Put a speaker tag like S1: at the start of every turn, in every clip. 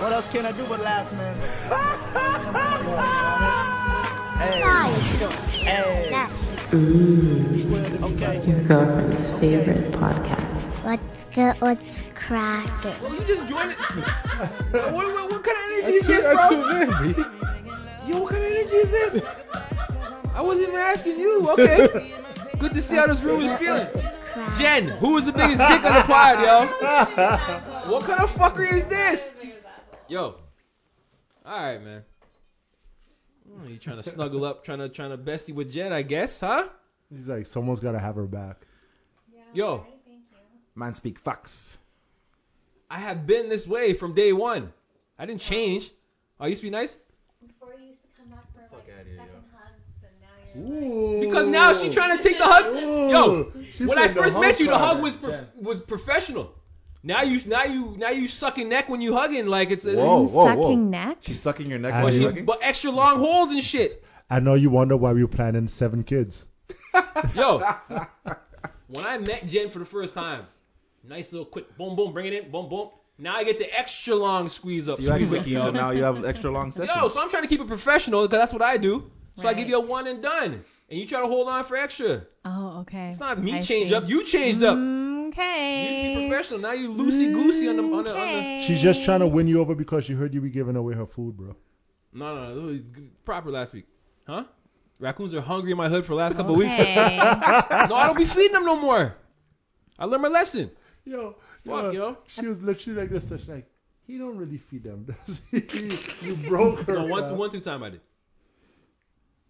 S1: What else can I do but laugh, man? Come on, boy, you know what I
S2: Nice story.
S1: mean? Hey, hey.
S2: Nice.
S3: Mmm.
S1: Okay.
S3: Your girlfriend's favorite podcast.
S2: What's good? What's cracking?
S4: You just joined it. what, what, what kind of energy
S5: I
S4: is
S5: tuned,
S4: this,
S5: I
S4: bro?
S5: tuned in.
S4: Yo, what kind of energy is this? I wasn't even asking you. Okay. Good to see how this room is feeling. Jen, who is the biggest dick on the pod, yo? What kind of fucker is this? Yo. All right, man. Oh, you trying to snuggle up, trying to trying to bestie with Jen, I guess, huh?
S5: He's like, someone's gotta have her back.
S4: Yo,
S6: Man speak facts.
S4: I have been this way from day one. I didn't change. Oh, I used to be nice.
S7: Before you used to come back for
S4: Fuck
S7: like
S4: outta
S7: second
S4: here,
S7: hugs, and
S4: yo.
S7: now you're
S5: Ooh.
S4: Because now she's trying to take the hug. Yo,
S5: She
S4: when I
S5: putting
S4: first met you, the
S5: on
S4: hug
S5: her.
S4: was prof- was professional. Now you now you now you sucking neck when you hugging like it's
S6: Whoa,
S4: it's-
S6: whoa, whoa.
S8: Sucking neck.
S6: She's sucking your neck
S5: And
S6: while
S5: you-
S6: she's
S4: she-
S6: hugging?
S4: but extra long holds and shit.
S5: I know you wonder why we were planning seven kids.
S4: Yo, when I met Jen for the first time, nice little quick boom boom, bring it in, boom boom. Now I get the extra long squeeze up.
S6: So you had
S4: squeeze up.
S6: quickies and now you have extra long sessions.
S4: Yo, so I'm trying to keep it professional because that's what I do. So I give you a
S8: Right.
S4: one and done, and you try to hold on for extra.
S8: Oh, okay.
S4: It's not me change up. You changed up. You used to be
S8: Okay.
S4: professional. Now you loosey goosey on the on the, on the
S5: She's just trying to win you over because she heard you were giving away her food, bro.
S4: No, no, no. It was g- proper last week. Huh? Raccoons are hungry in my hood for the last couple of weeks.
S8: Okay.
S4: No, I don't be feeding them no more. I learned my lesson.
S5: Yo,
S4: Fuck, yo.
S5: She was literally like this, so she's like, he don't really feed them, does he? you broke her.
S4: No, one,
S5: fam.
S4: two, one, two time I did.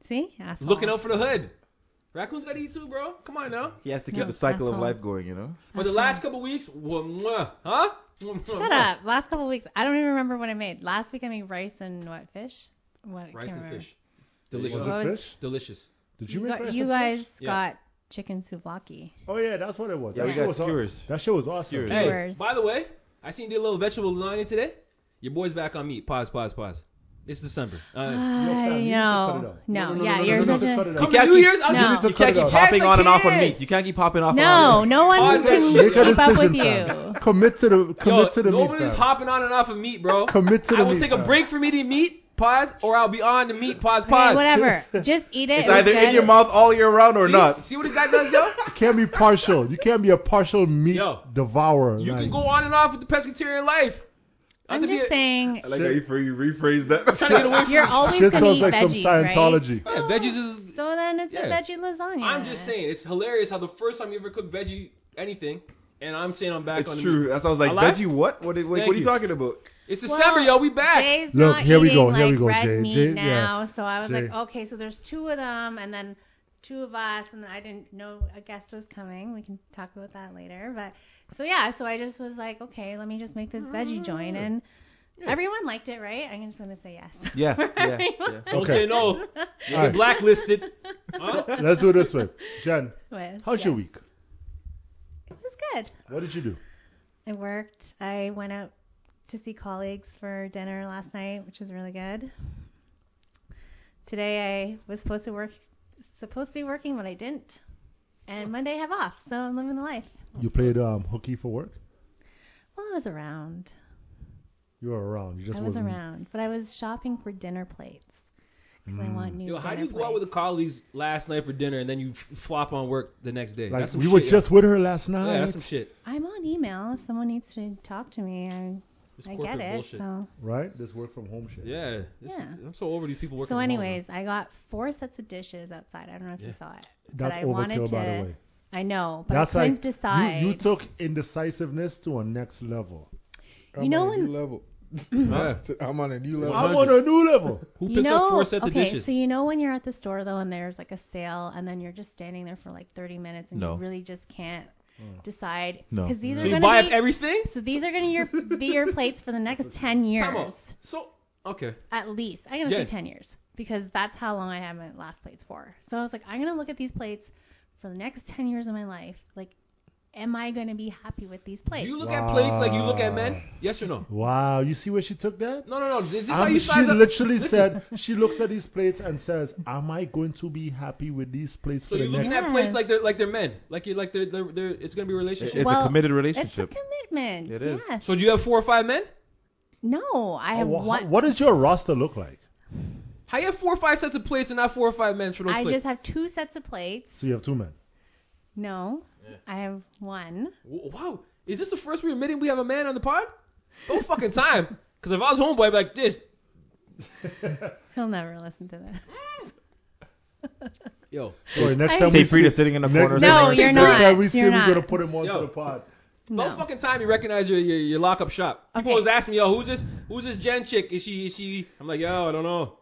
S8: See? Asshole.
S4: Looking out for the hood. Raccoons gotta eat too, bro. Come on now.
S6: He has to
S8: No,
S6: keep the cycle
S8: that's all.
S6: of life going, you know?
S4: But the last couple weeks, wha- mwah, huh?
S8: Shut up. Last couple of weeks, I don't even remember what I made. Last week I made rice and what fish? What? I
S4: Rice
S8: can't
S4: and
S8: remember.
S4: fish.
S5: Was
S4: Delicious.
S8: What
S5: it
S8: was-
S5: fish?
S4: Delicious.
S5: Did you
S8: You,
S5: make
S8: got-
S5: rice
S8: you
S5: and
S8: guys
S5: fish?
S4: Yeah.
S8: got chicken souvlaki.
S5: Oh yeah, that's what it was.
S6: Yeah,
S5: that
S6: we
S5: shit
S6: got
S5: was aw-
S6: skewers.
S5: That shit was awesome.
S6: Skewers.
S4: Hey,
S8: Viewers.
S4: by the way, I seen you did a little vegetable lasagna today. Your boy's back on meat. Pause, pause, pause. It's December. Uh,
S5: fam,
S8: I
S5: you need to cut it
S8: know.
S5: out.
S8: No,
S4: No, no, no,
S8: yeah,
S4: no, no,
S8: you're
S4: no,
S8: such
S5: cut it
S8: a.
S5: out.
S4: come
S6: can't
S4: New
S6: keep-
S4: Year's, I'll give it
S8: No. You
S4: to
S8: need
S4: you.
S8: to
S6: cut
S4: can't
S6: it
S4: keep
S6: out. Hopping
S4: passing
S6: on and off on
S4: kids.
S6: meat. You can't keep hopping off and
S8: No,
S6: on meat.
S8: no one
S4: Pause that shit.
S8: can keep
S5: Make a
S8: up with
S5: decision,
S8: you.
S5: fam. Commit to the commit
S4: Yo,
S5: to the meat,
S4: nobody's
S5: fam.
S4: hopping on and off of meat, bro.
S5: Commit to the
S4: I will
S5: meat,
S4: take a
S5: fam.
S4: break from eating meat, pause, or I'll be on the meat, pause,
S8: Okay,
S4: pause.
S8: whatever. Just eat it.
S6: It's
S8: It was
S6: either in
S8: good.
S6: your mouth all year round or
S4: See,
S6: not.
S4: See what this guy does, yo?
S5: You can't be partial. You can't be a partial meat
S4: Yo,
S5: devourer.
S4: You
S5: like,
S4: can go on and off with the pescatarian life. I have
S8: I'm
S4: to be
S8: just
S4: a-
S8: saying,
S6: I like how you re- you rephrased that.
S4: trying to get away from
S8: you're always going
S5: shit
S8: to
S5: sounds
S8: eat
S5: like
S8: veggies,
S5: some
S8: right?
S5: Scientology.
S4: Yeah, veggies is.
S8: So then it's a
S4: Yeah.
S8: veggie lasagna.
S4: I'm just saying, it's hilarious how the first time you ever cooked veggie anything, and I'm saying I'm back on
S6: It's
S4: the
S6: true.
S4: meat.
S6: That's why I was like,
S4: I lied?
S6: veggie what? What, are- what,
S4: Thank
S6: what are you
S4: you.
S6: talking about?
S4: It's
S8: Well,
S4: December, yo. We back.
S8: Jay's
S5: Look,
S8: not
S5: here we go,
S8: eating,
S5: here we
S8: like,
S5: go,
S8: red
S5: Jay.
S8: meat
S5: Jay-
S8: now,
S5: yeah.
S8: so I was like,
S5: Jay.
S8: okay, so there's two of them, and then two of us, and I didn't know a guest was coming. We can talk about that later, but so yeah, so I just was like, okay, let me just make this veggie joint, and everyone liked it, right? I'm just gonna say yes.
S6: Yeah, yeah, yeah.
S4: Don't
S5: Okay.
S4: say no. You're
S5: All right.
S4: blacklisted. Huh?
S5: Let's do it this way. Jen,
S8: Was,
S5: how's your
S8: yes.
S5: week?
S8: It was good.
S5: What did you do?
S8: I worked. I went out to see colleagues for dinner last night, which was really good. Today I was supposed to work, supposed to be working, but I didn't. And Monday I have off, so I'm living the life.
S5: You played um, hooky for work?
S8: Well, I was around.
S5: You were around. You just
S8: I was
S5: wasn't.
S8: around, but I was shopping for dinner plates because I
S5: Mm.
S8: want new
S4: Yo, how do
S8: dinner
S4: you go out with the
S8: plates.
S4: colleagues last night for dinner and then you f- flop on work the next day?
S5: Like
S4: that's some
S5: we were
S4: shit, yo.
S5: just with her last night.
S4: Yeah, that's some shit.
S8: I'm on email. If someone needs to talk to me, I,
S4: It's
S8: I
S4: corporate
S8: get it.
S4: bullshit.
S8: So.
S5: Right? This work from home shit.
S4: Yeah. this-
S8: Yeah.
S4: I'm so over these people working.
S8: So,
S4: from home, man.
S8: anyways, I got four sets of dishes outside. I don't know if
S4: Yeah.
S8: you saw it.
S5: That's
S8: but I wanted
S5: overkill,
S8: to.
S5: by the way.
S8: I know, but
S5: that's
S8: I couldn't
S5: like you-
S8: decide.
S5: You, took indecisiveness to a next level.
S8: You know
S5: on a
S8: when-
S5: new level.
S4: Yeah.
S5: I'm on a new
S4: level.
S5: I'm on a new level.
S4: Who picks
S8: mm-hmm. You
S4: up
S8: know,
S4: four sets
S8: okay,
S4: of dishes?
S8: so you know when you're at the store though, and there's like a sale, and then you're just standing there for like 30 minutes, and
S6: No.
S8: you really just can't decide
S6: No.
S8: because these
S4: So
S8: are
S4: you
S8: going
S4: buy
S8: to
S4: up
S8: be
S4: everything?
S8: so these are going to your, be your plates for the next 10
S4: Time out.
S8: years
S4: So okay.
S8: at least. I'm going to
S4: Yeah.
S8: say 10 years because that's how long I had my last plates for. So I was like, I'm going to look at these plates for the next 10 years of my life. Like, am I going to be happy with these
S4: Do
S8: plates?
S4: you look at plates like you look at men? Yes or no?
S5: Wow, you see where she took that?
S4: No, no, no. Is this how
S5: Um,
S4: you
S5: she
S4: size up?
S5: literally
S4: Listen,
S5: said she looks at these plates and says, "Am I going to be happy with these plates
S4: So
S5: for
S4: you're
S5: the
S4: looking
S5: next?"
S8: next-
S4: at plates like they're like they're men, like you like they're, they're they're it's gonna be a
S6: It's
S4: relationship.
S6: a
S8: Well,
S6: committed
S8: It's a
S6: relationship.
S8: commitment.
S6: It is.
S8: Yes.
S4: so do you have four or five men?
S8: No, I have
S5: Oh, Wha-
S8: one.
S5: What does your roster look like?
S4: How you have four or five sets of plates and not four or five men's for those
S8: I
S4: plates?
S8: just have two sets of plates.
S5: So you have two men.
S8: No, I have one.
S4: W- Wow. Is this the first we're admitting we have a man on the pod? No fucking time. Because if I was homeboy, I'd be like, this.
S8: He'll never listen to this.
S4: Yo.
S5: Sorry, next
S8: I-
S5: time we
S6: Tate Frieda
S5: see,
S6: sitting in the
S5: next,
S6: corner. or
S8: No,
S6: something.
S8: you're
S5: next
S8: not.
S5: time we see
S8: You're
S5: him, we're
S8: not.
S5: gonna put him onto
S4: Yo.
S5: the pod.
S4: No
S8: No.
S4: fucking time you recognize your your, your lockup shop. People
S8: Okay.
S4: always ask me, yo, who's this? Who's this Jen chick? Is she? Is she? I'm like, yo, I don't know.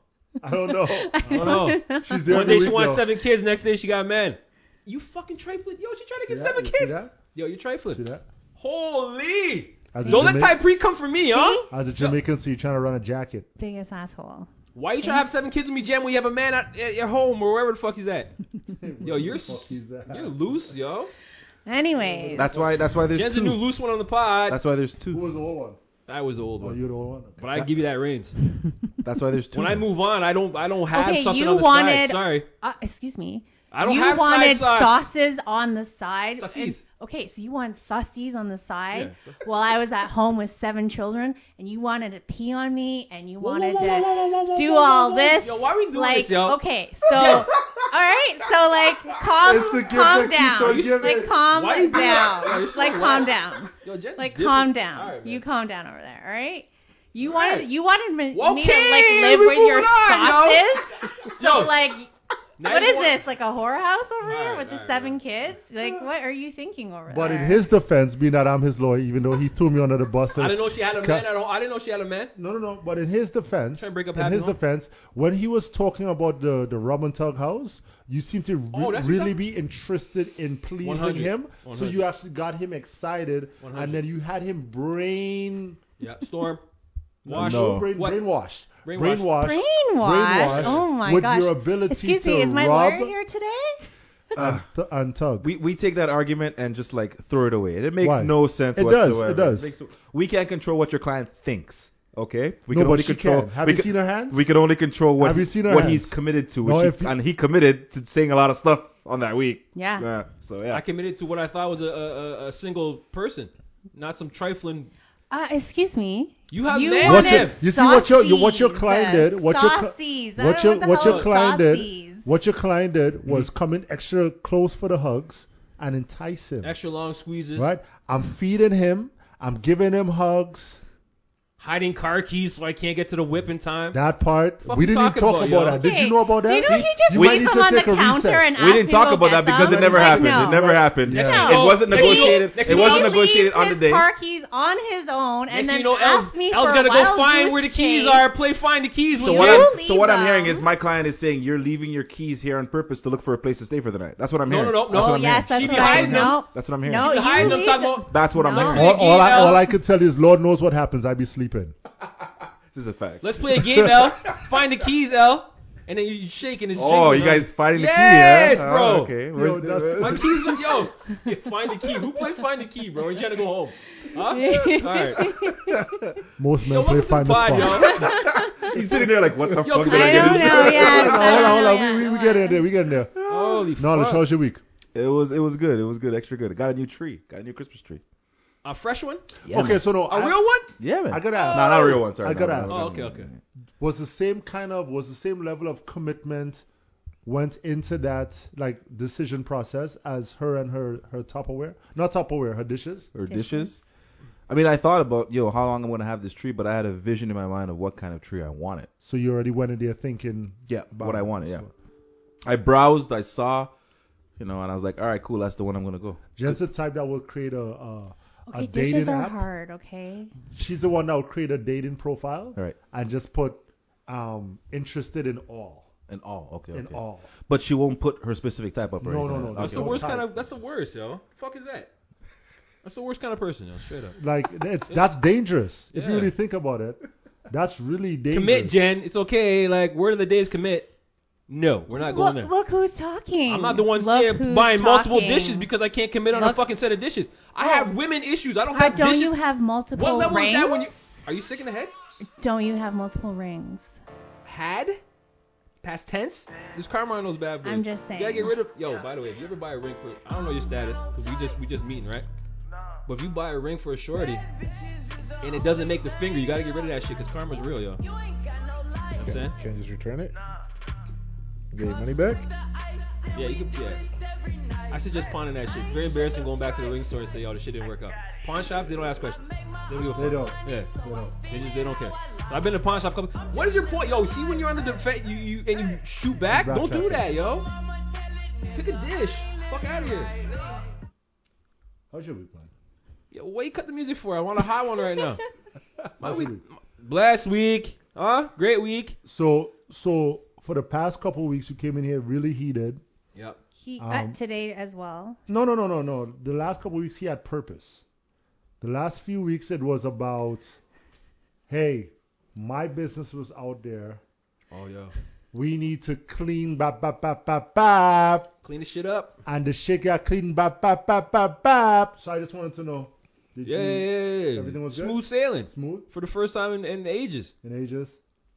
S5: I don't know.
S4: I don't know.
S5: She's there
S4: One day
S5: every
S4: she
S5: week,
S4: wants
S5: though.
S4: seven kids, next day she got a man. You fucking trifling, yo, she trying to
S5: See
S4: get
S5: that?
S4: seven
S5: You
S4: kids.
S5: See that?
S4: Yo, you
S5: See
S4: trifling.
S5: that?
S4: Holy!
S5: As a,
S4: Don't let
S5: Jamaican,
S4: Typri come for me, huh?
S5: as a Jamaican, so you're trying to run a jacket.
S8: Biggest asshole.
S4: Why you trying to have seven kids with me, Jen, when you have a man at, at your home or wherever the fuck he's at? Yo, you're
S5: Fuck
S4: s-
S5: is that?
S4: you're loose, yo.
S8: Anyways,
S6: That's why. That's why there's
S4: Jen's a
S6: two.
S4: new loose one on the pod.
S6: That's why there's
S5: Who
S6: two.
S5: was the old one?
S4: I was the old
S5: Oh,
S4: one,
S5: you're the old one. Okay.
S4: but I give you that reins.
S6: That's why there's two.
S4: When I move on, I don't I don't have
S8: Okay,
S4: something
S8: you
S4: on the side.
S8: wanted-
S4: Sorry.
S8: uh, excuse me.
S4: I don't
S8: you
S4: have
S8: wanted
S4: side sauce.
S8: sauces on the side.
S4: Saucies.
S8: and- okay, so you want saucies on the side.
S4: Yeah,
S8: while I was at home with seven children, and you wanted to pee on me, and you
S4: Whoa,
S8: wanted
S4: whoa, whoa,
S8: to
S4: whoa, whoa, whoa, whoa,
S8: do
S4: whoa,
S8: all
S4: whoa.
S8: this.
S4: Yo, why are we doing
S8: like,
S4: this, yo?
S8: Okay, so all right, so like calm,
S5: It's the gift
S8: calm
S5: that keeps on
S8: down,
S5: giving.
S8: like calm
S4: Why you doing that? Yo, you're
S8: down,
S4: so
S8: like calm
S4: whack.
S8: down,
S4: Yo, Jen,
S8: like
S4: dip-
S8: calm down.
S4: All right, man.
S8: you calm down over there, all right? You
S4: All
S8: wanted
S4: right.
S8: you wanted me,
S4: Well,
S8: me to like
S4: okay,
S8: live
S4: we
S8: with your
S4: moving on, yo.
S8: sauces, so
S4: Yo,
S8: like.
S4: now
S8: What
S4: you
S8: is
S4: want-
S8: this? Like a whorehouse
S4: All
S8: over here
S4: right,
S8: with
S4: all
S8: the
S4: right,
S8: seven
S4: all
S8: kids? Like, what are you thinking over
S5: But
S8: there?
S5: in his defense, being that I'm his lawyer, even though he threw me under the bus.
S4: I didn't know she had a
S5: Ca-
S4: man at all. I didn't know she had a man.
S5: No, no, no. But in his defense,
S4: Trying to break up
S5: in
S4: happy
S5: his
S4: home?
S5: defense, when he was talking about the the rub and tug house, you seem to re-
S4: Oh, that's what
S5: really
S4: that-
S5: be interested in pleasing
S4: 100.
S5: him. So
S4: 100.
S5: you actually got him excited,
S4: 100.
S5: and then you had him brain
S4: Yeah, Storm. Wash.
S6: No.
S5: brain
S4: What?
S5: brainwashed,
S4: Brainwashed.
S5: brainwashed,
S8: brainwash.
S5: Brainwash
S8: Oh my
S5: with
S8: gosh.
S5: your ability
S8: Excuse
S5: to
S8: me, is my
S5: rob
S8: lawyer here today?
S5: and, th- and tug.
S6: We, we take that argument and just like throw it away. It makes
S5: Why?
S6: no sense
S5: It does, it
S6: whatsoever.
S5: does.
S6: makes- we can't control what your client thinks. Okay. We
S5: no,
S6: can
S5: but
S6: only
S5: she
S6: control.
S5: can. Have
S6: we
S5: you
S6: can-
S5: seen her hands?
S6: We can only control what
S5: Have
S6: he-
S5: you seen her
S6: what
S5: hands?
S6: he's committed to, which
S5: No,
S6: he-
S5: if you-
S6: and he committed to saying a lot of stuff on that week.
S8: Yeah.
S6: Yeah. So yeah.
S4: I committed to what I thought was a, a, a- a single person, not some trifling.
S8: Uh, excuse me.
S4: You have
S8: You
S4: man.
S5: Watch
S8: wanted
S5: it. You see what your- you- what your
S8: saucies,
S5: client did, what your cl-
S8: saucies. I
S5: what
S8: don't
S5: your
S8: know the
S5: what your
S8: hell
S5: client
S8: saucies.
S5: did what your client did was come in extra close for the hugs and entice him.
S4: Extra long squeezes.
S5: Right? I'm feeding him. I'm giving him hugs.
S4: Hiding car keys so I can't get to the whip in time.
S5: That part
S4: Fuck
S5: we
S4: you
S5: didn't even
S4: talking
S5: talk
S4: about,
S5: about,
S4: yo?
S5: that. Did you
S8: Okay,
S5: know about that?
S8: Do you know he just
S5: you might
S8: leaves
S5: need
S8: them
S5: to
S8: on the
S5: take a
S8: counter
S5: recess.
S8: and
S5: We
S8: asks
S6: we didn't
S8: me
S6: talk
S8: to go
S6: about
S8: get
S6: that because
S8: them?
S6: it never
S5: Like,
S6: happened.
S8: no.
S6: It never happened.
S5: Next
S8: thing you
S6: It
S8: know-
S6: wasn't
S4: next thing you
S6: negotiated.
S4: know- next
S6: it
S4: thing you
S6: wasn't
S4: know-
S8: he
S6: negotiated
S8: leaves
S6: on the
S8: his
S6: day.
S8: car keys on his own and
S4: Next
S8: then
S4: thing you know,
S8: asks
S4: El's,
S8: me
S4: El's
S8: for
S4: gotta go
S8: wild
S4: find
S8: goose
S4: where the keys
S8: chase.
S4: are. Play find the keys.
S6: So
S8: You
S6: what
S8: do
S6: I'm so
S8: leave
S6: what I'm
S8: them.
S6: hearing is my client is saying you're leaving your keys here on purpose to look for a place to stay for the night. That's what I'm
S4: No,
S6: hearing.
S4: no, no, no.
S6: That's what
S8: Oh
S6: I'm
S8: yes,
S6: hearing.
S8: that's
S4: She
S8: what
S4: behind
S8: I
S4: them.
S8: know.
S6: That's what I'm hearing.
S8: No,
S4: She
S8: you
S4: hiding them
S8: leave
S4: talking
S8: them-
S4: about-
S6: That's what I'm
S8: No.
S6: hearing.
S5: all, all I,
S4: Miguel.
S5: all I could tell is Lord knows what happens. I be sleeping.
S6: This is a fact.
S4: Let's play a game, L. Find the keys, L. And then you- you shaking and it's
S6: oh,
S4: jiggling,
S6: you
S4: huh?
S6: guys fighting the
S4: Yes,
S6: key? Yeah?
S4: bro.
S6: Oh, okay. Where's
S5: Yo,
S6: the-
S5: that's-
S4: My keys are yo. Yeah, Find the key. Who plays find the key, bro? Are you trying to go home? Huh? All right.
S5: Most
S4: Yo,
S5: men
S4: welcome
S5: play
S4: to the
S5: find the
S4: pod,
S5: spot.
S4: yo.
S6: He's sitting there like, what the
S4: Yo,
S6: fuck did
S4: I
S6: I
S8: I
S6: get
S8: don't
S6: into?
S8: know. Yeah, I
S5: Hold on, hold on,
S8: don't
S5: hold
S8: know,
S5: on.
S8: yeah,
S5: We, we, we
S8: what?
S5: get in there. We get in there.
S4: Holy
S5: Knowledge.
S4: fuck.
S5: How's your week?
S6: It was it was good. It was good. Extra good. I got a new tree. Got a new Christmas tree.
S4: A fresh one?
S6: Yeah,
S5: okay,
S6: man.
S5: so no,
S4: A
S5: I,
S4: real one?
S6: yeah, man.
S5: I gotta ask.
S6: no, not a real one. Sorry.
S5: I
S6: no,
S5: gotta
S6: no,
S5: ask.
S6: no,
S4: Oh,
S6: no,
S4: okay,
S6: no,
S4: okay.
S6: no, no.
S5: was the same kind of was the same level of commitment went into that like decision process as her and her her Tupperware, not Tupperware, her dishes.
S6: Or dishes. I mean, I thought about yo how long I'm gonna have this tree, but I had a vision in my mind of what kind of tree I wanted.
S5: So you already went in there thinking
S6: Yeah,
S5: about
S6: what I
S5: it.
S6: wanted. Yeah.
S5: So-
S6: I browsed. I saw. You know, and I was like, all right, cool. That's the one I'm gonna go.
S5: Jen's the type that will create a uh,
S8: Okay,
S5: a dating
S8: dishes are
S5: app.
S8: hard. Okay.
S5: She's the one that will create a dating profile
S6: All right.
S5: and just put um interested in all.
S6: And all. Okay.
S5: In
S6: okay.
S5: all.
S6: But she won't put her specific type up. or
S5: No,
S6: anything
S5: no,
S6: like
S5: no,
S6: that.
S5: no.
S4: That's
S6: Okay,
S4: the
S5: all
S6: okay.
S4: worst kind
S5: time.
S4: of. That's the worst, yo. Fuck is that? That's the worst kind of person, yo. Straight up.
S5: Like it's that's dangerous. If you
S4: Yeah.
S5: really think about it, that's really dangerous.
S4: Commit, Jen. It's okay. Like word of the day is commit. No, we're not going
S8: Look,
S4: there.
S8: look who's talking.
S4: I'm not the one
S8: Look
S4: here
S8: who's
S4: buying multiple
S8: talking.
S4: dishes because I can't commit on a
S8: Look-
S4: fucking set of dishes. I have women issues. I don't have
S8: But don't
S4: dishes.
S8: you have multiple
S4: what level is
S8: rings?
S4: that when you? Are you sick in the head?
S8: Don't you have multiple rings?
S4: had past tense there's karma on those bad boys
S8: I'm just
S4: you gotta
S8: saying.
S4: get rid of yo by the way if you ever buy a ring for i don't know your status because we just we just meeting right But if you buy a ring for a shorty and it doesn't make the finger, you gotta get rid of that shit because karma's real, yo. You know what I'm saying?
S9: Can't can't just return it. Get your money back.
S4: Yeah, you could. Yeah. I suggest pawning that shit. It's very embarrassing going back to the ring store and say, "Yo, this shit didn't work out." Pawn shops, they don't ask questions. They don't. Give a
S5: They
S4: fuck.
S5: don't.
S4: Yeah.
S5: You know.
S4: They just they don't care. So I've been to pawn shop. Couple, what is your point, yo? See when you're on the defense, you, you and you shoot back.
S5: Backtrack.
S4: Don't do that, yo. Pick a dish. Fuck out of here.
S5: How's your week, man?
S4: Yo, what you cut the music for? I want a high one right now. My week, last week, huh? Great week.
S5: So, so for the past couple of weeks, you came in here really heated.
S4: Yep.
S8: He
S5: Um,
S8: uh, today as well.
S5: No, no, no, no, no. The last couple of weeks, he had purpose. The last few weeks, it was about, hey, my business was out there.
S4: Oh, yo.
S5: We need to clean, bap, bap, bap, bap, bap.
S4: Clean the shit up.
S5: And the shit got clean, bap, bap, bap, bap, bap. So I just wanted to know, did
S4: Yeah,
S5: you
S4: yeah, yeah, yeah.
S5: everything was good?
S4: smooth sailing
S5: smooth
S4: for the first time in, in ages.
S5: in ages?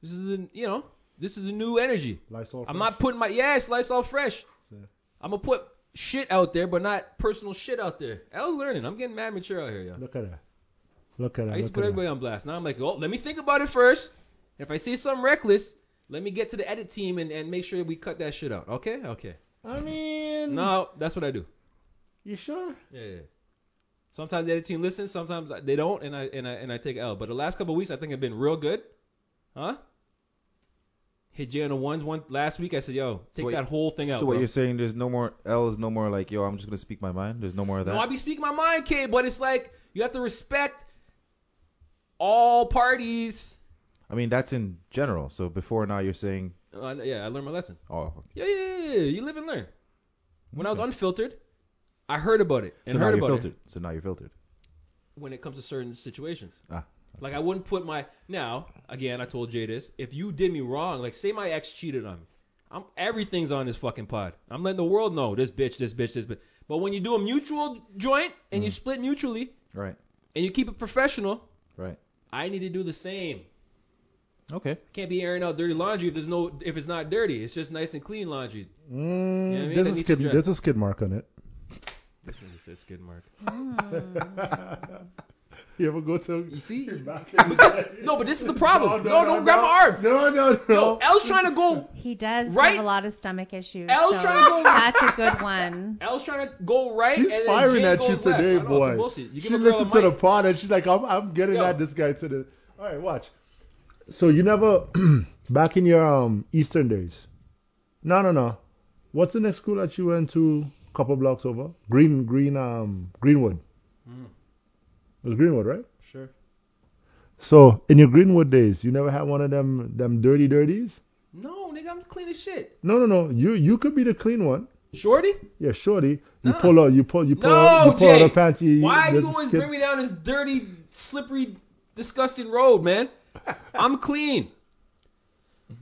S4: This is a, you know, this is a new energy.
S5: Lysol.
S4: I'm
S5: fresh?
S4: not putting my yeah, it's Lysol fresh.
S5: Yeah.
S4: I'm gonna put shit out there, but not personal shit out there. I was learning. I'm getting mad mature out here, yo.
S5: Look at that. Look at that.
S4: I used to
S5: look
S4: put
S5: at that.
S4: everybody on blast. Now I'm like, oh, let me think about it first. If I see something reckless, let me get to the edit team and, and make sure we cut that shit out. Okay, okay.
S5: I mean,
S4: No, that's what I do.
S5: you sure?
S4: Yeah, yeah. Sometimes the edit team listens, sometimes they don't, and I and I and I take L. But the last couple of weeks, I think have been real good, huh? Hit Jay on the ones one last week. I said, yo, take
S6: what-
S4: that whole thing out.
S6: so
S4: bro.
S6: what you're saying? There's no more L is no more like yo. I'm just gonna speak my mind. There's no more of that.
S4: No, I be speaking my mind, kid, but it's like you have to respect all parties.
S6: I mean that's in general. So before now you're saying
S4: Uh, yeah, I learned my lesson.
S6: oh.
S4: Yeah, yeah, yeah, yeah. You live and learn. When I was unfiltered, I heard about it and
S6: So now
S4: heard
S6: you're
S4: about
S6: filtered. So now you're filtered.
S4: it when it comes to certain situations.
S6: Ah,
S4: Like I wouldn't put my now again. I told Jay this. If you did me wrong, like say my ex cheated on me, I'm everything's on this fucking pod. I'm letting the world know this bitch, this bitch, this bitch. But when you do a mutual joint and you split mutually
S6: Mm. Right.
S4: and you keep it professional,
S6: Right.
S4: I need to do the same.
S6: Okay.
S4: can't be airing out dirty laundry if there's no if it's not dirty. It's just nice and clean laundry.
S5: Mm,
S4: Yeah, I mean,
S5: there's,
S4: that
S5: a
S4: needs
S5: skid,
S4: to dry.
S5: there's a skid mark on it.
S4: This one just says skid mark.
S8: Mm.
S5: You ever go to?
S4: Mm. You see?
S5: back in the day?
S4: No, but this is the problem. No, don't grab my arm.
S5: No, no, no.
S4: Yo, L's trying to go.
S8: He does
S4: Right?
S8: have a lot of stomach issues.
S4: El's
S8: so
S4: trying to go-
S8: That's a good one.
S4: L's trying to go right. and
S5: She's
S4: then
S5: firing
S4: Jane
S5: at
S4: goes
S5: you
S4: left.
S5: today,
S4: I don't know, it's some
S5: boy.
S4: bullshit. You
S5: She
S4: give a girl a
S5: listened to the
S4: mic.
S5: pod and she's like, I'm, I'm getting
S4: Yo.
S5: at this guy to the. All right, watch. So you never back in your um Eastern days. No, no, no. What's the next school that you went to? A couple blocks over. Green, green, um, Greenwood.
S4: Hmm.
S5: It was Greenwood, right?
S4: Sure.
S5: So in your Greenwood days, you never had one of them them dirty dirties.
S4: No, nigga, I'm clean as shit.
S5: No, no, no. You you could be the clean one.
S4: Shorty?
S5: Yeah, shorty. You
S4: Nah.
S5: pull out, you pull, you pull,
S4: No,
S5: out, you pull
S4: Jay.
S5: out a panty.
S4: Why do
S5: there's
S4: you
S5: a
S4: always
S5: skid-
S4: bring me down this dirty, slippery, disgusting road, man? I'm clean.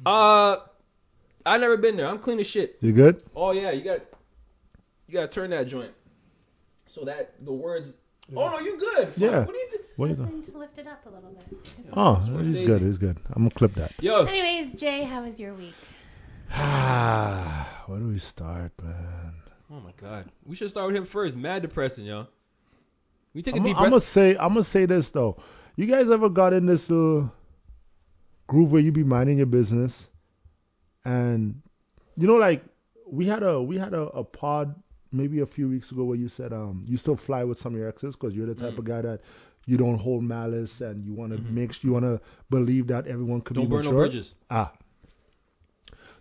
S4: Uh, I never been there. I'm clean as shit.
S5: You good?
S4: Oh yeah, you got you got to turn that joint so that the words. Oh no, you good? Fuck,
S5: Yeah.
S4: What do you do?
S5: What is
S7: Just
S5: that?
S7: need to lift it up a little bit.
S5: Oh,
S4: Scorsese.
S5: he's good. He's good. I'm gonna clip that.
S4: Yo,
S8: Anyways, Jay, how was your week?
S5: Where do we start, man?
S4: oh my god, we should start with him first. Mad depressing, yo. We take a
S5: I'm,
S4: deep
S5: I'm
S4: breath.
S5: gonna say, I'm gonna say this though. You guys ever got in this little groove where you be minding your business, and you know, like we had a we had a, a pod maybe a few weeks ago where you said um you still fly with some of your exes because you're the type of guy that you don't hold malice and you want to make sure you want to believe that everyone could
S4: Don't
S5: be
S4: burn no
S5: mature.
S4: bridges
S5: Ah.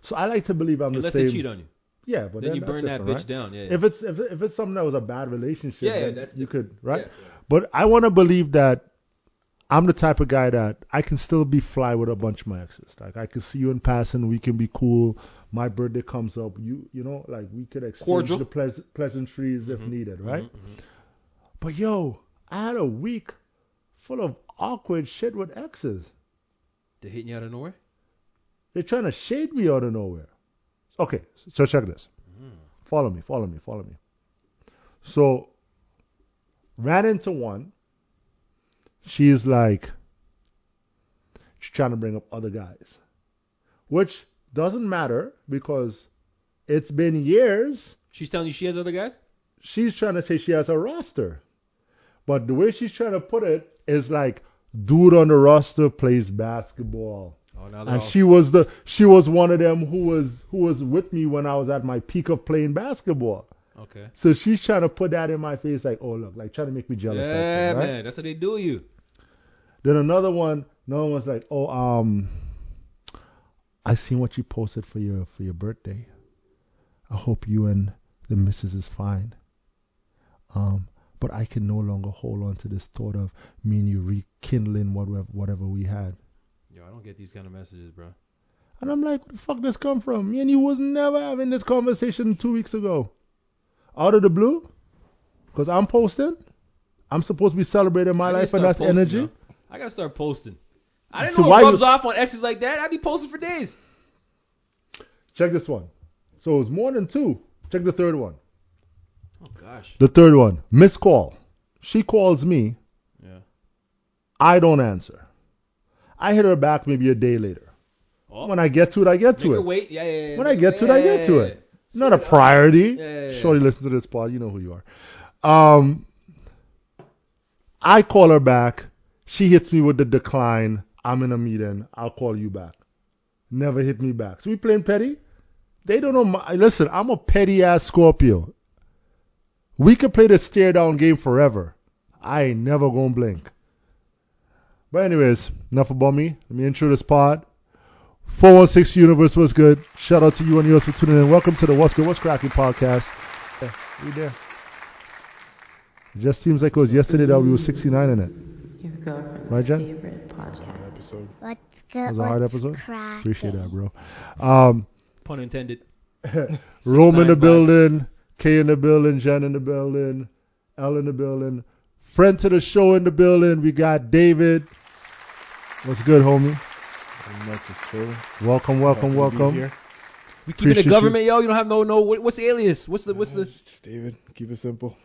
S5: So I like to believe I'm
S4: unless
S5: the same.
S4: they cheat on you.
S5: Yeah, but
S4: Then you
S5: that's
S4: burn that
S5: different,
S4: bitch
S5: right?
S4: down. Yeah.
S5: if it's if, if it's something that was a bad relationship,
S4: Yeah, yeah,
S5: then
S4: that's
S5: you
S4: different.
S5: could right.
S4: Yeah, Mm-hmm. yeah.
S5: But I want to believe that I'm the type of guy that I can still be fly with a bunch of my exes. Like I can see you in passing, we can be cool. My birthday comes up, you you know, like we could exchange
S4: Cordial. Mm-hmm.
S5: the pleas- pleasantries if needed, right? But yo, I had a week full of awkward shit with exes.
S4: They're hitting you out of nowhere.
S5: They're trying to shade me out of nowhere. Okay, so check this. Follow me, follow me, follow me. So, ran into one. She's like, she's trying to bring up other guys, which doesn't matter because it's been years.
S4: She's telling you she has other guys.
S5: She's trying to say she has a roster. But the way she's trying to put it is like, dude on the roster plays basketball.
S4: Oh, now they're
S5: And
S4: all-
S5: she was the she was one of them who was who was with me when I was at my peak of playing basketball.
S4: okay.
S5: So she's trying to put that in my face, like, oh look, like trying to make me jealous. type
S4: Yeah,
S5: thing, right?
S4: man, that's how they do you.
S5: Then another one, no one was like, oh um, I seen what you posted for your for your birthday. I hope you and the missus is fine. Um, but I can no longer hold on to this thought of me and you rekindling whatever whatever we had.
S4: Yo, I don't get these kind of messages, bro.
S5: And I'm like, where the fuck this come from? Me and you was never having this conversation two weeks ago. Out of the blue? Because I'm posting. I'm supposed to be celebrating my
S4: I gotta
S5: life
S4: start
S5: and that's
S4: posting,
S5: energy.
S4: yo. I gotta start posting. I didn't
S5: So
S4: know
S5: why
S4: it rubs
S5: you-
S4: off on exes like that. I'd be posting for days.
S5: Check this one. So it's more than two. Check the third one.
S4: Oh gosh.
S5: The third one. Missed call. She calls me.
S4: Yeah.
S5: I don't answer. I hit her back maybe a day later.
S4: Oh,
S5: When I get to it, I get
S4: make
S5: to
S4: her
S5: it.
S4: wait. Yeah, yeah, yeah.
S5: When I
S4: Make-
S5: get to it, I get to
S4: yeah,
S5: it.
S4: yeah, yeah. Sort
S5: Not a
S4: it out.
S5: priority.
S4: Yeah, yeah, yeah.
S5: Shorty, listen to this pod. You know who you are. Um, I call her back. She hits me with the decline. I'm in a meeting. I'll call you back. Never hit me back. So we playing petty. They don't know. My, listen, I'm a petty ass Scorpio. We could play the stare down game forever. I ain't never gonna blink. But anyways, enough about me. Let me intro this pod. 416 Universe, what's good? Shout out to you and yours for tuning in. Welcome to the What's Good, What's Cracking podcast. Yeah, we there. It just seems like it was yesterday that we were 69 in it.
S3: Your girlfriend's
S5: Right, Jen?
S3: favorite podcast.
S9: Episode.
S2: What's
S5: That
S2: good?
S5: was a hard
S2: What's
S5: episode.
S2: cracking?
S5: Appreciate that, bro. Um,
S4: Pun intended.
S5: Rome in the
S4: vibes.
S5: building, K in the building, Jen in the building, L in the building, friend to the show in the building. We got David. What's good, homie?
S9: Much is cool.
S5: Welcome, welcome,
S9: Happy to be
S5: welcome.
S9: here.
S4: We keeping
S5: Appreciate
S4: the
S5: you.
S4: government, yo. You don't have no no. What, what's the alias? What's the what's the
S9: Just David. Keep it simple.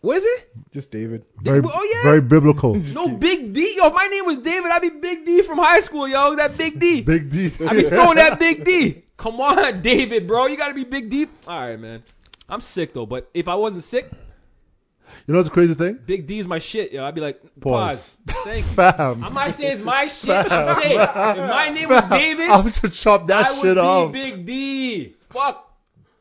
S4: what is it?
S9: Just David.
S5: Very,
S4: Oh, yeah.
S5: very biblical.
S9: Just
S4: No
S9: keep-
S4: Big D. Yo, if my name was David, I'd be Big D from high school, yo. That Big D.
S5: Big D.
S4: I'd be throwing that Big D. Come on, David, bro. You gotta be Big D. All right, man. I'm sick though, but if I wasn't sick,
S5: You know what's the crazy thing?
S4: Big D is my shit, yo. I'd be like, pause.
S5: Pause.
S4: Thank you.
S5: Fam.
S4: I'm not saying it's my shit. I'm saying if my name was David,
S5: I'm to chop that
S4: I would
S5: shit
S4: be
S5: off.
S4: Big D. Fuck.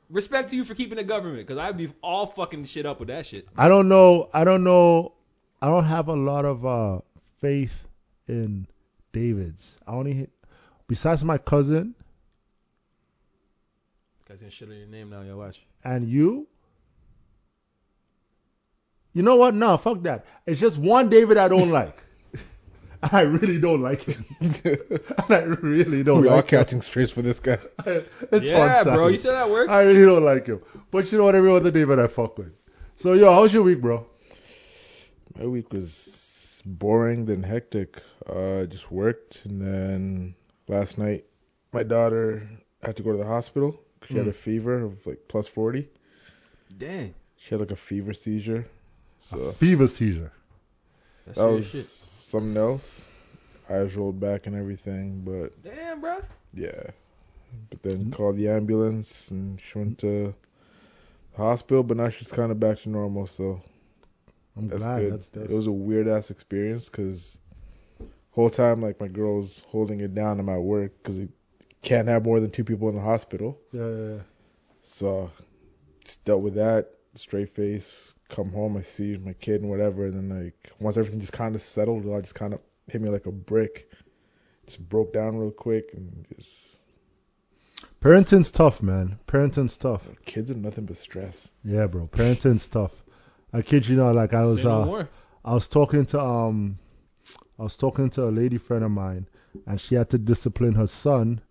S4: Respect to you for keeping the government, cause I'd be all fucking shit up with that shit.
S5: I don't know. I don't know. I don't have a lot of uh, faith in David's. I only, besides my cousin
S4: Guys, gonna shit on your name now, yo. Watch.
S5: and you. You know what? No, fuck that. It's just one David I don't like. I really don't like him. I really don't
S9: we all
S5: like him.
S9: Oh, catching strays for this guy.
S5: It's
S4: yeah, bro.
S5: on Saturday.
S4: You said that works.
S5: I really don't like him. But you know what? Every other David I fuck with. So yo, how's your week, bro?
S9: My week was boring then hectic. Uh, I just worked and then last night my daughter had to go to the hospital 'cause she had a fever of like plus 40.
S4: Dang.
S9: She had like a fever seizure. So
S5: Fever seizure.
S4: That's
S9: that was something else. Eyes rolled back and everything, but
S4: Damn, bro.
S9: yeah. But then called the ambulance and she went to the hospital, but now she's kind of back to normal, so
S5: I'm
S9: That's
S5: glad.
S9: good.
S5: That's, that's
S9: It was a weird ass experience because whole time like my girl's holding it down in my work because it can't have more than two people in the hospital.
S5: yeah, yeah, yeah.
S9: So just dealt with that straight face. Come home, I see my kid and whatever, and then like once everything just kind of settled, I just kind of hit me like a brick. Just broke down real quick and just
S5: Parenting's tough, man. Parenting's tough.
S9: kids are nothing but stress.
S5: Yeah, bro. Parenting's tough. I kid you not. Like I was,
S4: Say no
S5: uh,
S4: more.
S5: I was talking to um, I was talking to a lady friend of mine, and she had to discipline her son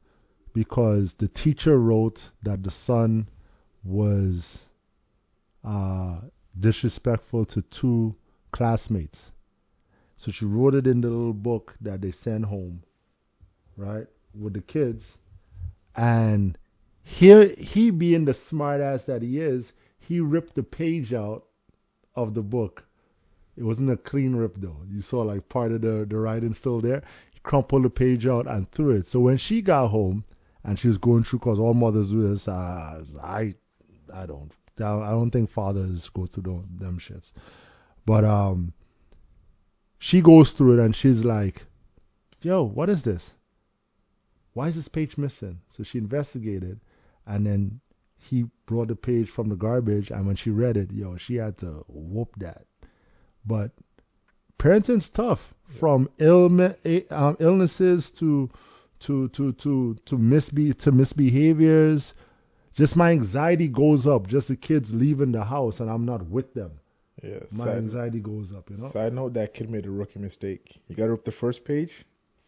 S5: because the teacher wrote that the son was uh, disrespectful to two classmates. So she wrote it in the little book that they send home, right, with the kids, and here he being the smart ass that he is, he ripped the page out of the book. It wasn't a clean rip though. You saw like part of the, the writing still there. He crumpled the page out and threw it. So when she got home and she was going through, cause all mothers do this. Uh, I I don't I don't think fathers go through tho- them shits. But um, she goes through it and she's like, "Yo, what is this? Why is this page missing?" So she investigated, and then he brought the page from the garbage. And when she read it, yo, she had to whoop that. But parenting's tough, from illme- eh, um, illnesses to to to to to misbe to misbehaviors. Just my anxiety goes up. Just the kids leaving the house and I'm not with them.
S9: Yeah.
S5: My
S9: Side,
S5: anxiety goes up. You know.
S9: side note: that kid made a rookie mistake. You got to rip the first page,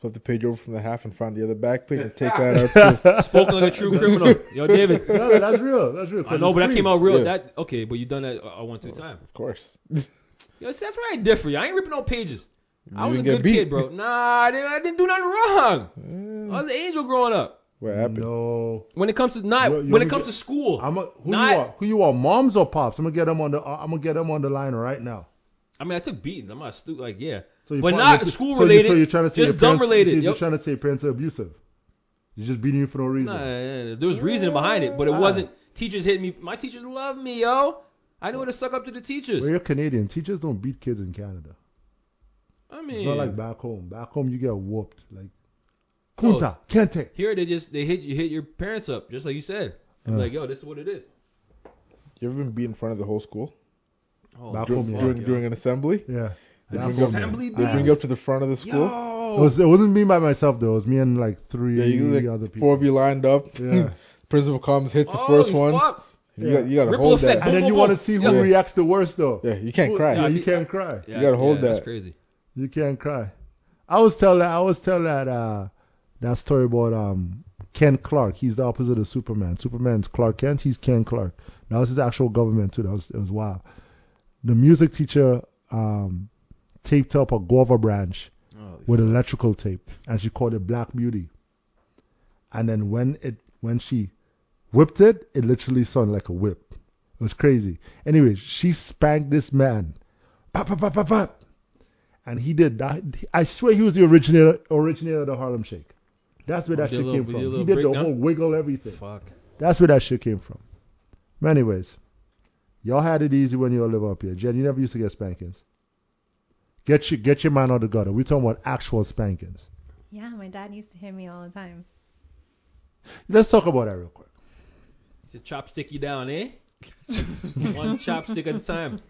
S9: flip the page over from the half, and find the other back page and take that out. Too.
S4: Spoken like a true criminal. Yo, David.
S5: no, no, that's real. That's real.
S4: I know, but that came out real.
S9: Yeah.
S4: That okay, but you done that. uh, I want to
S5: Oh.
S4: time.
S9: Of course.
S4: Yo, see, that's where I differ. you. I ain't ripping no pages. I
S9: You
S4: was a
S9: didn't get
S4: good
S9: beat.
S4: kid, bro. Nah, I didn't, I didn't do nothing wrong. I
S9: Mm,
S4: was an angel growing up.
S9: what happened?
S5: No.
S4: When it comes to not,
S5: Yo, yo,
S4: when it
S5: we
S4: comes to
S5: get-
S4: school,
S5: I'm a, who
S4: Not-
S5: you are? Who you are? Moms or pops? I'm gonna get them on the. I'm gonna get them on the line right now.
S4: I mean, I took beatings. I'm not stupid. Like, yeah.
S5: So you
S4: But
S5: probably-
S4: not
S5: so you-
S4: school
S5: so you-
S4: related,
S5: So you're trying to say
S4: just
S5: your
S4: dumb
S5: parents-
S4: related,
S5: so You're
S4: yep.
S5: trying to say your parents are abusive. You're just beating you for no reason.
S4: Nah, yeah, yeah. there was reasoning behind it, but it
S5: Ah.
S4: wasn't. Teachers hit me. My teachers love me, yo. I know how to suck up to the teachers.
S5: Well, you're Canadian. Teachers don't beat kids in Canada.
S4: I
S5: It's
S4: mean,
S5: not like back home. Back home, you get whooped. Like,
S4: No.
S5: kunta, kente.
S4: here they just they hit you hit your parents up, just like you said. And be
S5: Uh.
S4: like, yo, this is what it is.
S9: You ever been beat in front of the whole school
S4: Oh,
S5: Back
S4: fuck,
S5: home, yeah.
S9: during
S4: yo.
S9: during an assembly?
S5: Yeah.
S9: They
S5: Back home,
S9: bring up,
S5: yeah.
S4: Assembly
S9: they bring up to the front of the school.
S5: It,
S4: Yo.
S5: was, it wasn't me by myself, though. It was me and like three
S9: Yeah, you like
S5: other people.
S9: four of you lined up.
S5: Yeah.
S9: Principal comes, hits the
S4: Oh,
S9: first
S4: you
S9: one.
S4: fuck.
S9: You,
S5: Yeah.
S9: got, you got to
S4: Ripple
S9: hold
S4: effect.
S9: that.
S5: And then
S4: Boom,
S5: you
S4: boom,
S5: want to
S4: boom.
S5: see who
S4: Yeah.
S5: reacts the worst, though.
S9: Yeah, you can't
S5: Who-
S9: cry.
S5: Yeah, you can't cry.
S4: Yeah,
S9: gotta hold
S4: yeah, That's
S9: that.
S4: crazy.
S5: You can't cry. I always tell that. I always tell that. Uh, that story about um Ken Clark. He's the opposite of Superman. Superman's Clark Kent. He's Ken Clark. That was his actual government too. That was it was wild. The music teacher um taped up a guava branch
S4: Oh,
S5: with electrical tape, and she called it Black Beauty. And then when it when she whipped it, it literally sounded like a whip. It was crazy. Anyways, she spanked this man. Pop, pop, pop, pop, pop and he did that. I swear he was the originator originator of the Harlem Shake. That's where
S4: Oh,
S5: that
S4: did a
S5: shit
S4: little-
S5: came
S4: did a
S5: from.
S4: little
S5: He did the
S4: breakdown?
S5: whole wiggle everything.
S4: Fuck.
S5: That's where that shit came from. But anyways, y'all had it easy when y'all live up here. Jen, you never used to get spankings. Get your get your man out of the gutter. We're talking about actual spankings.
S8: Yeah, my dad used to hit me all the time.
S5: Let's talk about that real quick.
S4: He said, chopstick you down, eh? One chopstick at a time.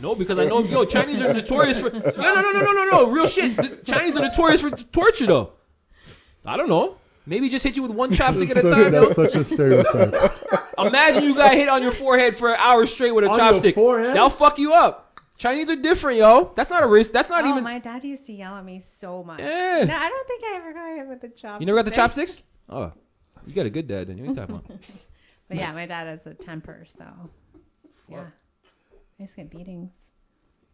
S4: No, because I know, yo, Chinese are notorious for. No, no, no, no, no, no, no. Real shit. The Chinese are notorious for torture, though. I don't know. Maybe just hit you with one chopstick at a
S5: That's
S4: time.
S5: such- that's
S4: yo.
S5: such a stereotype.
S4: Imagine you got hit on your forehead for an hour straight with a
S5: On your
S4: chopstick.
S5: forehead?
S4: That'll fuck you up. Chinese are different, yo. That's not a race. That's not
S8: oh,
S4: even.
S8: my dad used to yell at me so much.
S4: Yeah.
S8: No, I don't think I ever got hit with the chopstick.
S4: You never got the chopsticks? Oh, you got a good dad, then. You ain't talking about.
S8: But yeah, my dad has a temper, so yeah, I used to get beatings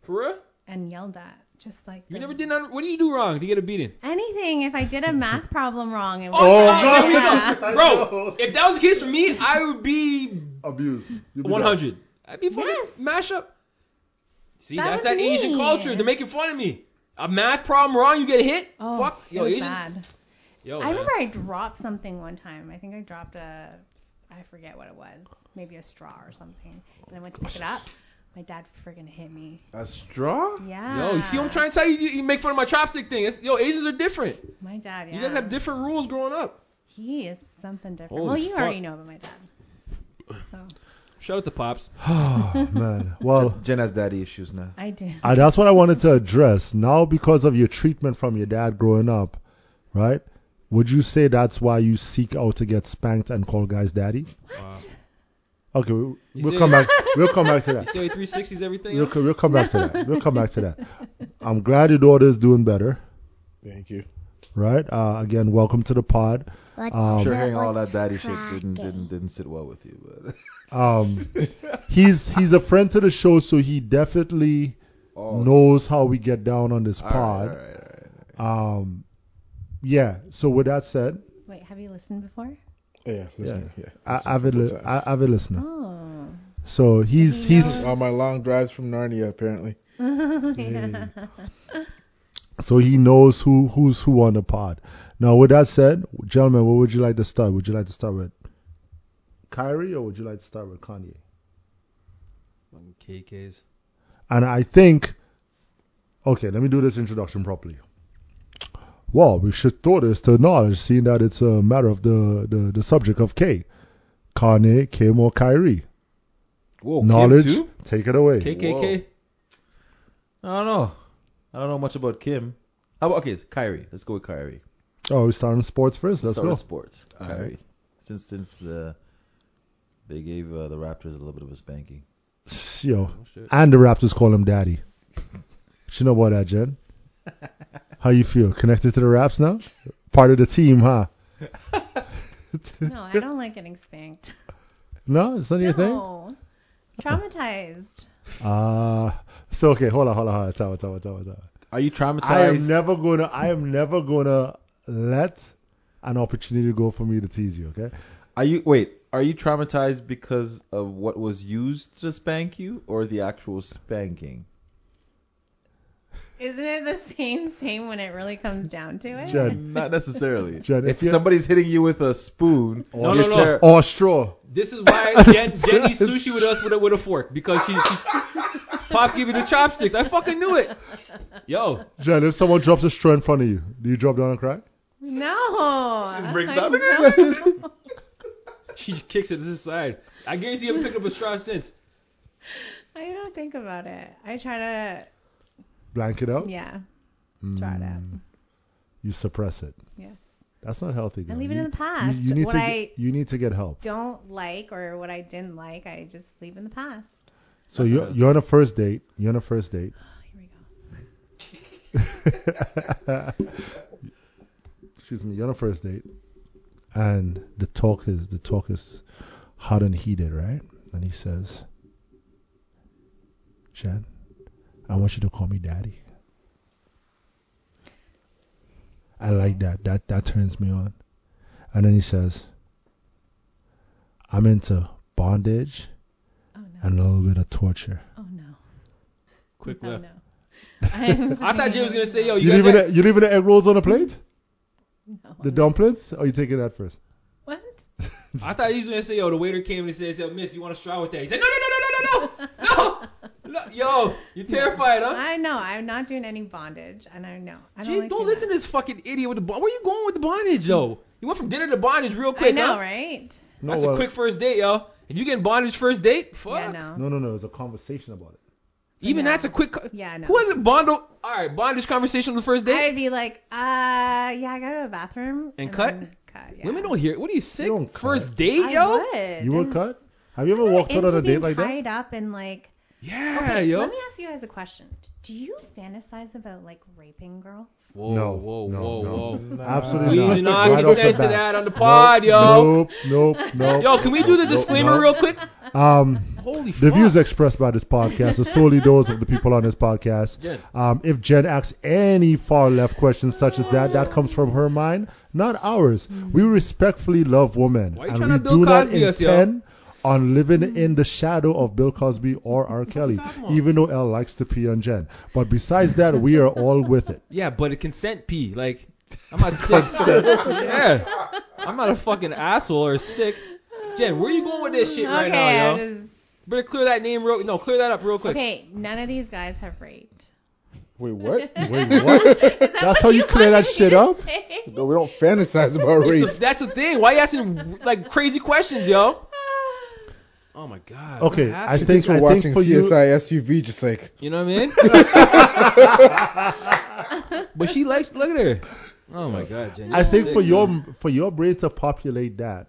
S4: For real?
S8: and yelled at, just like
S4: You
S8: the-
S4: never did none. What do you do wrong to get a beating?
S8: anything. If I did a math problem wrong, it was
S4: Oh,
S8: like,
S4: God, here
S8: yeah.
S4: we go. Bro, if that was the case for me, I would be
S5: Abuse. You'll be
S4: 100. I'd be fucking
S8: Yes.
S4: mash up. See,
S8: That
S4: that's
S8: was
S4: that Asian
S8: me.
S4: culture. They're making fun of me. A math problem wrong, you get hit.
S8: Oh,
S4: Fuck.
S8: it
S4: Yo,
S8: was
S4: Asian.
S8: bad.
S4: Yo,
S8: I
S4: man.
S8: remember I dropped something one time. I think I dropped a, I forget what it was, maybe a straw or something. And I went to pick it up. My dad freaking hit me.
S6: A straw?
S8: Yeah.
S4: Yo, you see what I'm trying to tell you? You, you make fun of my chopstick thing. It's, yo, Asians are different.
S8: My dad, yeah.
S4: You guys have different rules growing up.
S8: He is something different.
S4: Holy
S8: well, you
S4: fuck.
S8: already know about my dad. So
S4: Shout out to Pops.
S5: Oh man. Well,
S6: Jen has daddy issues now.
S8: I do.
S5: I, that's what I wanted to address. Now, because of your treatment from your dad growing up, right? Would you say that's why you seek out to get spanked and call guys daddy?
S4: Wow.
S5: Okay, we,
S4: You
S5: we'll
S4: see-
S5: come back. We'll come back to that.
S4: You say 360s everything?
S5: We'll,
S4: yo?
S5: co- we'll come back to that. We'll come back to that. I'm glad your daughter is doing better,
S9: Thank you.
S5: right? Uh, again, welcome to the pod.
S2: What's
S5: Um,
S6: I'm sure
S2: the
S6: hearing all that
S2: what's
S6: daddy shit didn't
S2: cracking?
S6: didn't didn't sit well with you, but
S5: Um, he's he's a friend to the show, so he definitely
S6: oh,
S5: knows how we get down on this
S6: all right, all
S5: pod.
S6: right, all right.
S5: Um, yeah. So with that said,
S8: Wait, have you listened before?
S9: Oh, yeah, listen, yeah.
S5: I,
S9: listen
S5: avid,
S9: a
S5: li-
S9: couple
S5: I,
S9: times.
S5: avid listener.
S8: Oh.
S5: So he's
S8: He
S5: he's
S9: On my long drives from Narnia, apparently.
S8: yeah.
S5: so he knows who who's who on the pod. Now, with that said, gentlemen, what would you like to start? Would you like to start with Kyrie or would you like to start with Kanye?
S4: Fucking KKs.
S5: And I think, okay, let me do this introduction properly. Well, we should throw this to knowledge, seeing that it's a matter of the, the, the subject of K. Kanye, Kim, or Kyrie.
S6: Whoa,
S5: knowledge,
S6: Kim Oh, too?
S5: take it away.
S4: KKK.
S6: I don't know. I don't know much about Kim. How about okay, Kyrie? Let's go with Kyrie.
S5: Oh, we starting sports first? Let's
S6: Let's start
S5: go.
S6: with sports. Kyrie. Since since the they gave uh, the Raptors a little bit of a spanking.
S5: Yo,
S6: shit.
S5: and the Raptors call him daddy. She know about that, Jen. How you feel? Connected to the Raps now? Part of the team, huh?
S8: No, I don't like getting spanked.
S5: No, it's not your thing.
S8: No. Traumatized.
S5: Uh so okay, hold on, hold on, hold on, tower, tower, tower, tower.
S6: Are you traumatized?
S5: I am never gonna, I am never gonna let an opportunity go for me to tease you. Okay?
S6: Are you wait? Are you traumatized because of what was used to spank you, or the actual spanking?
S8: Isn't it the same same when it really comes down to it?
S5: Jen,
S6: Not necessarily.
S5: Jen,
S6: if
S5: if you
S6: somebody's hitting you with a spoon,
S4: No, no,
S6: you're
S4: no.
S6: ter-
S5: or Oh, straw,
S4: This is why Jen, Jen eats sushi with us with a, with a fork because she, she pops give you the chopsticks. I fucking knew it. Yo,
S5: Jen, if someone drops a straw in front of you, do you drop down and cry?
S8: No.
S6: She just breaks
S8: I
S6: down
S8: don't.
S4: she kicks it to the side. I guarantee you haven't picked up a straw since.
S8: I don't think about it. I try to
S5: Blank it out.
S8: yeah. Try it
S5: Hmm.
S8: out.
S5: You suppress it.
S8: Yes.
S5: That's not healthy.
S8: And
S5: girl.
S8: leave it
S5: You-
S8: in the past.
S5: You, you need
S8: what
S5: to
S8: I
S5: get, you need to get help.
S8: don't like or what I didn't like, I just leave in the past.
S5: So you you're on a first date. You're on a first date.
S8: Oh, here we go.
S5: Excuse me. You're on a first date, and the talk is the talk is hot and heated, right? And he says, "Jen, I want you to call me daddy. I like that. That that turns me on." And then he says, "I'm into bondage
S8: Oh no.
S5: and a little bit of torture."
S8: Oh no.
S4: Quick
S8: Oh
S4: left.
S8: no. I'm-
S4: I thought Jay was gonna say, yo, you,
S5: You
S4: guys.
S5: leaving
S4: had-
S5: the, you leaving the egg rolls on the plate?
S8: No.
S5: The dumplings? Or you taking that first?
S8: What?
S4: I thought he was gonna say, yo, the waiter came and says, yo, miss, you want a straw with that? He said, no, no, no, no, no, no, no, no. Yo, you terrified, huh?
S8: I know. I'm not doing any bondage, and I know. I don't
S4: Jay,
S8: like
S4: don't
S8: doing
S4: listen
S8: that.
S4: to this fucking idiot with the bond. Where you going with the bondage, yo? You went from dinner to bondage real quick,
S8: I know,
S4: huh?
S8: right?
S5: No,
S4: That's
S5: well,
S4: a quick first date, yo. If you getting bondage first date, fuck.
S8: Yeah, no.
S5: No, no, no. It's a conversation about it.
S4: Even
S8: Yeah.
S4: that's a quick. Co-
S8: Yeah, no.
S4: Who hasn't bondo? All right, bondage conversation on the first date.
S8: I'd be like, uh, yeah, I gotta go to the bathroom.
S4: And cut?
S8: then Cut. Yeah.
S4: Women don't hear. What are you sick?
S5: You don't cut.
S4: first date,
S8: I
S4: yo.
S8: would.
S5: You were
S8: I'm
S5: cut? Have you ever
S8: not
S5: walked out on
S8: into
S5: a date
S8: being
S5: like that?
S8: Tied up and like.
S4: Yeah,
S8: Okay,
S4: yo.
S8: let me ask you guys a question. Do you fantasize about like raping girls?
S4: whoa,
S5: No,
S4: whoa,
S5: no,
S4: whoa,
S5: no.
S4: whoa.
S5: Absolutely
S4: We do not
S5: Right off the
S4: consent to
S5: bat.
S4: that on the
S5: Nope,
S4: pod, yo.
S5: Nope, nope, nope.
S4: Yo, can we do the disclaimer
S5: nope.
S4: real quick?
S5: Um,
S4: Holy
S5: the
S4: fuck.
S5: views expressed by this podcast are solely those of the people on this podcast.
S4: Jen.
S5: Um, if Jen asks any far left questions such as that, that comes from her mind, not ours. We respectfully love women,
S4: Hmm. Why you
S5: and
S4: tryna
S5: we
S4: Bill
S5: do not
S4: Cosby us, yo? Hmm.
S5: intend on living in the shadow of Bill Cosby or R. Kelly,
S4: talking about?
S5: even though L likes to pee on Jen. But besides that, we are all with it.
S4: Yeah, but a consent pee. Like, I'm not sick. yeah, I'm not a fucking asshole or sick. Jen, where you going with this shit right
S8: okay,
S4: now, yo?
S8: I just-
S4: Better clear that name real. No, clear that up real quick.
S8: okay, none of these guys have raped.
S9: Wait, what?
S5: Wait, what? That's how you clear that shit up?
S9: no, we don't fantasize about
S4: It's
S9: rape.
S4: the- that's the thing. Why you asking like crazy questions, yo? Oh my god. what
S5: Okay, I
S4: happened?
S5: think
S9: We're
S5: I
S9: watching
S5: think for you.
S9: CSI SUV, just like
S4: You know what I mean? but she likes. Look at her. Oh my god, Jen.
S5: I
S4: you're
S5: think
S4: sick,
S5: for
S4: yo.
S5: your for your brain to populate that,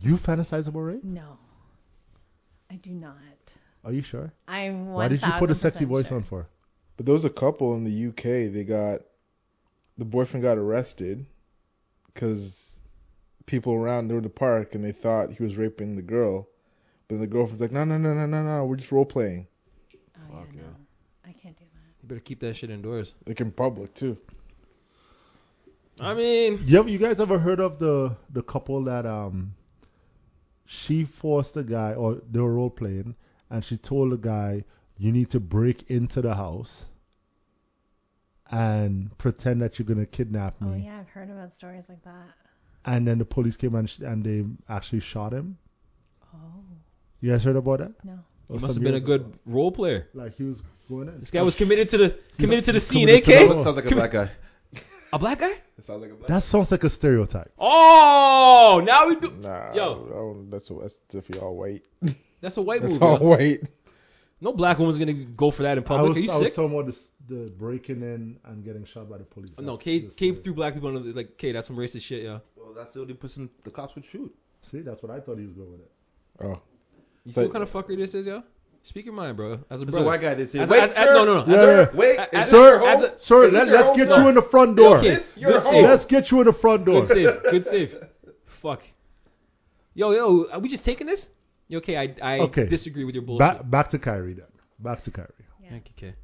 S5: you fantasize about rape?
S8: No, I do not.
S5: Are you sure?
S8: I'm one.
S5: Why did you put a sexy voice on for?
S9: But there was a couple in the UK. They got the boyfriend got arrested because people around they were in the park and they thought he was raping the girl. But then the girlfriend's like, no, no, no, no, no, no. We're just role playing,
S8: Oh, yeah, no. I can't do that.
S4: You better keep that shit indoors.
S9: like in public too.
S5: Mm.
S4: I mean,
S5: You ever, you guys ever heard of the the couple that um she forced the guy or they were role playing and she told the guy you need to break into the house and pretend that you're gonna kidnap me
S8: Oh yeah, I've heard about stories like that.
S5: and then the police came and sh- and they actually shot him.
S8: Oh
S5: You guys heard about that?
S8: no.
S5: Or
S4: He must
S5: some
S4: have been a
S5: years
S4: good
S5: ago.
S4: role player.
S5: Like he was going in.
S4: This guy was committed to the committed to the scene,
S5: committed to
S4: AK.
S5: the-
S6: Sounds like a
S4: Come-
S6: black guy.
S4: a black guy?
S6: It sounds like a black.
S5: That sounds like a stereotype.
S4: Oh, now we do.
S9: Nah,
S4: Yo.
S9: I don't- that's that's definitely all white.
S4: That's a white
S9: That's
S4: movie.
S9: all
S4: yo.
S9: white.
S4: No black woman's gonna go for that in
S5: I
S4: public.
S5: was,
S4: Are you
S5: I was
S4: sick?
S5: talking about this, the breaking in and getting shot by the police.
S4: Oh, no,
S5: That's
S4: K
S5: just
S4: K
S5: the-
S4: threw black people under the, like K. That's some racist shit, yo.
S6: Well, that's the only person the cops would shoot.
S5: See, that's what I thought he was going with it.
S9: Oh,
S4: You see
S9: But-
S4: what kind of fucker this is, yo? Speak your mind, bro. As a
S6: There's
S4: brother.
S6: a white guy that said,
S4: As a-
S6: "Wait,
S4: as- as-
S6: sir,
S4: no, no, no.
S5: Yeah.
S6: sir,
S4: As-
S6: wait, is
S4: as-
S6: this your
S4: as
S6: home?
S4: a-
S5: Sir, let,
S6: Is this your
S5: let's
S6: home? Oh.
S5: get
S6: No.
S5: you in the front door.
S6: Is this your
S4: Good
S6: home?
S4: save.
S5: Let's get you in the front door.
S4: Good save. Good save. Fuck. Yo, yo, are we just taking this? Yo, K, I, I
S5: Okay.
S4: disagree with your bullshit.
S5: Back, back to Kyrie then. Back to Kyrie.
S4: Thank you, K.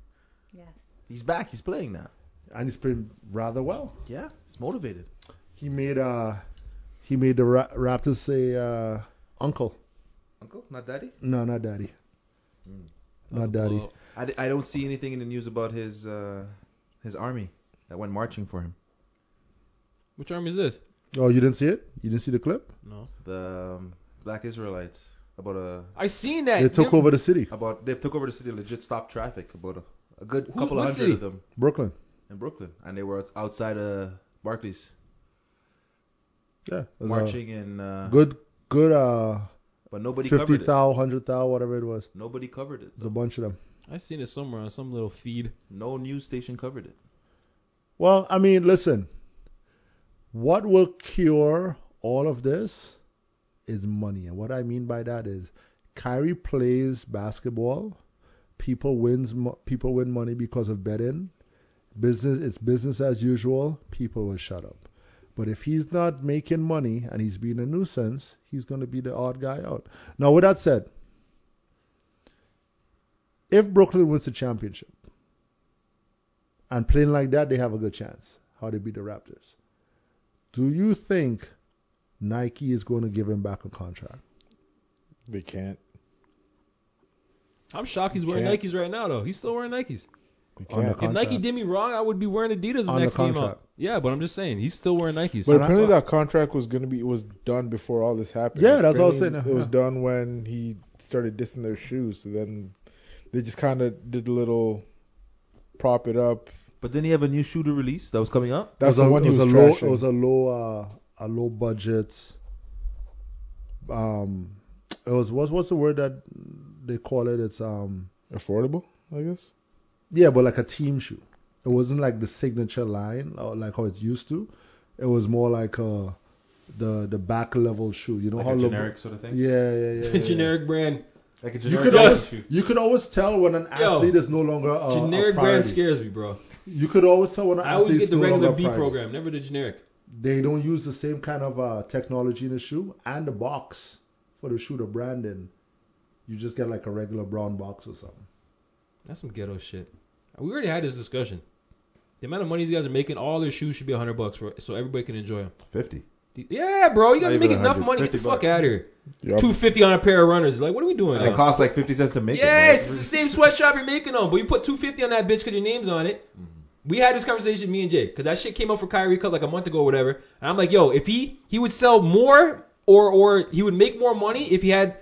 S8: Yes.
S6: He's back. He's playing now.
S5: And he's playing rather well.
S6: Yeah, he's motivated.
S5: He made uh, he made the Ra- Raptors say uh, uncle.
S6: Uncle, not daddy.
S5: No, not daddy.
S6: Hmm.
S5: Not
S4: That was a
S5: daddy.
S4: blowout.
S6: I, d- I don't see anything in the news about his uh, his army that went marching for him.
S4: Which arm is this?
S5: Oh, you didn't see it? You didn't see the clip?
S4: No.
S6: The um, black Israelites about a
S4: I seen that.
S5: They took
S4: Them-
S5: over the city,
S6: about they took over the city, legit stopped traffic. About a, a good
S4: Who-
S6: couple
S4: what
S6: of hundred
S4: city?
S6: of them
S5: Brooklyn.
S6: in Brooklyn, and they were outs- outside uh, Barclays
S5: Yeah, it was, uh,
S6: marching and uh,
S5: good, good. Uh,
S6: but nobody
S5: fifty
S6: covered it.
S5: thou, hundred thou, whatever it was.
S6: Nobody covered it.
S5: It's a bunch of them.
S4: I seen it somewhere on some little feed.
S6: No news station covered it.
S5: Well, I mean, listen. What will cure all of this is money, and what I mean by that is Kyrie plays basketball. People wins mo- people win money because of betting. Business it's business as usual. People will shut up. But if he's not making money and he's being a nuisance, he's going to be the odd guy out. Now, with that said, if Brooklyn wins the championship and playing like that, they have a good chance how they beat the Raptors. Do you think Nike is going to give him back a contract?
S9: they can't.
S4: I'm shocked he's wearing
S9: Can't.
S4: Nikes right now, though. He's still wearing Nikes.
S9: They
S5: On the
S9: can't.
S5: con-
S4: If
S5: Contract.
S4: Nike did me wrong, I would be wearing Adidas the
S5: On the
S4: next game out.
S5: contract.
S4: Yeah, but I'm just saying he's still wearing Nikes.
S9: But
S5: And I
S9: apparently
S5: thought-
S9: that contract was gonna be was done before all this happened.
S5: Yeah, that's what I was
S9: Apparently
S5: saying,
S9: It was
S5: yeah.
S9: done when he started dissing their shoes. So then they just kind of did a little prop it up.
S6: But didn't he have a new shooter release that was coming up?
S9: That's
S5: It
S9: the one
S5: it
S9: he was,
S5: a low,
S9: trashing.
S5: It was a low, uh, a low budget. Um, it was what's what's the word that they call it? It's um,
S9: affordable, I guess.
S5: yeah, but like a team shoe. It wasn't like the signature line or like how it's used to. It was more like uh, the the back level shoe. You know
S6: Like
S5: how
S6: a
S5: LeBron-
S6: generic sort of thing.
S5: Yeah, yeah, yeah. yeah, yeah.
S4: generic brand.
S6: Like a
S5: You
S6: generic
S5: could
S4: Yeah.
S5: always
S6: shoe.
S5: you could always tell when an
S4: Yo,
S5: athlete is no longer Oh, a,
S4: generic
S5: a
S4: brand
S5: priority.
S4: scares me, bro.
S5: You could always tell when an
S4: I always
S5: athlete
S4: get
S5: is
S4: the
S5: no
S4: regular
S5: longer
S4: B
S5: a priority.
S4: program, never the generic.
S5: They don't use the same kind of uh, technology in the shoe and the box for the shoe to brand in. You just get like a regular brown box or something.
S4: That's some ghetto shit. We already had this discussion. The amount of money these guys are making, all their shoes should be 100 bucks for, so everybody can enjoy them.
S6: Fifty.
S4: Yeah, bro, you guys
S6: Not
S4: are making
S6: even
S4: enough
S6: 100,
S4: money. Get the
S6: 50
S4: fuck
S6: bucks.
S4: out of here.
S9: Yup.
S4: 250 on a pair of runners. Like, what are we doing?
S6: And it
S4: now?
S6: costs like fifty cents to make
S4: yes,
S6: it.
S4: it's the same sweatshop you're making on, but you put 250 on that bitch because your name's on it. We had this conversation, me and Jay, because that shit came up for Kyrie Cup like a month ago or whatever. And I'm like, yo, if he he would sell more or or he would make more money if he had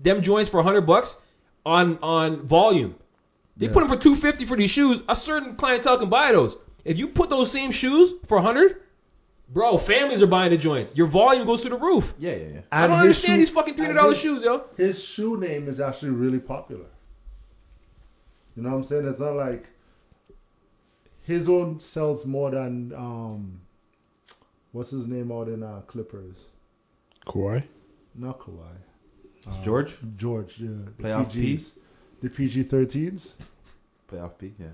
S4: them joints for 100 bucks on on volume. They put them for 250 for these shoes. A certain clientele can buy those. If you put those same shoes for 100, bro, families are buying the joints. Your volume goes through the roof.
S6: Yeah, yeah, yeah.
S4: I don't
S5: his
S4: understand
S5: shoe-
S4: these fucking $300
S5: and his-
S4: shoes, yo.
S5: His shoe name is actually really popular. You know what I'm saying? It's not like his own sells more than um, what's his name out in uh, Clippers?
S9: Kawhi.
S5: Not Kawhi.
S6: George,
S5: Uh, George, yeah. The
S6: Playoff P?
S5: PGs, the PG 13s.
S6: playoff P. Yeah.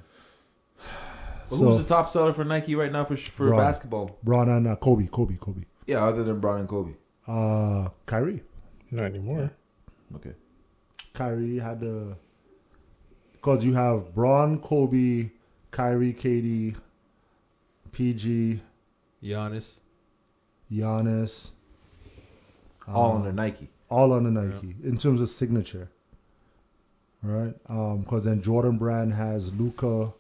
S6: But
S5: So-
S6: who's the top seller for Nike right now for sh- for
S5: Bron.
S6: basketball?
S5: Braun and uh, Kobe, Kobe, Kobe.
S6: Yeah, other than Brown and Kobe.
S5: Uh, Kyrie.
S9: Not anymore.
S6: Okay.
S5: Kyrie had the. Because you have Braun, Kobe, Kyrie, KD, PG,
S4: Giannis.
S5: Giannis.
S6: All
S5: uh,
S6: under Nike.
S5: all under Nike in terms of signature, right? Because then Jordan Brand has Luca.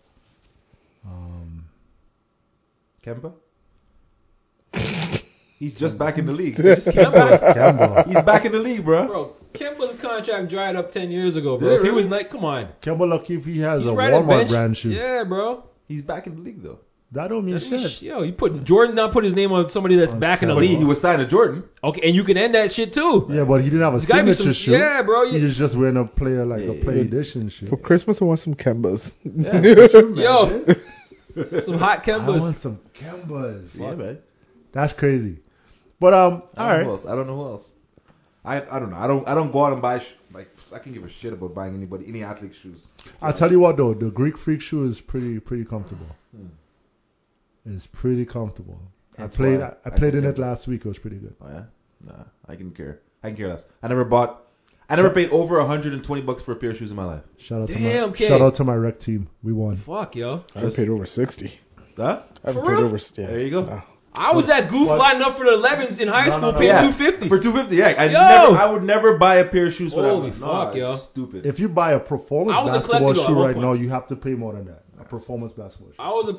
S5: Um,
S6: Kemba. He's just back in the league. He just came back.
S5: Campbell.
S6: He's back in the league, bro.
S4: Bro, Kemba's contract dried up 10 years ago, bro. If he was like, come on.
S5: Campbell O'Keefe, he has
S4: He's
S5: a
S4: right at
S5: Walmart
S4: bench.
S5: brand shoe.
S4: Yeah, bro.
S6: He's back in the league though.
S5: That don't mean
S4: That means
S5: shit.
S4: sh- Yo, you put Jordan not put his name on somebody that's
S5: On
S4: back in the
S6: But
S5: Kemba.
S6: he,
S4: league.
S6: he was signed to Jordan.
S4: Okay, and you can end that shit too.
S5: Yeah, but he didn't have a
S4: There's gotta be
S5: signature
S4: some,
S5: shoe.
S4: yeah, bro.
S5: He
S4: You,
S5: was just wearing a player like a
S6: Yeah.
S5: player edition shit.
S9: For Christmas, I want some Kembas.
S4: yo, some hot
S5: I
S4: Kemba's.
S5: want some Kembas.
S6: Yeah, man.
S5: That's crazy. But um,
S6: I don't
S5: all
S6: know who
S5: right.
S6: else. I don't know who else. I I don't know. I don't I don't go out and buy sh- like I can give a shit about buying anybody any athlete shoes.
S5: I'll tell you what though, the Greek freak shoe is pretty pretty comfortable. It's pretty comfortable.
S6: Hmm. That's
S5: I played
S6: why
S5: I, I
S6: I
S5: played
S6: said
S5: in it
S6: Kemba.
S5: last week. It was pretty good.
S6: Oh yeah, nah. I can care. I can care less. I never bought. I never paid over 120 bucks for a pair of shoes in my life.
S5: Shout out to
S4: Damn,
S5: my
S4: kid.
S5: shout out to my rec team. We won.
S4: Fuck, yo.
S9: I paid over 60.
S6: Huh?
S9: I haven't
S4: For
S9: paid
S4: real?
S9: over. s- Yeah.
S6: There you go.
S9: Nah.
S4: I was that goof
S5: What?
S4: lining up for the 11s in high
S5: No, no,
S4: school,
S5: no.
S4: paying
S5: Yeah.
S4: 250.
S6: for 250. Yeah, I
S4: Yo!
S6: never. I would never buy a pair of shoes for
S4: Holy
S6: that. Nah,
S4: fuck,
S6: it's
S4: yo.
S6: Stupid.
S5: If you buy a performance
S4: I was a
S5: basketball
S4: collector at
S5: shoe
S4: one
S5: right
S4: point.
S5: now, you have to pay more than that. A performance basketball shoe.
S4: I was a.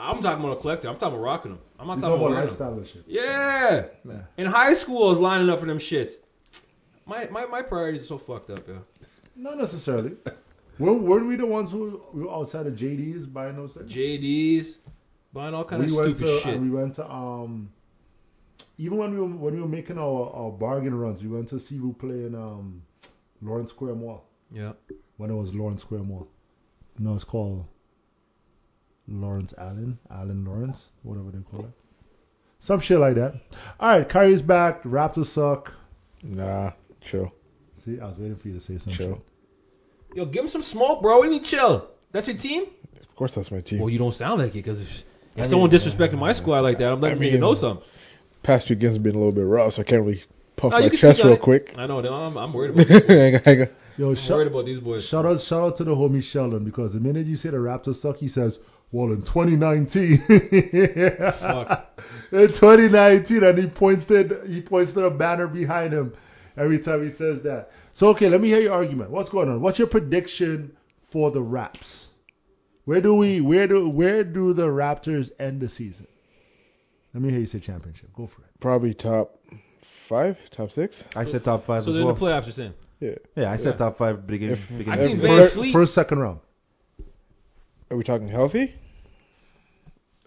S4: I'm talking about a collector. I'm talking about rocking them. I'm not
S5: You
S4: talking
S5: talk
S4: about
S5: about
S4: wearing 'em.
S5: lifestyle and shit.
S4: Yeah.
S5: Nah.
S4: In high school, I was lining up for them shits. My my, my priorities are so fucked up, yo.
S5: Not necessarily. weren't, weren't we the ones who we were outside of JD's buying those things?
S4: JDs, buying all kind
S5: we
S4: of
S5: went
S4: stupid
S5: to,
S4: shit.
S5: and we went to um even when we were when we were making our, our bargain runs, we went to see who play in um Lawrence Square Mall.
S4: Yeah.
S5: When it was Lawrence Square Mall. No, it's called Lawrence Allen, Allen Lawrence, whatever they call it. Some shit like that. Alright, Kyrie's back, Raptors suck.
S9: Nah. Chill.
S5: See, I was waiting for you to say something.
S9: Chill.
S4: Yo, give him some smoke, bro. We need chill. That's your team?
S9: Of course, that's my team.
S4: Well, you don't sound like it because if, if
S9: I
S4: someone
S9: mean,
S4: disrespected my squad like that, I'm letting
S9: I
S4: you
S9: mean,
S4: know something.
S9: Past two games have been a little bit raw, so I can't really puff
S5: Oh,
S4: No,
S9: my
S4: you can
S9: chest
S4: speak on
S9: real
S4: it.
S9: quick.
S4: I know. no, I'm, I'm worried
S9: I
S4: about.
S9: got- I got-
S5: Yo,
S4: I'm
S5: shut
S4: worried about these boys.
S5: Shout out, shout out to the homie Sheldon because the minute you say the Raptors suck, he says, "Well, in 2019,
S4: Fuck.
S5: in 2019," and he points to he points to the banner behind him every time he says that. So okay, let me hear your argument. What's going on? What's your prediction for the Raps? Where do we where do where do the Raptors end the season? Let me hear you say championship. Go for it.
S9: Probably top five, top six.
S6: I said top five
S4: So
S6: as
S4: they're
S6: well.
S4: in the playoffs, you're saying?
S6: yeah, I said
S4: Yeah.
S6: top five. Beginning.
S9: If-
S6: beginning
S4: I
S9: If
S4: seen
S9: we're-
S4: Van Fleet.
S5: First second round.
S9: Are we talking healthy?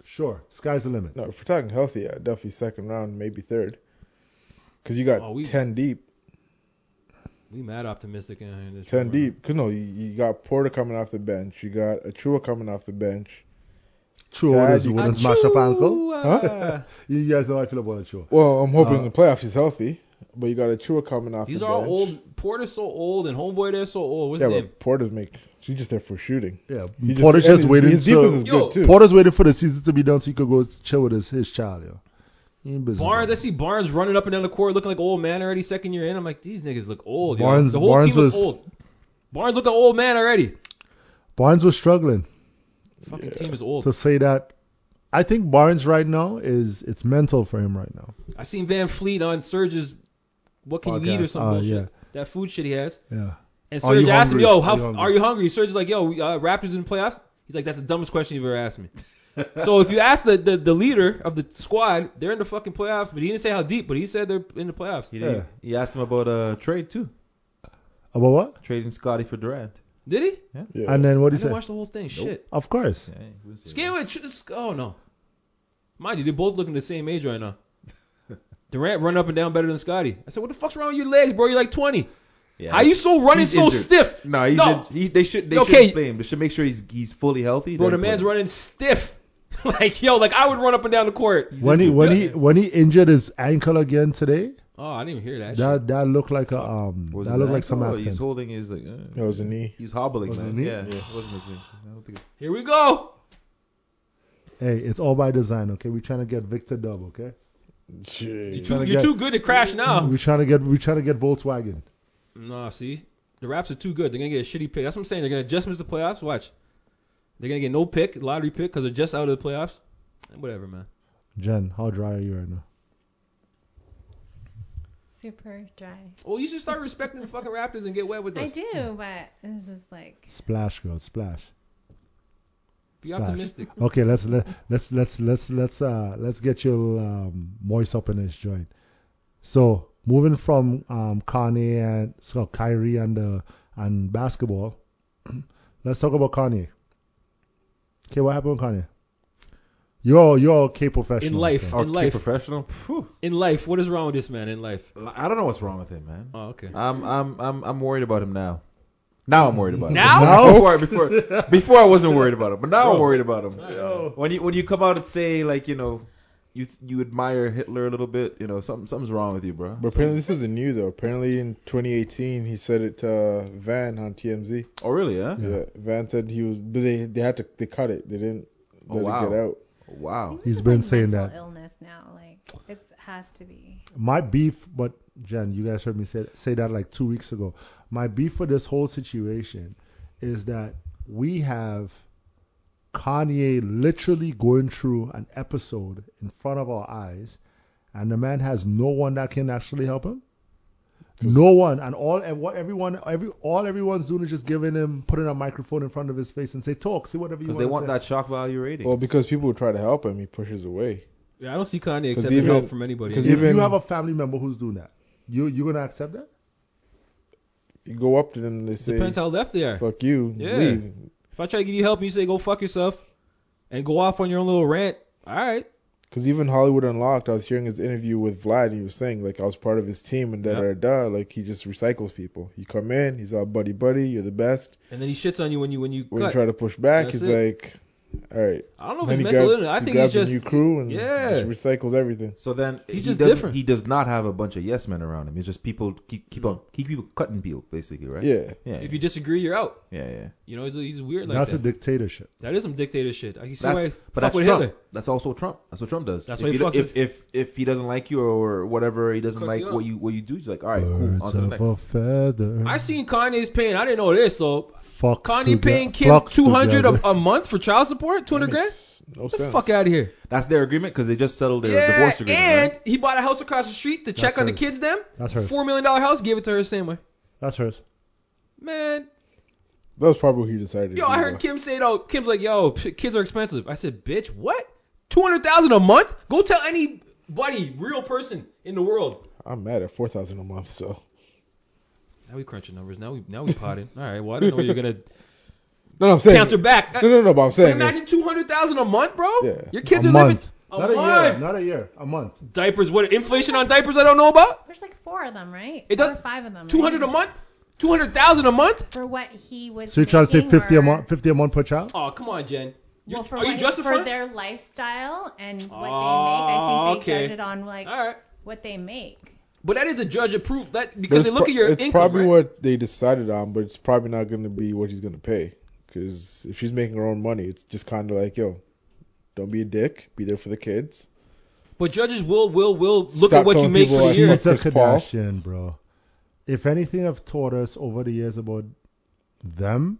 S5: Sure, sky's the limit.
S9: No, if we're talking healthy, yeah, Duffy's second round, maybe third. Because you got
S4: Oh, we-
S9: 10 deep.
S4: We mad optimistic in here. in This
S9: 10
S4: round.
S9: deep. Because, no, you, you got Porter coming off the bench. You got Achua coming off the bench.
S5: True
S9: Yeah,
S5: orders, you
S9: you-
S5: wouldn't smash up ankle.
S4: Achoo, uh,
S5: You guys know how I feel about it, sure.
S9: Well, I'm hoping
S5: Uh,
S9: the playoffs is healthy. But you got Achua coming off
S4: These
S9: the
S4: are all
S9: bench.
S4: old. Porter's so old, and Homeboy there's so old. What's
S9: Yeah,
S4: his name?
S9: but Porter's make. She's just there for shooting.
S5: Yeah,
S9: He
S5: Porter's
S9: and
S5: just
S9: his-
S5: waiting
S9: His
S5: to-
S9: defense is
S4: Yo,
S9: good, too.
S5: Porter's waiting for the season to be done so he could go chill with his, his child, yo. He ain't busy.
S4: Barnes, I
S5: bro.
S4: see Barnes running up and down the court looking like old man already second year in. I'm like, these niggas look old. yo.
S5: Barnes-
S4: the whole
S5: Barnes
S4: team
S5: was-
S4: looks old. Barnes look an old man already.
S5: Barnes was struggling
S4: Fucking team is old.
S5: to say that. I think Barnes right now is it's mental for him right now.
S4: I seen Van Fleet on Surge's What Can You Eat or
S5: Podcast.
S4: some
S5: Oh,
S4: bullshit.
S5: yeah.
S4: That food shit he has.
S5: Yeah,
S4: And
S5: Are you
S4: Serge asked him,
S5: hungry?
S4: yo,
S5: Are
S4: how
S5: you
S4: f-
S5: hungry?
S4: are you hungry? Serge is like, yo, we, uh, Raptors in the playoffs? He's like, that's the dumbest question you've ever asked me. so if you ask the, the, the leader of the squad, they're in the fucking playoffs, but he didn't say how deep, but he said they're in the playoffs.
S6: He, didn't- he asked him about a trade too,
S5: about what?
S6: trading Scotty for Durant.
S4: Did he?
S9: Yeah.
S5: And then what
S4: I
S5: he
S4: didn't
S5: said?
S4: watch the whole thing. Shit.
S5: Of course.
S6: Yeah, he wouldn't say that.
S4: Scanway, tr- oh no. Mind you, they're both looking the same age right now. Durant run up and down better than Scotty. I said, what the fuck's wrong with your legs, bro? You're like 20.
S6: Yeah,
S4: How you so running
S6: He's
S4: so
S6: injured.
S4: stiff?
S6: No, he's
S4: No.
S6: in- he, they should they
S4: Okay.
S6: shouldn't play him. They should make sure he's he's fully healthy.
S4: Bro, the
S6: Then play
S4: man's
S6: him.
S4: running stiff. like, yo, like I would run up and down the court.
S6: He's
S5: When he
S6: injured.
S5: when
S6: Yeah.
S5: he when he injured his ankle again today,
S4: Oh, I didn't even hear that. shit.
S5: that that looked like a um
S6: Was
S5: that
S6: it
S5: looked
S6: an
S5: like some
S6: ankle? Oh,
S5: acting.
S6: He's holding his like. uh,
S9: That was a knee.
S6: He's hobbling,
S5: Was it
S6: man.
S5: his knee?
S6: yeah, it wasn't his knee. I don't think
S4: Here we go.
S5: Hey, it's all by design, okay? We're trying to get Victor Dub, okay?
S9: Jeez.
S5: trying to
S4: You're
S5: get-
S4: too good to crash now.
S5: We're trying to get we're trying to get Volkswagen.
S4: Nah, see, the Raps are too good. They're gonna get a shitty pick. That's what I'm saying. They're gonna just miss the playoffs. Watch. They're gonna get no pick, lottery pick, because they're just out of the playoffs. Whatever, man.
S5: Jen, how dry are you right now?
S8: Super dry.
S4: Well, you should start respecting the fucking Raptors and get wet with them.
S8: I do, but this is like
S5: Splash, girl, splash.
S4: Be optimistic.
S5: Okay, let's let let's let's let's let's uh let's get you um moist up in this joint. So moving from um Kanye and so Kyrie and uh and basketball, let's talk about Kanye. Okay, what happened with Kanye? You're you're okay professional.
S4: life.
S5: so-
S4: In
S6: Okay,
S4: life.
S6: professional. Phew.
S4: In life, what is wrong with this man in life?
S6: I don't know what's wrong with him, man.
S4: Oh, okay.
S9: Uh,
S6: I'm I'm I'm I'm worried about him now. Now I'm worried about him.
S4: Now?
S6: before before before I wasn't worried about him, but now I'm
S4: Bro.
S6: worried about him. When you when you come out and say like you know, you you admire Hitler a little bit, you know something something's wrong with you, bro.
S9: But apparently this isn't new though. Apparently in 2018 he said it to Van on TMZ.
S6: oh really? Huh?
S9: Yeah. Van said he was. but They they had to they cut it. They didn't
S6: Oh,
S9: let
S6: wow.
S9: it get out.
S6: Wow.
S5: Oh, He's
S8: It's
S5: been
S8: like
S5: saying
S8: mental
S5: that.
S8: illness now. Like it has to be.
S5: my beef, but Jen, you guys heard me say say that like two weeks ago. My beef for this whole situation is that we have Kanye literally going through an episode in front of our eyes, and the man has no one that can actually help him. No one, and all and what everyone, every all everyone's doing is just giving him, putting a microphone in front of his face and say, "Talk, say whatever you
S6: Because
S5: want."
S6: they want
S5: to
S6: that shock value rating.
S9: Well, because people would try to help him, he pushes away.
S4: Yeah, I don't see Kanye
S9: 'Cause
S4: accepting
S9: even-
S4: help from anybody.
S9: 'cause
S5: If
S9: even-
S5: you have a family member who's doing that, you you gonna accept that?
S9: You go up to them and they say,
S4: Depends how left they are.
S9: "Fuck you,
S4: Yeah.
S9: leave."
S4: If I try to give you help and you say go fuck yourself and go off on your own little rant, all right.
S9: Because even Hollywood Unlocked, I was hearing his interview with Vlad. He was saying like I was part of his team and da da da. Like he just recycles people. You come in, he's all buddy buddy. You're the best.
S4: And then he shits on you when you when you
S9: When you
S4: cut.
S9: try to push back,
S4: That's
S9: he's like, all right.
S4: I don't know if
S9: Then
S4: it's
S9: he
S4: mental
S9: grabs,
S4: illness. I
S9: he
S4: think he's
S9: grabs a
S4: just
S9: new crew and
S4: yeah.
S9: just recycles everything.
S6: So then
S4: He's
S6: he
S4: just
S6: doesn't
S4: different.
S6: he does not have a bunch of yes men around him. It's just people keep keep on keep people cutting people basically, right?
S9: Yeah.
S6: Yeah.
S4: if you disagree, you're out.
S6: yeah, yeah.
S4: You know, he's, he's weird like
S5: That's a
S4: that.
S5: dictatorship.
S4: that is some dictator shit. I can see
S6: That's-
S4: why. he
S6: but
S4: fuck
S6: that's
S4: with
S6: Trump.
S4: Hitler.
S6: That's also Trump. That's what Trump does.
S4: That's
S6: if
S4: why he
S6: he do-
S4: fucks
S6: if,
S4: with-
S6: if if he doesn't like you or whatever, he doesn't
S4: Cuts
S6: like
S4: you
S6: what
S4: out.
S6: you what you do. He's like, all right, cool, on
S5: Birds
S6: to the
S5: of a
S6: next.
S5: feather.
S4: I seen Kanye's paying. I didn't know this. So
S5: Fox
S4: Kanye
S5: toge-
S4: paying Kim
S5: flocks
S4: two hundred
S5: together.
S4: a, a month for child support, two hundred grand.
S9: Makes No
S4: Get the
S9: sense.
S4: fuck out of here.
S6: That's their agreement because they just settled their
S4: yeah,
S6: divorce agreement.
S4: and
S6: right?
S4: he bought a house across the street to check
S5: That's
S4: on the
S5: hers.
S4: kids. Them
S5: That's hers.
S4: four million dollar house, gave it to her the same way.
S5: That's hers.
S4: Man,
S9: That was probably what he decided. to
S4: yo,
S9: do,
S4: I
S9: though.
S4: heard Kim say though. Kim's like, yo, p- kids are expensive. I said, bitch, what? Two hundred thousand a month? Go tell anybody, real person in the world.
S9: I'm mad at four thousand a month, so
S4: Now we crunching numbers. Now we now we potting. All right. Well, I don't know you're gonna
S9: no, no I'm saying.
S4: counter back.
S9: no, no, no, but I'm
S4: But
S9: saying.
S4: imagine two hundred thousand a month, bro.
S9: Yeah.
S4: Your kids
S5: a
S4: are
S5: month.
S4: living
S5: not
S4: a
S5: a year.
S4: month.
S5: Not a year. A month.
S4: Diapers. What inflation on diapers? I don't know about.
S8: There's like four of them, right?
S4: It
S8: four
S4: does-
S8: or five of them. right?
S4: Two hundred a month. Two hundred thousand a month.
S8: for what he was.
S5: So you're trying to say
S8: making
S5: 50 a
S8: or-
S5: month, 50 a month per child?
S4: Oh come on, Jen. You're-
S8: Well, for
S4: are you
S8: what-
S4: justifying?
S8: for their lifestyle and what
S4: Oh,
S8: they make. I think they
S4: okay.
S8: judge it on like
S4: All right.
S8: what they make.
S4: But that is a judge approved that
S9: But
S4: because
S9: it's
S4: they look
S9: pro-
S4: at your
S9: It's
S4: income.
S9: probably
S4: right?
S9: what they decided on, but it's probably not going to be what he's going to pay. Because if she's making her own money, it's just kind of like, yo, don't be a dick. Be there for the kids.
S4: But judges will will will look at
S9: Stop
S4: what you
S9: telling
S4: make
S9: people
S4: for the
S9: I-
S4: year.
S5: She's a
S9: Chris Paul.
S5: Kardashian, bro. If anything I've taught us over the years about them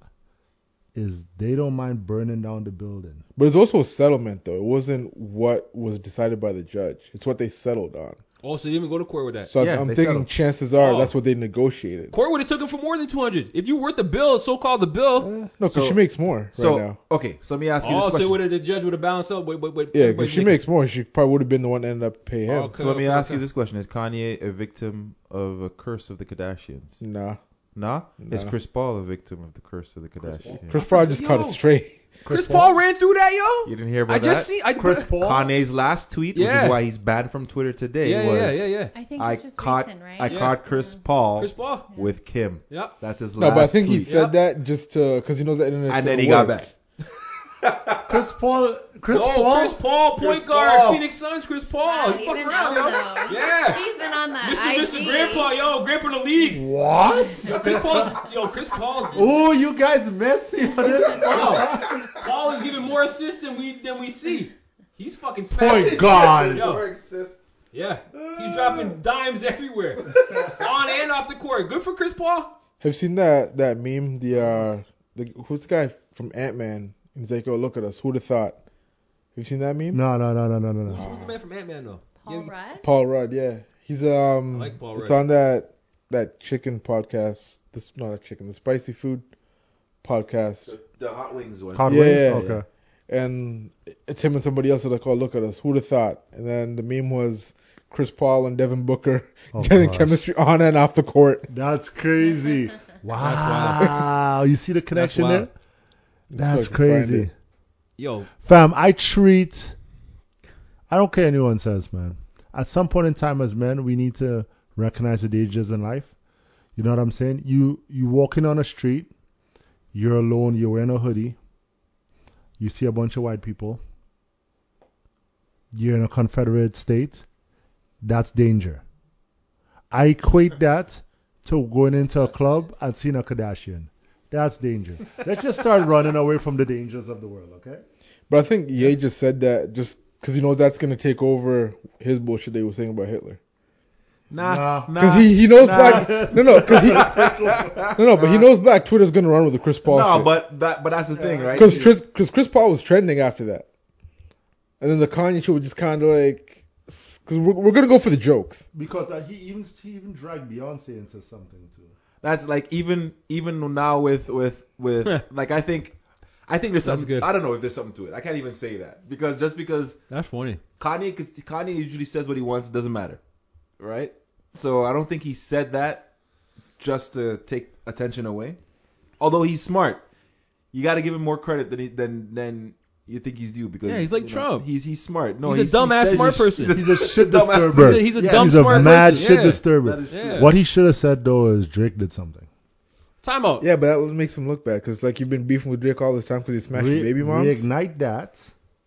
S5: is they don't mind burning down the building.
S9: But it's also a settlement, though. It wasn't what was decided by the judge. It's what they settled on.
S4: Oh, so they didn't even go to court with that.
S9: So
S6: Yeah,
S9: I'm
S6: they
S9: thinking
S6: settled.
S9: chances are
S4: Oh.
S9: that's what they negotiated.
S4: Court would have took him for more than two hundred. If you worth the bill, so called the bill.
S9: No, because
S6: So-
S9: she makes more
S6: So
S9: right now.
S6: okay, so let me ask
S4: oh,
S6: you this
S4: so
S6: question.
S4: would have the judge would have balanced out? Wait, wait, wait.
S9: Yeah, because
S4: everybody's
S9: she
S4: making-
S9: makes more. She probably would have been the one that ended up paying him.
S4: Okay.
S6: so let me
S4: Okay,
S6: ask you
S4: okay.
S6: this question: Is Kanye a victim of a curse of the Kardashians?
S9: Nah.
S6: Nah. Is
S9: Nah.
S6: Chris Paul a victim of the curse of the Kardashians?
S9: Chris Paul just caught it
S4: Yo.
S9: straight.
S4: Chris Paul ran through that, yo.
S6: You didn't hear about
S4: I just
S6: that?
S4: see. I
S5: Chris Paul.
S6: Kanye's last tweet, which
S4: Yeah.
S6: is why he's banned from Twitter today,
S4: Yeah, yeah,
S6: was
S4: yeah, yeah.
S8: I think
S6: I
S8: it's just
S6: caught
S8: recent, right?
S6: I
S4: Yeah.
S6: caught Chris Paul
S4: Chris Paul.
S6: with Kim.
S4: Yeah.
S6: That's his
S9: No,
S6: last
S9: but I think
S6: tweet.
S9: he said
S4: Yep.
S9: that just to because he knows the internet.
S6: and then he got back.
S5: Chris Paul. Chris
S4: oh,
S5: Paul.
S4: Chris Paul, point
S6: Chris
S4: guard,
S6: Paul.
S4: Phoenix Suns, Chris
S8: Wow,
S4: Paul.
S8: he's
S4: He fuck
S8: been
S4: Oh, around,
S8: on
S4: yo.
S8: those.
S4: Yeah.
S8: He's been on that
S4: Mr. Mr.
S8: IG.
S4: Grandpa, yo, Grandpa in the league.
S5: What?
S4: Yo, Chris Paul's, yo, Chris Paul's,
S5: Oh, you guys messy for this
S4: Paul, Paul is giving more assists than we than we see. He's fucking smashing.
S5: point guard.
S4: Yo, yeah, he's dropping dimes everywhere, on and off the court. Good for Chris Paul.
S9: Have you seen that that meme? The uh, the who's the guy from Ant Man? He's like, oh, look at us. Who'd have thought? Have you seen that meme?
S5: No, no, no, no, no, no,
S4: Who's
S5: no.
S4: the man from Ant Man though?
S8: Paul
S4: Yeah,
S8: Rudd.
S9: Paul Rudd, yeah. He's um.
S4: I like Paul
S9: it's
S4: Rudd.
S9: on that that chicken podcast. This not that chicken, the spicy food podcast.
S6: The hot wings one.
S5: Hot
S9: Yeah,
S5: wings?
S9: yeah,
S5: okay.
S9: and it's him and somebody else. They're like, oh, look at us. Who'd have thought? And then the meme was Chris Paul and Devin Booker
S5: Oh,
S9: getting
S5: gosh.
S9: chemistry on and off the court.
S5: That's crazy. Wow. You see the connection
S4: wild.
S5: there? That's
S9: fucking find
S5: crazy.
S9: it.
S4: Yo,
S5: Fam, I treat. I don't care anyone says, man. At some point in time, as men, we need to recognize the dangers in life. You know what I'm saying? You you walking on a street, you're alone, you're wearing a hoodie, you see a bunch of white people, you're in a Confederate state, that's danger. I equate that to going into a club and seeing a Kardashian. That's danger. Let's just start running away from the dangers of the world, okay?
S9: But I think Ye just said that just because he knows that's going to take over his bullshit they were saying about Hitler.
S6: Nah,
S5: Nah.
S6: nah.
S9: Because he, he knows
S6: nah.
S9: black. No, no, 'cause he, no, no, but he knows black Twitter's going to run with the Chris Paul
S6: No,
S9: shit.
S6: but that but that's the thing, right?
S9: Because Chris, 'cause Chris Paul was trending after that. And then the Kanye shit was just kind of like. Because we're, we're going to go for the jokes.
S5: Because uh, he even he even dragged Beyonce into something too.
S6: That's like even even now with with with like I think I think there's
S4: That's
S6: something
S4: good.
S6: I don't know if there's something to it. I can't even say that because just because
S4: that's funny.
S6: Kanye Kanye usually says what he wants, it doesn't matter, right? So I don't think he said that just to take attention away. Although he's smart, you got to give him more credit than he, than than you think he's due because
S4: Yeah, he's like
S6: you
S4: Trump.
S6: he's he's smart. No,
S4: He's a
S6: he
S4: dumbass
S6: says
S4: smart
S6: he's-
S4: person.
S5: He's a shit
S6: dumbass.
S5: disturber.
S4: He's a- he's a
S5: Yeah,
S4: dumb
S5: he's a
S4: smart
S5: mad
S4: person,
S5: shit
S4: yeah.
S6: That
S5: disturber.
S6: is true.
S4: Yeah.
S5: What he should have said though is Drake did something.
S4: Time out.
S9: Yeah, but that makes him look bad. Because, like, you've been beefing with Drake all this time because he smashed
S5: Re-
S9: your baby moms.
S5: Reignite that.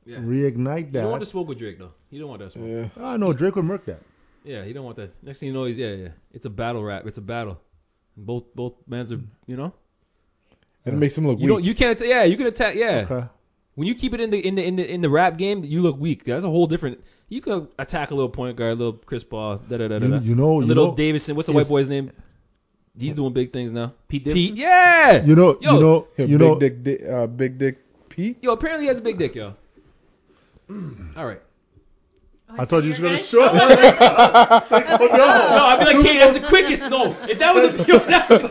S4: Yeah.
S5: Reignite
S4: You don't want to
S5: that.
S4: smoke with Drake though. You don't want that smoke.
S9: Yeah.
S5: I know Drake would murk that.
S4: Yeah, you don't want that. Next thing you know, he's yeah, yeah. It's a battle rap. It's a battle. Both both mans are you know.
S9: And it makes him look
S4: You don't
S9: weak.
S4: you can't atta- yeah you can attack yeah.
S5: Okay.
S4: When you keep it in the in the in the in the rap game, you look weak. That's a whole different. You could attack a little point guard, a little Chris Paul, da da da da.
S5: You,
S4: da.
S5: you know,
S4: A
S5: you
S4: little
S5: know,
S4: Davidson. What's the
S5: if-
S4: white boy's name? He's doing big things now.
S6: Pete
S4: Pete, yeah.
S5: you know,
S4: Yo,
S5: you know,
S9: Yeah,
S5: you
S9: big
S5: know.
S9: dick, Di- uh, big dick Pete.
S4: Yo, apparently he has a big dick, yo. All right.
S5: I thought you was
S8: were
S5: gonna
S8: gonna
S5: show.
S4: No, I'd be like, Kate, that's the quickest. No, if that was a yo, that was,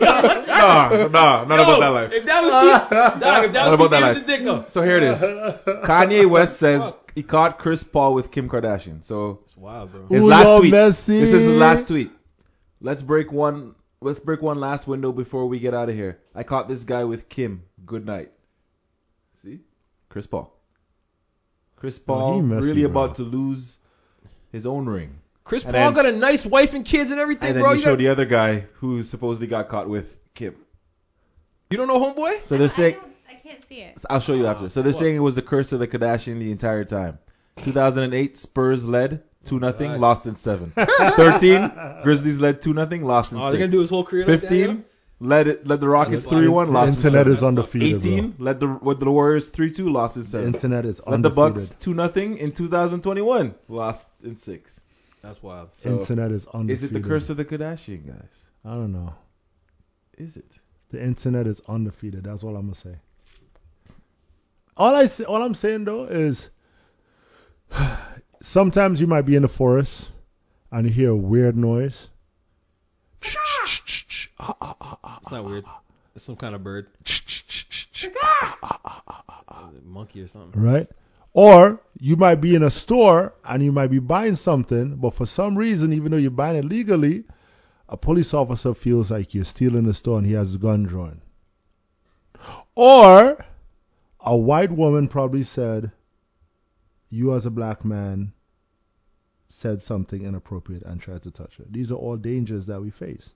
S6: Nah, nah, not
S4: yo,
S6: about that life.
S4: If that was Pete, dog, if that was
S6: Not
S4: Pete
S6: about that
S4: Davidson, dick, though.
S6: So here it is. Kanye West says he caught Chris Paul with Kim Kardashian. So
S4: It's wild, bro.
S6: his
S5: Ooh,
S6: last
S5: yo,
S6: tweet.
S5: Messi.
S6: This is his last tweet. Let's break one. Let's break one last window before we get out of here. I caught this guy with Kim. Good night. See, Chris Paul. Chris Paul
S5: he messy,
S6: really
S5: bro.
S6: about to lose his own ring.
S4: Chris Paul
S6: And then-
S4: got a nice wife and kids and everything,
S6: And then
S4: bro.
S6: you
S4: You,
S6: show
S4: got,
S6: the other guy who supposedly got caught with Kim.
S4: you don't know homeboy?
S6: So they're
S8: I,
S6: saying
S8: don't, I can't see it.
S6: I'll show you after. So they're
S4: What?
S6: saying it was the curse of the Kardashian the entire time. 2008 Spurs led two nothing,
S4: Right.
S6: lost in seven. 13 Grizzlies led two nothing, lost in
S4: Oh,
S6: six.
S4: they're gonna do his whole career. Like that,
S6: 15
S4: yo?
S6: led it, led the Rockets
S4: that's why
S6: three one,
S5: The
S6: lost in
S5: internet
S6: seven.
S5: is undefeated. bro.
S6: 18 led the with the Warriors three two, lost in
S5: The
S6: seven.
S5: internet is
S6: Led the Bucks
S5: undefeated.
S6: two nothing in 2021, lost in six.
S4: That's wild.
S6: So
S5: Internet is undefeated.
S6: is it the curse of the Kardashian guys?
S5: I don't know.
S6: Is it?
S5: The internet is undefeated. That's all I'm gonna say. All I say, all I'm saying though is, sometimes you might be in the forest and you hear a weird noise.
S4: It's not weird. It's some kind of bird. Monkey or something.
S5: right? Or you might be in a store and you might be buying something, but for some reason, even though you're buying it legally, a police officer feels like you're stealing the store and he has his gun drawn. Or a white woman probably said, You as a black man said something inappropriate and tried to touch her. These are all dangers that we face.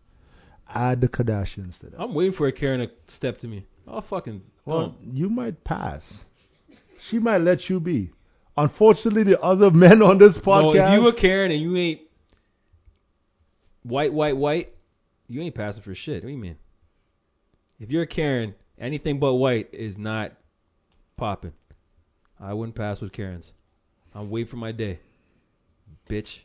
S5: Add the Kardashians to that.
S4: I'm waiting for a Karen to step to me. Oh fucking
S5: Well,
S4: dump.
S5: you might pass. She might let you be. Unfortunately, the other men on this
S4: No,
S5: podcast.
S4: if you a Karen and you ain't white, white, white, you ain't passing for shit. What do you mean? If you're a Karen, anything but white is not popping. I wouldn't pass with Karens. I'm waiting for my day, bitch.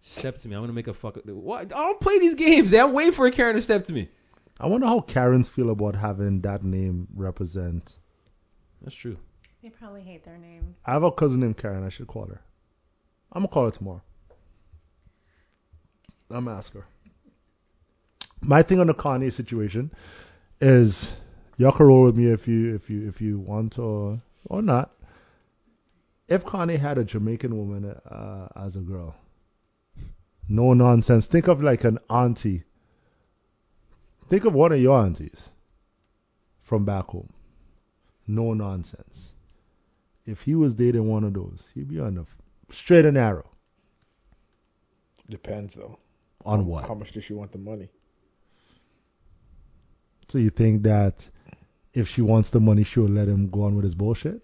S4: Step to me. I'm gonna make a fuck. What? I don't play these games. I'm waiting for a Karen to step to me.
S5: I wonder how Karens feel about having that name represent.
S4: That's true.
S8: They probably hate their name.
S5: I have a cousin named Karen. I should call her. I'm gonna call her tomorrow. I'm gonna ask her. My thing on the Kanye situation is y'all can roll with me if you if you if you want or or not. if Kanye had a Jamaican woman uh, as a girl, no nonsense. Think of like an auntie. Think of one of your aunties from back home. No nonsense. If he was dating one of those, he'd be on the f- straight and narrow.
S9: Depends though.
S5: On what?
S9: How much does she want the money?
S5: So you think that if she wants the money, she'll let him go on with his bullshit?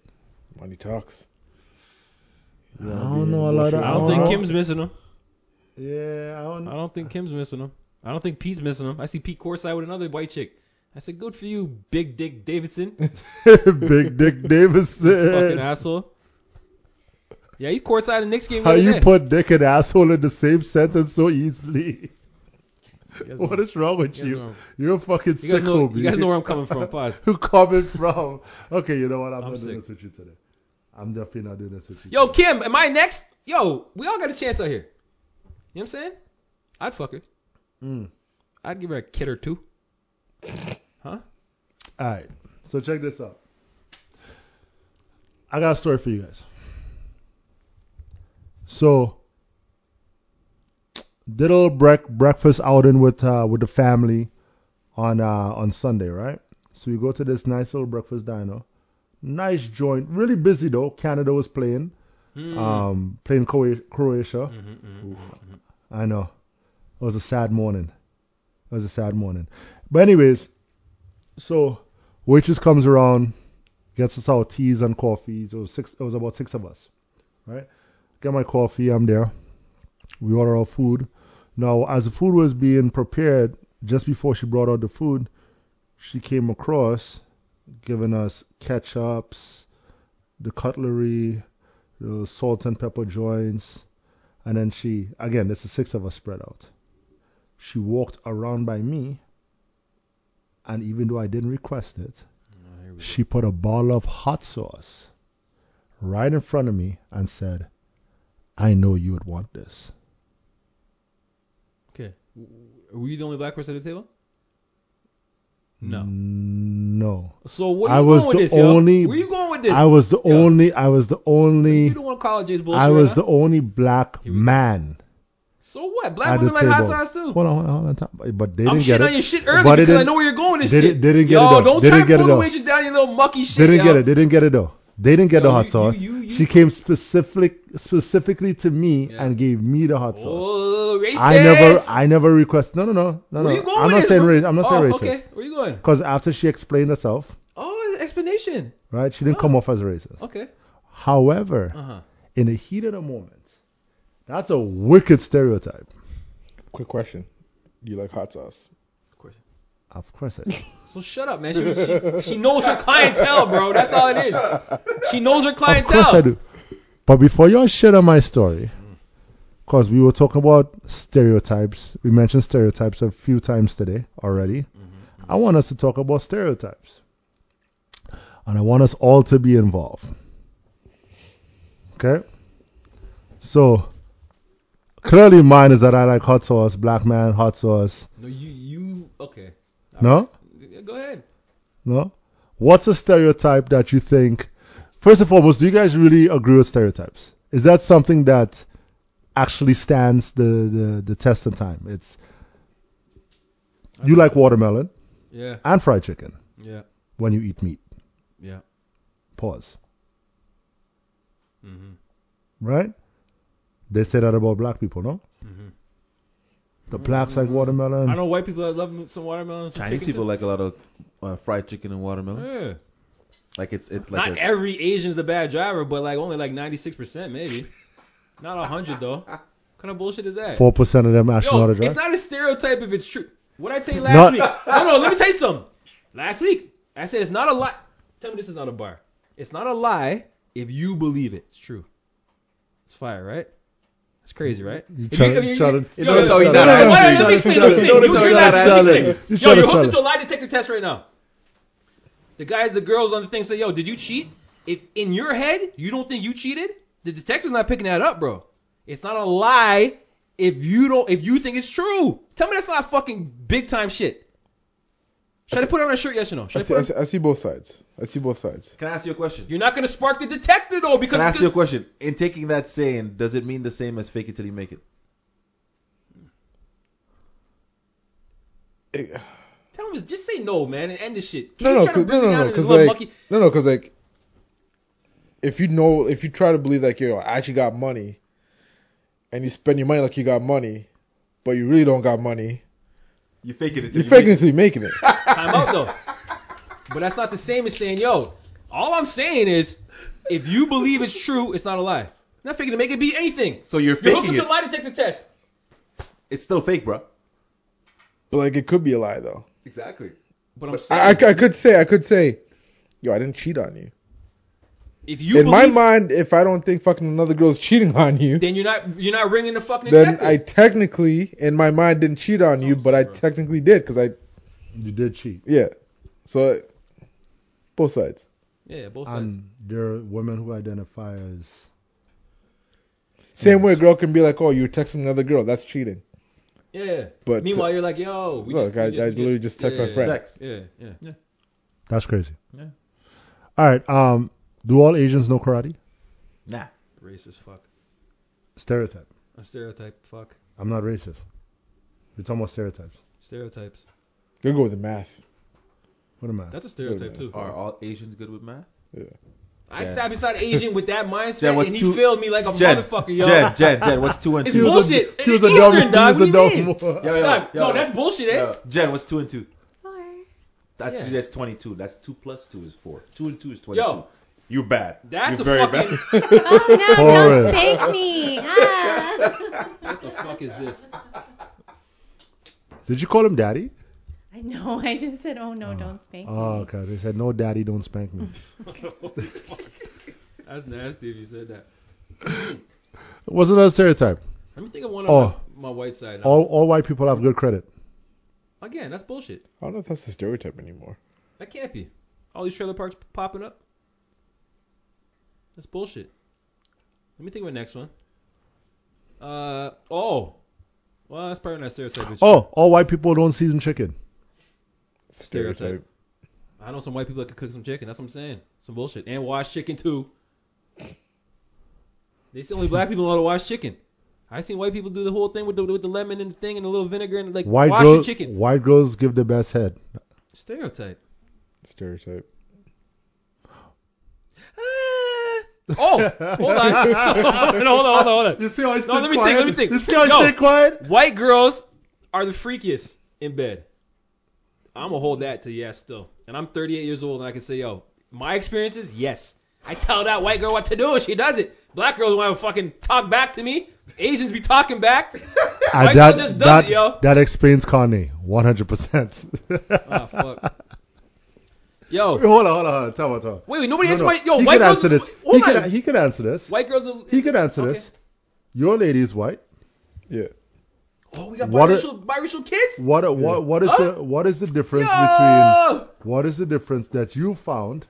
S9: Money talks.
S5: I
S9: Yeah,
S5: don't
S9: being
S5: know a lot of.
S9: bullshit.
S4: I don't think Kim's missing him.
S5: Yeah, I don't.
S4: I don't think Kim's missing him. I don't think Pete's missing him. I see Pete Corsi with another white chick. I said, good for you, Big Dick Davidson.
S5: Big Dick
S4: Fucking
S5: Davidson.
S4: asshole. Yeah, he courtside the Knicks game.
S5: How
S4: the other
S5: you
S4: day.
S5: put dick and asshole in the same sentence so easily?
S4: You guys know-
S5: What is wrong with
S4: you guys
S5: you?
S4: know-
S5: You're a fucking
S4: You guys, know,
S5: sicko,
S4: you guys know
S5: B.
S4: where I'm coming from, Paz.
S5: Who coming from? Okay, you know what? I'm,
S4: I'm
S5: not
S4: sick.
S5: doing this with you today. I'm definitely not doing this with you.
S4: Yo,
S5: today.
S4: Kim, am I next? Yo, we all got a chance out here. You know what I'm saying? I'd fuck her.
S5: Mm.
S4: I'd give her a kid or two.
S5: All right. So check this out. I got a story for you guys. So did a little brec- breakfast outing with uh, with the family on uh, on Sunday, right? So we go to this nice little breakfast diner. Nice joint, really busy though. Canada was playing,
S4: Mm.
S5: um, playing Croa- Croatia.
S4: Mhm, mhm.
S5: I know. It was a sad morning. It was a sad morning. But anyways, so waitress comes around, gets us our teas and coffees. It was six. It was about six of us, right? Get my coffee. I'm there. We order our food. Now, as the food was being prepared, just before she brought out the food, she came across, giving us ketchups, the cutlery, the salt and pepper joints, and then she, again, there's the six of us spread out. She walked around by me, and even though I didn't request it, she put a bottle of hot sauce right in front of me and said, I know you would want this.
S4: Okay. Were you the only black person at the table? No.
S5: No.
S4: So what are
S5: Mm. I
S4: you
S5: was
S4: going
S5: the
S4: with this, yo?
S5: only-
S4: Where you going with this?
S5: I was the
S4: Yeah.
S5: only, I was the
S4: you
S5: only,
S4: don't want to call it Jay's bullshit.
S5: I was
S4: huh?
S5: the only black
S4: Here we go.
S5: man
S4: So what?
S5: at
S4: Black
S5: the
S4: women like hot
S5: table.
S4: sauce too.
S5: Hold on, hold on, hold on. Tom. But they
S4: I'm
S5: didn't get
S4: shitting on your
S5: it.
S4: shit early
S5: But it
S4: because I
S5: didn't-
S4: know where you're going with this
S5: did it-
S4: shit.
S5: didn't get it
S4: Yo,
S5: though.
S4: don't
S5: Didn't
S4: try
S5: get
S4: to
S5: it
S4: pull the
S5: though.
S4: waitress down your little mucky shit.
S5: They didn't
S4: yo.
S5: get it. They didn't get it though. They didn't get
S4: Yo,
S5: the hot
S4: you-
S5: sauce.
S4: you- you-
S5: She came specifically specifically to me
S4: Yeah.
S5: and gave me the hot sauce.
S4: Oh, racist.
S5: I never, I never request. No, no, no, no,
S4: Where you
S5: no.
S4: going
S5: I'm
S4: with
S5: not
S4: this,
S5: saying
S4: bro?
S5: race. I'm not
S4: oh,
S5: saying
S4: Okay.
S5: racist.
S4: Where you going?
S5: Because after she explained herself,
S4: Oh, explanation.
S5: right, she didn't
S4: Oh.
S5: come off as racist.
S4: Okay.
S5: However,
S4: Uh huh.
S5: in the heat of the moment, that's a wicked stereotype.
S9: Quick question. Do you like hot sauce?
S5: Of course, I do.
S4: So shut up, man. She, she, she knows her clientele, bro. That's all it is. She knows her
S5: of
S4: clientele.
S5: course I do. But before y'all shit on my story, because we were talking about stereotypes, we mentioned stereotypes a few times today already. I want us to talk about stereotypes, and I want us all to be involved. Okay. So clearly, mine is that I like hot sauce, black man, hot sauce.
S4: No, you, you. Okay.
S5: No.
S4: Yeah, Go ahead.
S5: No? What's a stereotype that you think? First and foremost, do you guys really agree with stereotypes? Is that something that actually stands the, the, the test of time? It's you like watermelon
S4: Yeah.
S5: and fried chicken
S4: Yeah.
S5: when you eat meat.
S4: Yeah.
S5: Pause.
S4: Mhm.
S5: Right? They say that about black people, no?
S4: Mhm.
S5: The blacks like
S4: Mm-hmm. I
S5: watermelon.
S4: know white people that love some watermelon. and Some
S6: Chinese
S4: chicken
S6: people
S4: too.
S6: like a lot of uh, fried chicken and watermelon.
S4: Yeah.
S6: Like it's it's
S4: Not
S6: like a,
S4: every Asian's a bad driver, but like only like 96% maybe. Not 100 though. What kind of bullshit is that?
S5: Four percent of them actually know how
S4: Yo,
S5: to
S4: it's
S5: drive.
S4: not a stereotype if it's true. What I tell you
S5: Not-
S4: last week? No, no, let me tell you something. Last week, I said it's not a lie. Tell me this is not a bar. It's not a lie if you believe it. It's true. It's fire, right? It's crazy, right? If
S5: try-
S4: you- if you-
S5: try to-
S4: yo, yo,
S5: You
S6: notice
S4: yo,
S6: how he
S4: yo,
S6: not
S4: yo,
S6: answering.
S4: wait, let me explain, let me
S6: You notice
S4: explain.
S6: how he
S4: You
S6: not
S4: hear that? Let me
S6: answering.
S4: explain.
S5: You
S4: Yo,
S5: try to
S4: you're
S5: sell
S4: hooked
S5: it.
S4: into a lie detector test right now. The guys, the girls on the thing say, "Yo, did you cheat?" If in your head you don't think you cheated, the detective's not picking that up, bro. It's not a lie if you don't if you think it's true. Tell me that's not fucking big time shit. Should I put on a shirt? Yes or no?
S9: I
S4: Should I
S9: see,
S4: put
S9: I
S4: on...
S9: see, I see both sides. I see both sides.
S6: Can I ask you a question?
S4: You're not gonna spark the detector though because
S6: Can I
S4: it's
S6: ask you a
S4: gonna...
S6: question? In taking that saying, does it mean the same as fake it till you make it?
S9: It-
S4: tell him just say no, man, and end this shit. Keep
S9: no, no,
S4: trying to
S9: 'cause- no,
S4: bring me down
S9: no, no,
S4: in this
S9: because
S4: one
S9: like,
S4: monkey-
S9: no, no, because like, if you know, if you try to believe like, yo, I actually got money, and you spend your money like you got money, but you really don't got money,
S6: You fake it
S9: you're faking it till you're making it.
S4: Time out though. But that's not the same as saying, yo, all I'm saying is if you believe it's true, it's not a lie. Not faking to make it be anything.
S6: So you're
S4: You hook up
S6: faking
S4: the
S6: it.
S4: lie detector test.
S6: It's still fake, bro.
S9: But like, it could be a lie though.
S6: Exactly.
S4: But I'm saying
S9: I, I, I could say, I could say, yo, I didn't cheat on you.
S4: if you
S9: In my
S4: believe,
S9: mind, if I don't think fucking another girl's cheating on you,
S4: then you're not you're not ringing the fucking
S9: then
S4: detector.
S9: I technically, in my mind, didn't cheat on you, but I technically did because I,
S5: You did cheat.
S9: yeah. So, both sides.
S4: Yeah, both sides.
S5: And Um, there are women who identify as
S9: Same way a girl can be like, oh, you were texting another girl. That's cheating.
S4: yeah.
S9: But
S4: Meanwhile, you're like, yo, we
S9: look,
S4: just, we
S9: I,
S4: just,
S9: I
S4: we
S9: literally
S4: just,
S9: just text
S4: yeah,
S9: my friend.
S6: Sex.
S4: Yeah, yeah. yeah.
S5: that's crazy.
S6: Yeah.
S5: All right. Um, do all Asians know karate?
S6: Nah.
S4: Racist fuck.
S5: Stereotype.
S4: A stereotype fuck.
S5: I'm not racist. We're talking about stereotypes.
S4: Stereotypes.
S9: You'll go with the math.
S5: What am I?
S4: That's a stereotype
S9: minute. Oh,
S4: too.
S6: Are all Asians good with math?
S4: I sat beside Asian with that mindset
S6: Jen, what's
S4: and he
S6: two-
S4: failed me like a
S6: Jen,
S4: motherfucker, yo.
S6: Jen, Jen, Jen, what's two and
S4: It's
S6: two?
S5: was a-
S4: bullshit.
S5: he was
S4: It's
S5: a dumb-
S4: Eastern,
S5: he
S4: dog.
S5: was a
S4: What do you
S5: dumb-
S4: mean?
S6: Yo, yo,
S4: Nah,
S6: yo,
S4: no, that's bullshit, eh?
S6: yo. Jen, what's two and two?
S8: Four.
S6: That's
S4: Yeah.
S6: that's twenty two. That's two plus two is four. Two and two is twenty two.
S4: Yo,
S6: You're bad.
S4: that's
S6: You're
S4: a
S6: very
S4: fucking.
S6: bad.
S8: Oh no,
S5: Horrid.
S8: don't fake me. Ah.
S4: What the fuck is this?
S5: Did you call him daddy?
S8: I know. I just said, oh no, don't spank me.
S5: Oh, okay. They said no, daddy, don't spank me.
S4: That's nasty if you said that.
S5: What's another stereotype?
S4: Let me think of one on
S5: Oh.
S4: my, my white side.
S5: All all white people have good credit.
S4: Again, that's bullshit.
S9: I don't know if that's the stereotype anymore.
S4: That can't be. All these trailer parks popping up. That's bullshit. Let me think of the next one. Uh oh. Well, that's probably not a stereotype. it's
S5: Oh, all white people don't season chicken.
S9: Stereotype.
S4: Stereotype. I know some white people that can cook some chicken. That's what I'm saying. Some bullshit. And wash chicken too. They say only black people know how to wash chicken. I seen white people do the whole thing with the with the lemon and the thing and a little vinegar and like
S5: White
S4: wash the
S5: girls,
S4: chicken.
S5: white girls give the best head.
S4: Stereotype.
S9: Stereotype.
S4: Ah. Oh, hold on. hold on, hold on, hold on, hold on.
S5: You see how I
S4: stayed let me quiet? think, let me think. You see how I
S5: I
S4: Yo. stayed
S5: quiet?
S4: White girls are the freakiest in bed. I'm gonna hold that to yes still. And I'm 38 years old and I can say, yo, my experiences, yes. I tell that white girl what to do and she does it. Black girls want to fucking talk back to me. Asians be talking back. White girl
S5: that,
S4: just does
S5: that,
S4: it, yo.
S5: that explains Kanye 100%.
S4: Oh fuck. Yo,
S5: hold on, hold on, hold on. Tell me, tell me.
S4: wait, wait, nobody asked
S5: No, no.
S4: white. Yo,
S5: he
S4: white
S5: could
S4: girls.
S5: answer this.
S4: Hold on.
S5: he, could, he could answer this.
S4: white girls. Are,
S5: He could answer
S4: Okay.
S5: this. Your lady is white.
S9: Yeah.
S4: Oh, we got
S5: What a-
S4: biracial, biracial kids.
S5: What what what is
S4: Huh?
S5: the what is the difference
S4: Yo!
S5: between what is the difference that you found?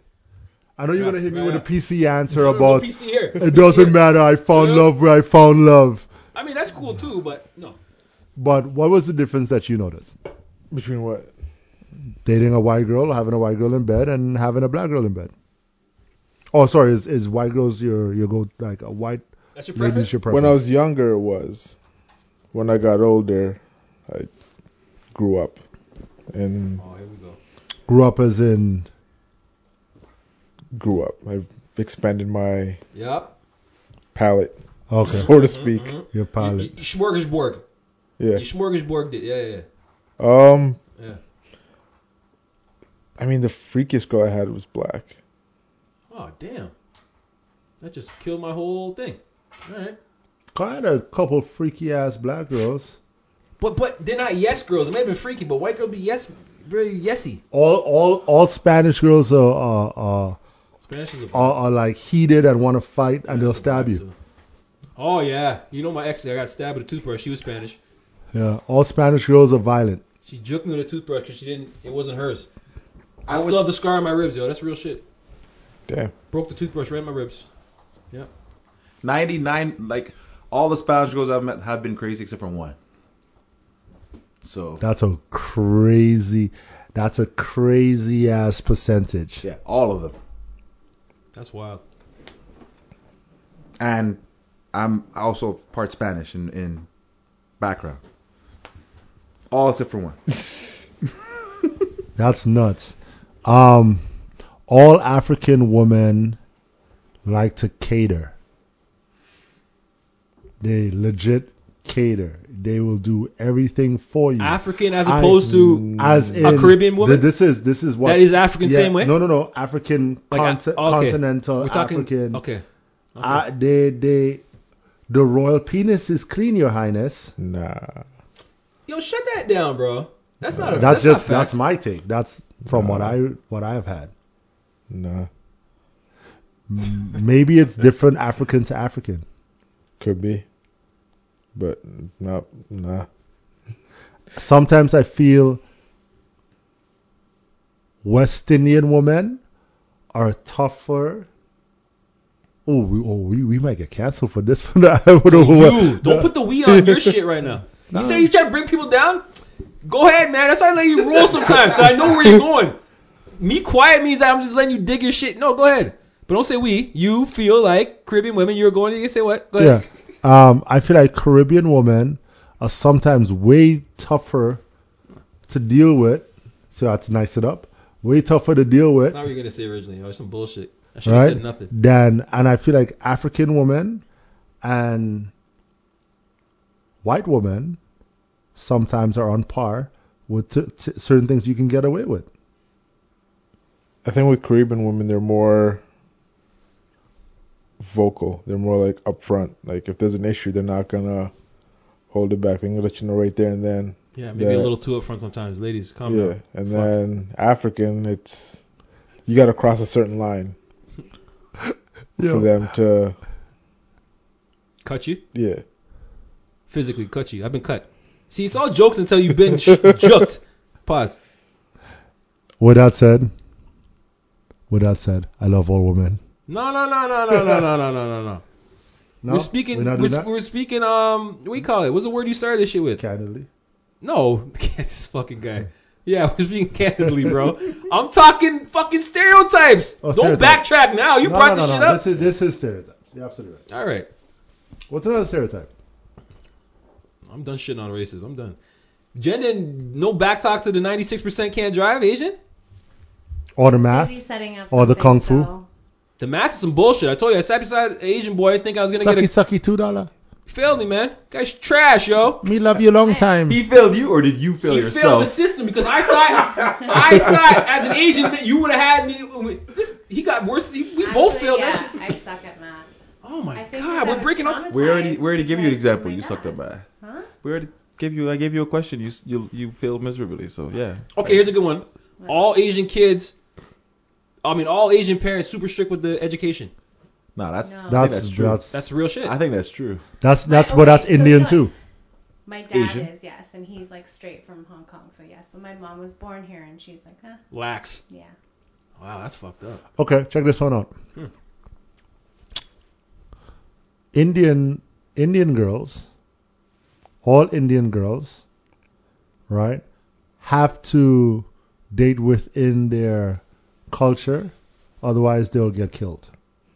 S5: I know you're
S4: Yeah,
S5: gonna hit me
S4: yeah,
S5: with a
S4: yeah.
S5: PC answer
S4: Sort of a
S5: about
S4: PC here.
S5: it doesn't matter. I found
S4: Yeah.
S5: love where I found love.
S4: I mean, that's cool too, but no.
S5: But what was the difference that you noticed?
S9: Between what?
S5: Dating a white girl, having a white girl in bed, and having a black girl in bed. Oh, sorry, is, is white girls your your go like a white
S4: That's your preference.
S5: lady's your preference?
S9: When I was younger, it was. When I got older, I grew up. And
S4: Oh, here we go.
S5: grew up as in
S9: grew up. I expanded my
S4: Yep.
S9: palate,
S5: okay
S9: so to speak.
S4: Mm-hmm. You,
S5: your palate.
S4: you, you smorgasbord.
S9: Yeah.
S4: You smorgasbord it. Yeah, yeah, yeah.
S9: Um.
S4: Yeah.
S9: I mean, the freakiest girl I had was black.
S4: Oh, damn. That just killed my whole thing. All right.
S5: I had a couple freaky ass black girls.
S4: But but they're not yes girls. It may have been freaky, but white girls be yes, very yesy.
S5: All all all Spanish girls are are, are,
S4: Spanish is a
S5: are, are like heated and want to fight and they'll stab you.
S4: Oh yeah, you know my ex. I got stabbed with a toothbrush. She was Spanish.
S5: Yeah, all Spanish girls are violent.
S4: She juked me with a toothbrush because she didn't. It wasn't hers. I,
S6: I would
S4: still have the scar on my ribs, yo. That's real shit.
S9: Damn.
S4: Broke the toothbrush right in my ribs.
S6: ninety nine like all the Spanish girls I've met have been crazy except for one. So
S5: That's a crazy. That's a crazy ass percentage.
S6: Yeah, all of them.
S4: That's wild.
S6: And I'm also part Spanish in, in background. All except for one.
S5: That's nuts. Um, all African women like to cater. They legit cater. They will do everything for you.
S4: African as
S5: Hmm. I-
S4: opposed to
S5: as in
S4: Caribbean woman?
S5: th- this is this is what
S4: That is African same way?
S5: No, no, no. African
S4: Like,
S5: cont-
S4: uh, okay.
S5: continental
S4: we're talking
S5: African.
S4: Okay. okay.
S5: Uh, they they the royal penis is clean, Your Highness.
S9: Nah.
S4: Yo, shut that down, bro. That's not. A, that's,
S5: That's, just
S4: not
S5: that's my take. That's from what I what I've had.
S9: Nah.
S5: Maybe it's different African to African.
S9: Could be. But no, nah.
S5: Sometimes I feel West Indian women are tougher. Oh, we, oh, we, we might get canceled for this. For that.
S4: You don't put the we on your shit right now. You say you trying to bring people down? Go ahead, man. That's why I let you roll sometimes. 'cause I know where you're going. Me quiet means that I'm just letting you dig your shit. No, go ahead. But don't say we. You feel like Caribbean women. You're going to you say what? Go
S5: yeah.
S4: ahead.
S5: Um, I feel like Caribbean women are sometimes way tougher to deal with. So that's nice it up. Way tougher to deal with.
S4: That's not what you're gonna say originally. That was some bullshit. I should have
S5: right?
S4: said nothing.
S5: Then, and I feel like African women and white women sometimes are on par with t- t- certain things you can get away with.
S9: I think with Caribbean women, they're more vocal. They're more like upfront. Like if there's an issue, they're not gonna hold it back. They're gonna let you know right there and then.
S4: Yeah, maybe
S9: Yeah.
S4: a little too upfront sometimes. Ladies, come
S9: yeah,
S4: now.
S9: and then African, it's you gotta cross a certain line for them to.
S4: cut you
S9: Yeah,
S4: physically. Cut you. I've been cut. See, it's all jokes until you've been sh- juked. Pause.
S5: With that said, with that said, I love all women.
S4: No, no, no, no, no, no, no, no, no, no, no.
S5: No,
S4: we're speaking.
S5: we're not
S4: We're,
S5: doing
S4: we're,
S5: that?
S4: speaking. Um, what do you call it? What's the word you started this shit with?
S5: Candidly.
S4: No, this fucking guy. Yeah, we're speaking candidly, bro. I'm talking fucking stereotypes.
S5: Oh,
S4: Don't
S5: stereotypes.
S4: backtrack now. You brought this shit up.
S5: This is, this is stereotypes. You're absolutely right.
S4: All right,
S5: What's another stereotype?
S4: I'm done shitting on races. I'm done. Jen didn't no backtalk to the 96% can't drive Asian.
S5: Or the math?
S8: Busy setting up
S5: Or the
S8: something,
S5: kung fu.
S8: so-
S4: The math is some bullshit. I told you, I sat beside an Asian boy. I think I was gonna
S5: Sucky,
S4: get
S5: sucky, two dollar.
S4: a failed me, man. Guy's trash, yo.
S5: Me love you long time.
S6: He failed you, or did you fail
S4: You failed the
S6: yourself?
S4: system because I thought, I thought as an Asian that you would have had me. This he got worse. He, we both
S8: Actually,
S4: failed
S8: yeah,
S4: that shit.
S8: I suck at math.
S4: Oh my
S8: I think
S4: god, we're breaking up.
S6: We already we already give you an example. You sucked
S8: suck
S6: up by.
S8: Huh?
S6: We already gave you. I gave you a question. You s- you you failed miserably. So yeah.
S4: Okay, here's a good one. All Asian kids, I mean, all Asian parents super strict with the education.
S6: No, that's
S8: No.
S6: I think
S5: That's
S6: that's true.
S5: that's
S4: That's real shit.
S6: I think that's true.
S5: that's that's
S8: Right,
S5: but
S8: okay,
S5: that's
S8: so
S5: Indian
S8: no.
S5: too.
S8: My dad
S6: Asian.
S8: is yes, and he's like straight from Hong Kong, so yes. But my mom was born here, and she's like, huh,
S4: Lax.
S8: yeah.
S4: Wow, that's fucked up.
S5: Okay, check this one out.
S4: Hmm.
S5: Indian Indian girls, all Indian girls, right, have to date within their culture, otherwise they'll get killed.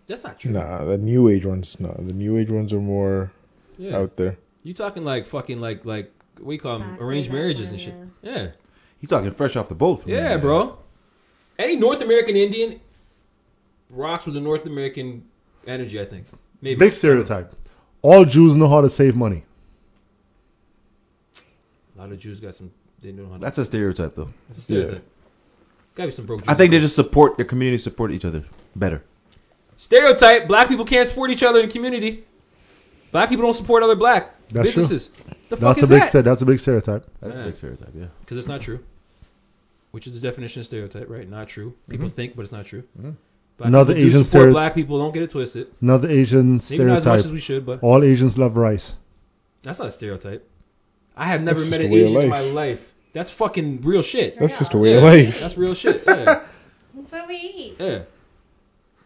S4: That's not true.
S9: nah. The new age ones, no. The new age ones are more
S4: Yeah.
S9: out there.
S4: You talking like fucking like like what do you call them?
S8: Back
S4: Arranged
S8: way back
S4: marriages
S8: when,
S4: and shit. Yeah.
S6: He's talking fresh off the boat.
S4: yeah, bro. Any North American Indian rocks with the North American energy, I think. Maybe.
S5: Big stereotype. All Jews know how to save money.
S4: A lot of Jews got some. They know how. to-
S6: That's a stereotype, though.
S4: That's a stereotype. Gotta be some broke. Jews
S6: I think they
S4: out there.
S6: just support their community, support each other better.
S4: stereotype. Black people can't support each other in community. Black people don't support other black
S5: That's true.
S4: businesses. The fuck
S5: That's a
S4: is
S5: big
S4: that?
S5: ste- that's a big stereotype.
S6: That's
S4: Yeah.
S6: a big stereotype, yeah.
S4: Because it's not true. Which is the definition of stereotype, right? Not true.
S6: Mm-hmm.
S4: People think, but it's not true. Black
S5: Another
S4: people do
S5: Asian
S4: support
S5: stereotype.
S4: black people. Don't get it twisted.
S5: Another Asian
S4: Maybe not as much
S5: stereotype.
S4: as we should, but
S5: All Asians love rice.
S4: that's not a stereotype. I have never
S9: That's
S4: met
S9: just
S4: an
S9: the way of
S4: Asian in my
S9: life.
S4: life. That's fucking real shit.
S9: That's just a way
S4: Yeah,
S9: of life.
S4: That's real shit. Yeah,
S8: That's what we eat.
S4: yeah.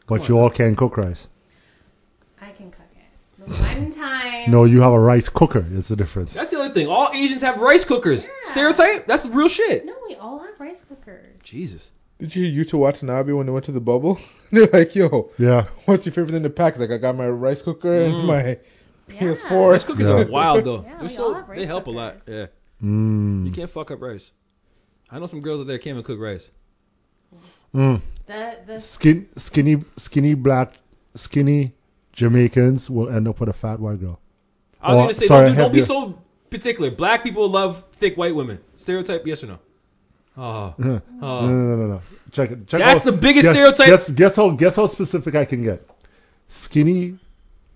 S5: But
S4: on.
S5: you all can cook rice.
S8: I can cook it. The one time.
S5: No, you have a rice cooker. It's the difference.
S4: That's the other thing. All Asians have rice cookers.
S8: Yeah.
S4: Stereotype? That's real shit.
S8: No, we all have have rice cookers.
S4: Jesus.
S9: Did you hear Yuta Watanabe when they went to the bubble? They're like, yo,
S5: Yeah.
S9: what's your favorite thing to pack? He's like, I got my rice cooker
S4: Mm.
S9: and my
S8: Yeah.
S9: PS4.
S4: Rice cookies
S5: Yeah.
S4: are wild though.
S8: Yeah,
S4: They're
S8: we
S4: so,
S8: all have rice
S4: they help a lot.
S8: cookers.
S4: Yeah. You
S5: Mm.
S4: can't fuck up rice. I know some girls out there can't even cook rice.
S5: Mm.
S8: The the
S5: Skin, skinny, skinny black, skinny Jamaicans will end up with a fat white girl.
S4: I was
S5: Oh,
S4: gonna say,
S5: sorry,
S4: don't, do- don't be
S5: heavier.
S4: so particular. Black people love thick white women. Stereotype, yes or no? Oh,
S5: no, no,
S4: oh.
S5: no, no, no. Check it. Check
S4: That's
S5: out-
S4: the biggest
S5: guess,
S4: stereotype.
S5: Guess, guess how guess how specific I can get. Skinny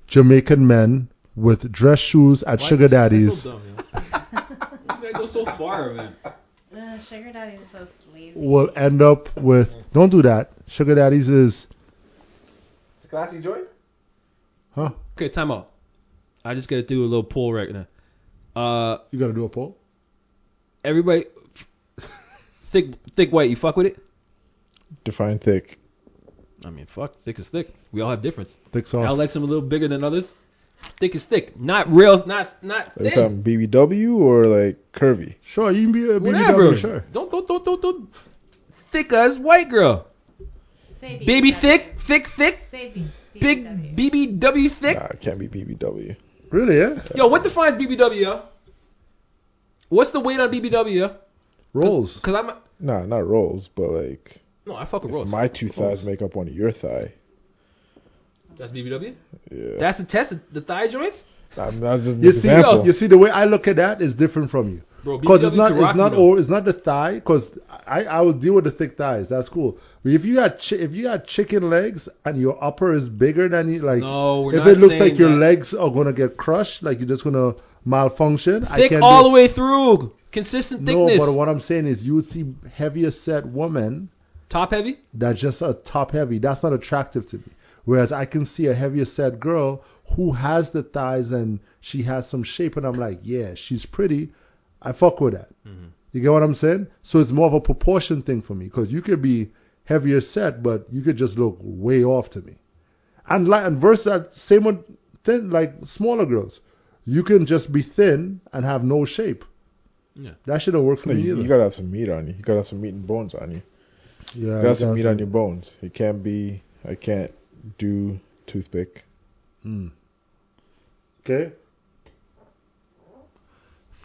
S5: Jamaican men with dress shoes at
S4: Why
S5: sugar
S4: is this guy
S5: daddies.
S4: So dumb, yo? this guy goes so far, man.
S8: uh, sugar daddies are so sleazy.
S5: will end up with don't do that. Sugar daddies is
S6: It's a classy joint.
S5: huh?
S4: Okay, time out. I just gotta do a little poll right now. Uh,
S5: You gotta do a poll.
S4: everybody, thick, thick white. You fuck with it?
S9: Define thick.
S4: I mean, fuck, thick is thick. We all have difference.
S5: Thick
S4: I
S5: sauce.
S4: like some a little bigger than others. Thick is thick, not real, not not
S9: Are you
S4: thin.
S9: talking BBW or like curvy?
S5: sure, you can be a
S4: Whatever.
S5: BBW. Sure.
S4: Don't don't don't don't don't. Thick as white girl.
S8: Say
S4: Baby
S8: BBW.
S4: thick, thick thick,
S8: Say B-
S4: big
S8: BBW.
S4: BBW thick.
S9: Nah, it can't be BBW.
S5: Really? Yeah.
S4: Yo, what defines BBW? yo? What's the weight on BBW? yo?
S5: Rolls.
S4: Cause I'm
S9: Nah, not rolls, but like
S4: no, I fuck with
S9: if
S4: rolls.
S9: my two thighs make up one of your thigh.
S4: That's BBW.
S9: Yeah.
S4: That's the test, the thigh joints.
S9: I mean, that's just an
S5: You see,
S9: example.
S5: you see, the way I look at that is different from you.
S4: Bro, BBW
S5: Because it's not,
S4: can
S5: it's
S4: rock
S5: not,
S4: you, though.
S5: or it's not the thigh. Because I, I will deal with the thick thighs. That's cool. But if you got, chi- if you got chicken legs and your upper is bigger than you, like,
S4: No, we're
S5: if
S4: not
S5: it looks
S4: saying
S5: like your
S4: that.
S5: legs are gonna get crushed, like you're just gonna malfunction. I
S4: thick
S5: can't
S4: all
S5: do
S4: the way through, consistent thickness.
S5: No, but what I'm saying is, you would see heavier set women
S4: Top heavy.
S5: that just are top heavy. That's not attractive to me. Whereas I can see a heavier set girl who has the thighs and she has some shape, and I'm like, yeah, she's pretty. I fuck with that.
S4: Mm-hmm.
S5: You get what I'm saying? So it's more of a proportion thing for me because you could be heavier set, but you could just look way off to me. And like and verse that same with thin like smaller girls. You can just be thin and have no shape.
S4: Yeah.
S5: That shouldn't work for
S9: No,
S5: me
S9: you,
S5: either.
S9: you gotta have some meat on you. You gotta have some meat and bones on you.
S5: yeah,
S9: You gotta have some
S5: that's
S9: meat on
S5: what-
S9: your bones. It can't be. I can't do toothpick.
S5: Okay.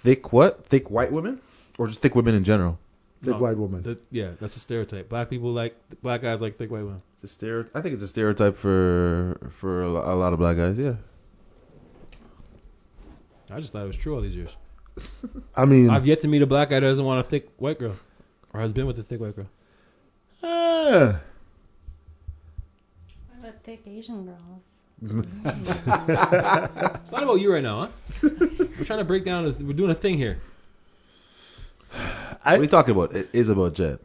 S6: Thick what? Thick white women, or just thick women in general?
S5: Thick
S4: No,
S5: white woman.
S4: the- yeah, that's a stereotype. Black people like black guys like thick white women.
S6: It's a stereotype. I think it's a stereotype for for a lo- a lot of black guys. Yeah.
S4: I just thought it was true all these years.
S5: I mean,
S4: I've yet to meet a black guy that doesn't want a thick white girl, or has been with a thick white girl.
S5: eh,
S8: What about thick Asian girls?
S4: It's not about you right now, huh? we're trying to break down. This, we're doing a thing here.
S5: I-
S6: what are you talking about? It is about Jet.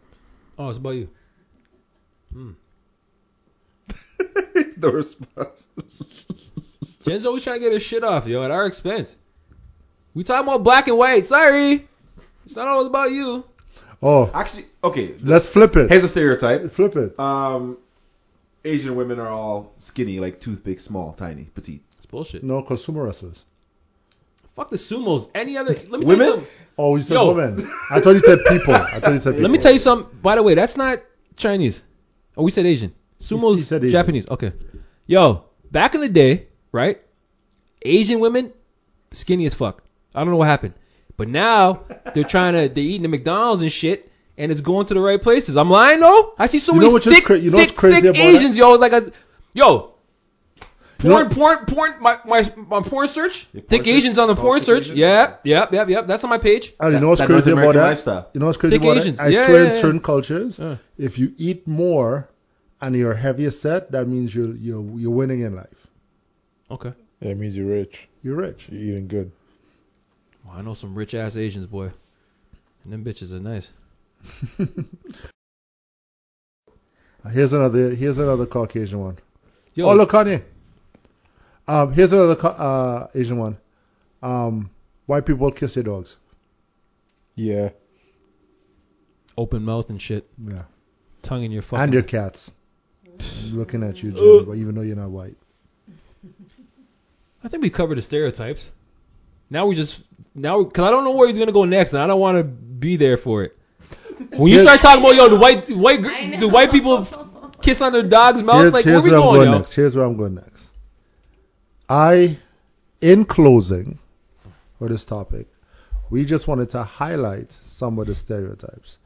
S4: Oh, it's about you.
S6: the response.
S4: Jen's always trying to get her shit off, yo, at our expense. We talking about black and white. Sorry, it's not always about you.
S5: oh,
S6: Actually, okay.
S5: let's flip it.
S6: Here's a stereotype.
S5: flip it.
S6: Um, Asian women are all skinny, like toothpick, small, tiny, petite.
S4: It's bullshit.
S5: No, consumer wrestlers.
S4: Fuck the sumos. Any other? Let me
S6: Women?
S4: tell you something.
S5: Oh, you said
S4: Yo.
S5: women. I thought you said people. I thought you said people.
S4: Let me tell you something. By the way, that's not Chinese. Oh, we said Asian. Sumo's
S5: he said Asian.
S4: Japanese. Okay. Yo, back in the day, right? Asian women, skinny as fuck. I don't know what happened. But now they're trying to they're eating the McDonald's and shit and it's going to the right places. I'm lying though? I see so
S5: You know
S4: many
S5: what's just
S4: thick,
S5: cra- you know
S4: thick,
S5: what's crazy
S4: thick
S5: about that?
S4: Asians, yo, like a yo.
S5: You know-
S4: Porn, porn, porn, my, my, my porn search.
S6: Your porn
S4: thick
S6: search?
S4: Asians on the
S6: Oh,
S4: porn
S6: thick
S4: search.
S6: Asian?
S4: Yep, yep, yep, yep. That's on my page.
S5: And you
S6: That-
S5: know what's
S6: that
S5: crazy
S6: North
S5: about
S6: American
S5: that?
S6: lifestyle.
S5: You know what's crazy
S4: Thick
S5: about
S4: Asians.
S5: that? I
S4: Yeah,
S5: swear
S4: yeah,
S5: in
S4: yeah.
S5: certain cultures,
S4: Yeah.
S5: if you eat more and you're heavier set, that means you're you're you're winning in life.
S4: Okay.
S9: Yeah, it means you're rich.
S5: You're rich.
S9: You're eating good.
S4: Well, Oh, I know some rich ass Asians, boy. And them bitches are nice.
S5: Here's another here's another Caucasian one.
S4: Yo,
S5: Oh, look, Kanye. Um, here's another Ca- uh, Asian one. Um, white people kiss their dogs.
S9: Yeah.
S4: open mouth and shit,
S5: Yeah.
S4: tongue in your fucking. Uh,
S5: And your cats. I'm looking at you, Jim, but even though you're not white.
S4: I think we covered the stereotypes. Now we just now because I don't know where he's gonna go next, and I don't want to be there for it. When you
S5: Here's-
S4: start talking about yo, the white white
S8: I
S4: gr-
S8: know.
S4: the white people f- kiss on their dog's mouth,
S5: Here's,
S4: like where
S5: here's
S4: we
S5: where I'm
S4: going,
S5: going
S4: yo?
S5: next. Here's where I'm going next. I, in closing, for this topic, we just wanted to highlight some of the stereotypes.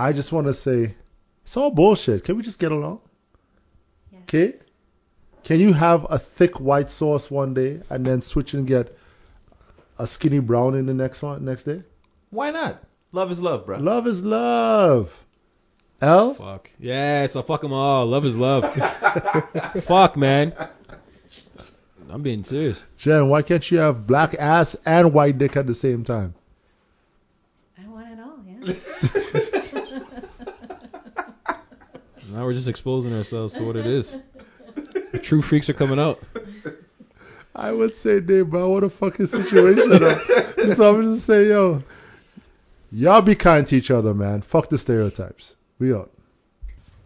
S5: I just want to say, it's all bullshit. Can we just get along?
S8: Yeah.
S5: Okay. Can you have a thick white sauce one day and then switch and get a skinny brown in the next one next day?
S6: Why not? Love is love, bro.
S5: Love is love. L.
S4: Fuck. Yeah, so fuck them all. Love is love. fuck, man. I'm being serious.
S5: Jen, why can't you have black ass and white dick at the same time?
S8: I want it all, yeah.
S4: Now we're just exposing ourselves to what it is. The true freaks are coming out.
S5: I would say, Dave, but what a fucking situation. though. so I'm just saying, yo, y'all be kind to each other, man. Fuck the stereotypes. We out.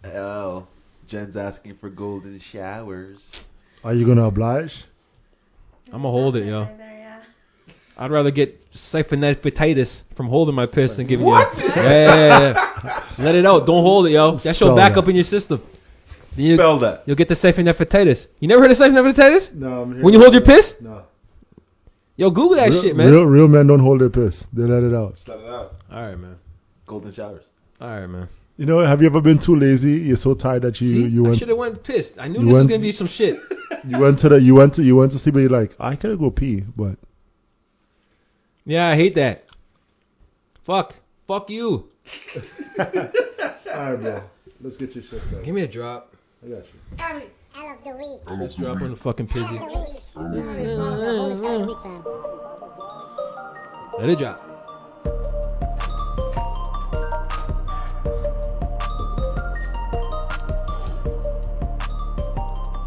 S6: Oh, Jen's asking for golden showers.
S5: Are you gonna oblige?
S4: I'ma hold it, yo.
S8: Either, yeah.
S4: I'd rather get siphonapatitis from holding my piss than giving
S6: What?
S4: you. Yeah, yeah, yeah, yeah. Let it out. Don't hold it, yo. That
S5: Spell
S4: show back
S5: that.
S4: up in your system. Then You,
S6: Spell that.
S4: will get the siphonapatitis. You never heard of siphonapatitis?
S5: No, I'm here.
S4: When you hold your piss?
S5: No.
S4: Yo, Google that
S5: Real,
S4: shit, man.
S5: real, real men don't hold their piss. They let it out.
S6: Set it out.
S4: All right, man.
S6: Golden showers.
S4: All right, man.
S5: You know, have you ever been too lazy? You're so tired that you
S4: See,
S5: you
S4: I
S5: went
S4: should have went pissed. I knew
S5: you
S4: this
S5: went-
S4: was gonna be some shit.
S5: you went to the you went to you went to sleep and you're like, I could go pee, but
S4: Yeah, I hate that. Fuck. Fuck you.
S5: Alright bro. Let's get your shit done.
S4: Give me a drop.
S5: I got you.
S2: Out of the week.
S4: Let's drop on the fucking pizzy.
S2: Out of the week.
S4: Let it drop.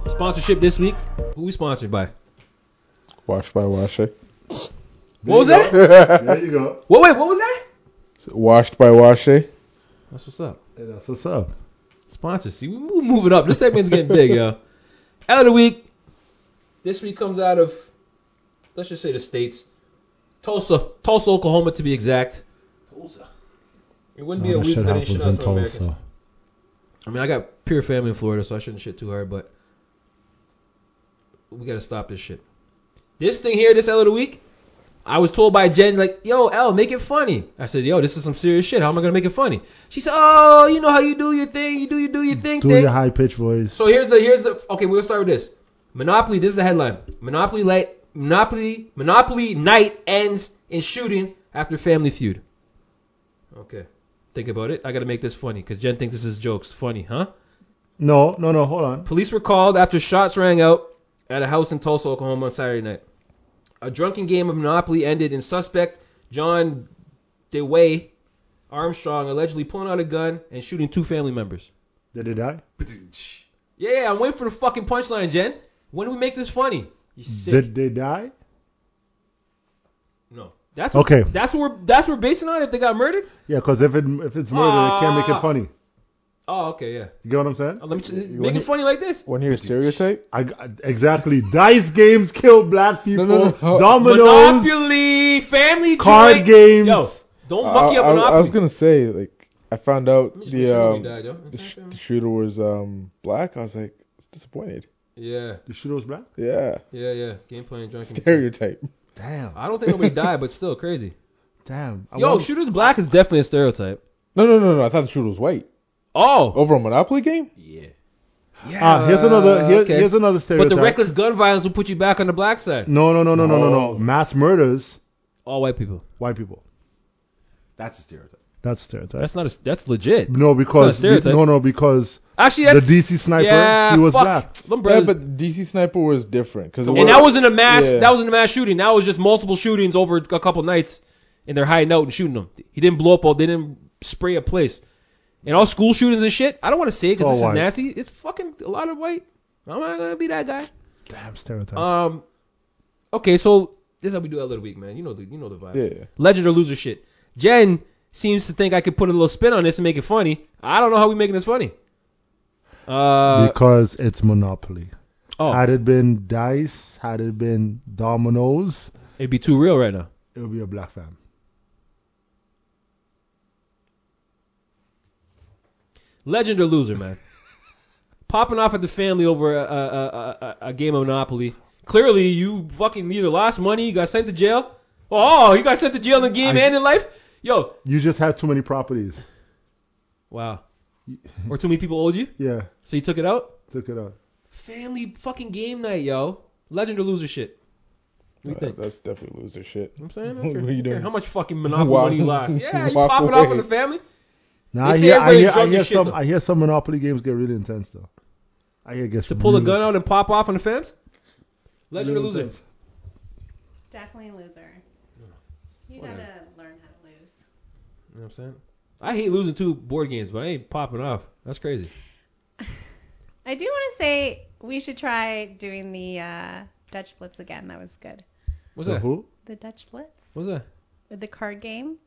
S4: Sponsorship this week. Who we sponsored by?
S9: Wash eh? by Washer.
S4: What was that?
S5: There you go.
S4: Wait, wait, what was that?
S9: Washed by eh? Washer.
S4: That's what's up.
S5: And that's what's up.
S4: Sponsors. See, we move moving up. This segment's getting big, yo. Out of the week. This week comes out of, let's just say the states, Tulsa, Tulsa, Oklahoma to be exact. Tulsa. It wouldn't be a
S5: All that
S4: week
S5: shit
S4: that ain't shit
S5: happens in
S4: out some Americans.
S5: Tulsa.
S4: I mean, I got pure family in Florida, so I shouldn't shit too hard, but we gotta stop this shit. This thing here, this L of the week, I was told by Jen, like, yo, L, make it funny. I said, yo, this is some serious shit. How am I gonna make it funny? She said, oh, you know how you do your thing, you do you do your thing,
S5: Do
S4: thing.
S5: your high pitched voice.
S4: So here's the here's the okay. We'll start with this. Monopoly. This is the headline. Monopoly light. Monopoly. Monopoly night ends in shooting after Family Feud. Okay. Think about it. I gotta make this funny because Jen thinks this is jokes. Funny, huh?
S5: no, no, no, hold on.
S4: Police were called after shots rang out at a house in Tulsa, Oklahoma on Saturday night. A drunken game of Monopoly ended in suspect John DeWay Armstrong allegedly pulling out a gun and shooting two family members.
S5: Did it die?
S4: Yeah, yeah, I'm waiting for the fucking punchline, Jen. When do we make this funny? You sick.
S5: Did they die?
S4: no. That's what,
S5: Okay.
S4: That's what we're that's what we're basing on if they got murdered.
S5: Yeah, because if it if it's murder, it can't make it
S4: Ah.
S5: funny.
S4: Oh, okay, yeah.
S5: You get what I'm saying?
S4: Oh, let me
S9: You
S4: make
S9: wanna-
S4: it funny like this.
S9: One here stereotype.
S5: I, I- exactly. Dice games kill black people.
S9: no, no.
S5: Dominoes,
S4: Monopoly, family,
S5: card
S4: joint.
S5: games.
S4: Yo, don't
S9: I,
S4: monkey up
S9: I- I
S4: Monopoly.
S9: was gonna say like I found out
S4: Let me just make
S9: the
S4: sure we
S9: um,
S4: died, eh? yo.
S9: the, sh- the shooter was um black. I was like it's disappointed.
S4: Yeah,
S5: The shooter was black.
S9: Yeah,
S4: yeah, yeah. Gameplay and drunken.
S9: stereotype.
S5: Damn.
S4: I don't think nobody died, but still crazy.
S5: Damn. I
S4: Yo,
S5: wonder-
S4: shooters black is definitely a stereotype.
S9: No, no, no, no. I thought the shooter was white.
S4: Oh,
S9: Over a Monopoly game?
S6: Yeah.
S5: Ah, here's another. Here,
S4: okay.
S5: Here's another
S4: but
S5: stereotype. Mm.
S4: the reckless gun violence will put you back on the black side.
S5: No, no, no, no, no, no, no.
S9: No.
S5: Mass murders.
S4: All white people.
S5: White people.
S6: That's a stereotype.
S5: That's stereotype.
S4: That's not a. That's legit.
S5: no, because
S4: not a stereotype.
S5: no, no, because
S4: Actually,
S5: the
S4: that's
S5: DC sniper,
S4: yeah,
S5: he was
S4: fuck.
S5: black.
S4: Them
S9: Yeah,
S4: brothers-
S9: but the DC Sniper was different because
S4: and that wasn't a mass.
S9: Yeah.
S4: That wasn't a mass shooting. That was just multiple shootings over a couple nights, and they're hiding out and shooting them. He didn't blow up. All they didn't spray a place. And all school shootings and shit. I don't want to say it
S5: It's all
S4: because this
S5: white.
S4: is nasty. It's fucking a lot of white. I'm not gonna be that guy.
S5: Damn stereotype.
S4: Um. Okay, so this is how we do that little week, man. You know the you know the vibe.
S9: Yeah.
S4: Legend or loser shit. Jen seems to think I could put a little spin on this and make it funny. I don't know how we making this funny. Uh
S5: because it's Monopoly.
S4: oh,
S5: Had it been dice, had it been dominoes,
S4: it'd be too real right now.
S5: it would be a black fam.
S4: Legend or loser, man. Popping off at the family over a, a, a, a, a game of Monopoly. Clearly, you fucking either lost money, you got sent to jail. Oh, you got sent to jail in the game
S5: I-
S4: and in life. Yo,
S5: You just have too many properties.
S4: wow. Or too many people owed you,
S5: Yeah,
S4: so you took it out.
S5: took it out.
S4: Family fucking game night, yo. Legend or loser shit. What do you
S9: Uh,
S4: think?
S9: That's definitely loser shit.
S4: I'm saying, I
S9: What
S4: don't care-
S9: are you
S4: I don't care
S9: doing?
S4: How much fucking monopoly
S9: Walk-
S4: money you lost? Yeah, you
S9: walk
S4: popping off on
S9: away.
S4: the family.
S5: Now
S4: They
S5: I
S4: say
S5: hear, I
S4: everybody's
S5: hear, I
S4: drunk
S5: hear
S4: as shit,
S5: some,
S4: though.
S5: I hear some Monopoly games get really intense though. I hear it gets
S4: to pull a
S5: really-
S4: gun out and pop off on the fence? Legend or
S5: really
S4: loser?
S5: intense.
S8: Definitely loser. You
S4: Whatever.
S8: gotta learn how to lose.
S4: You know what I'm saying? I hate losing two board games, but I ain't popping off. That's crazy.
S8: I do want to say we should try doing the uh, Dutch Blitz again. That was good.
S4: What's
S5: The
S4: that?
S5: who?
S8: The Dutch Blitz
S4: What's that?
S8: with the card game.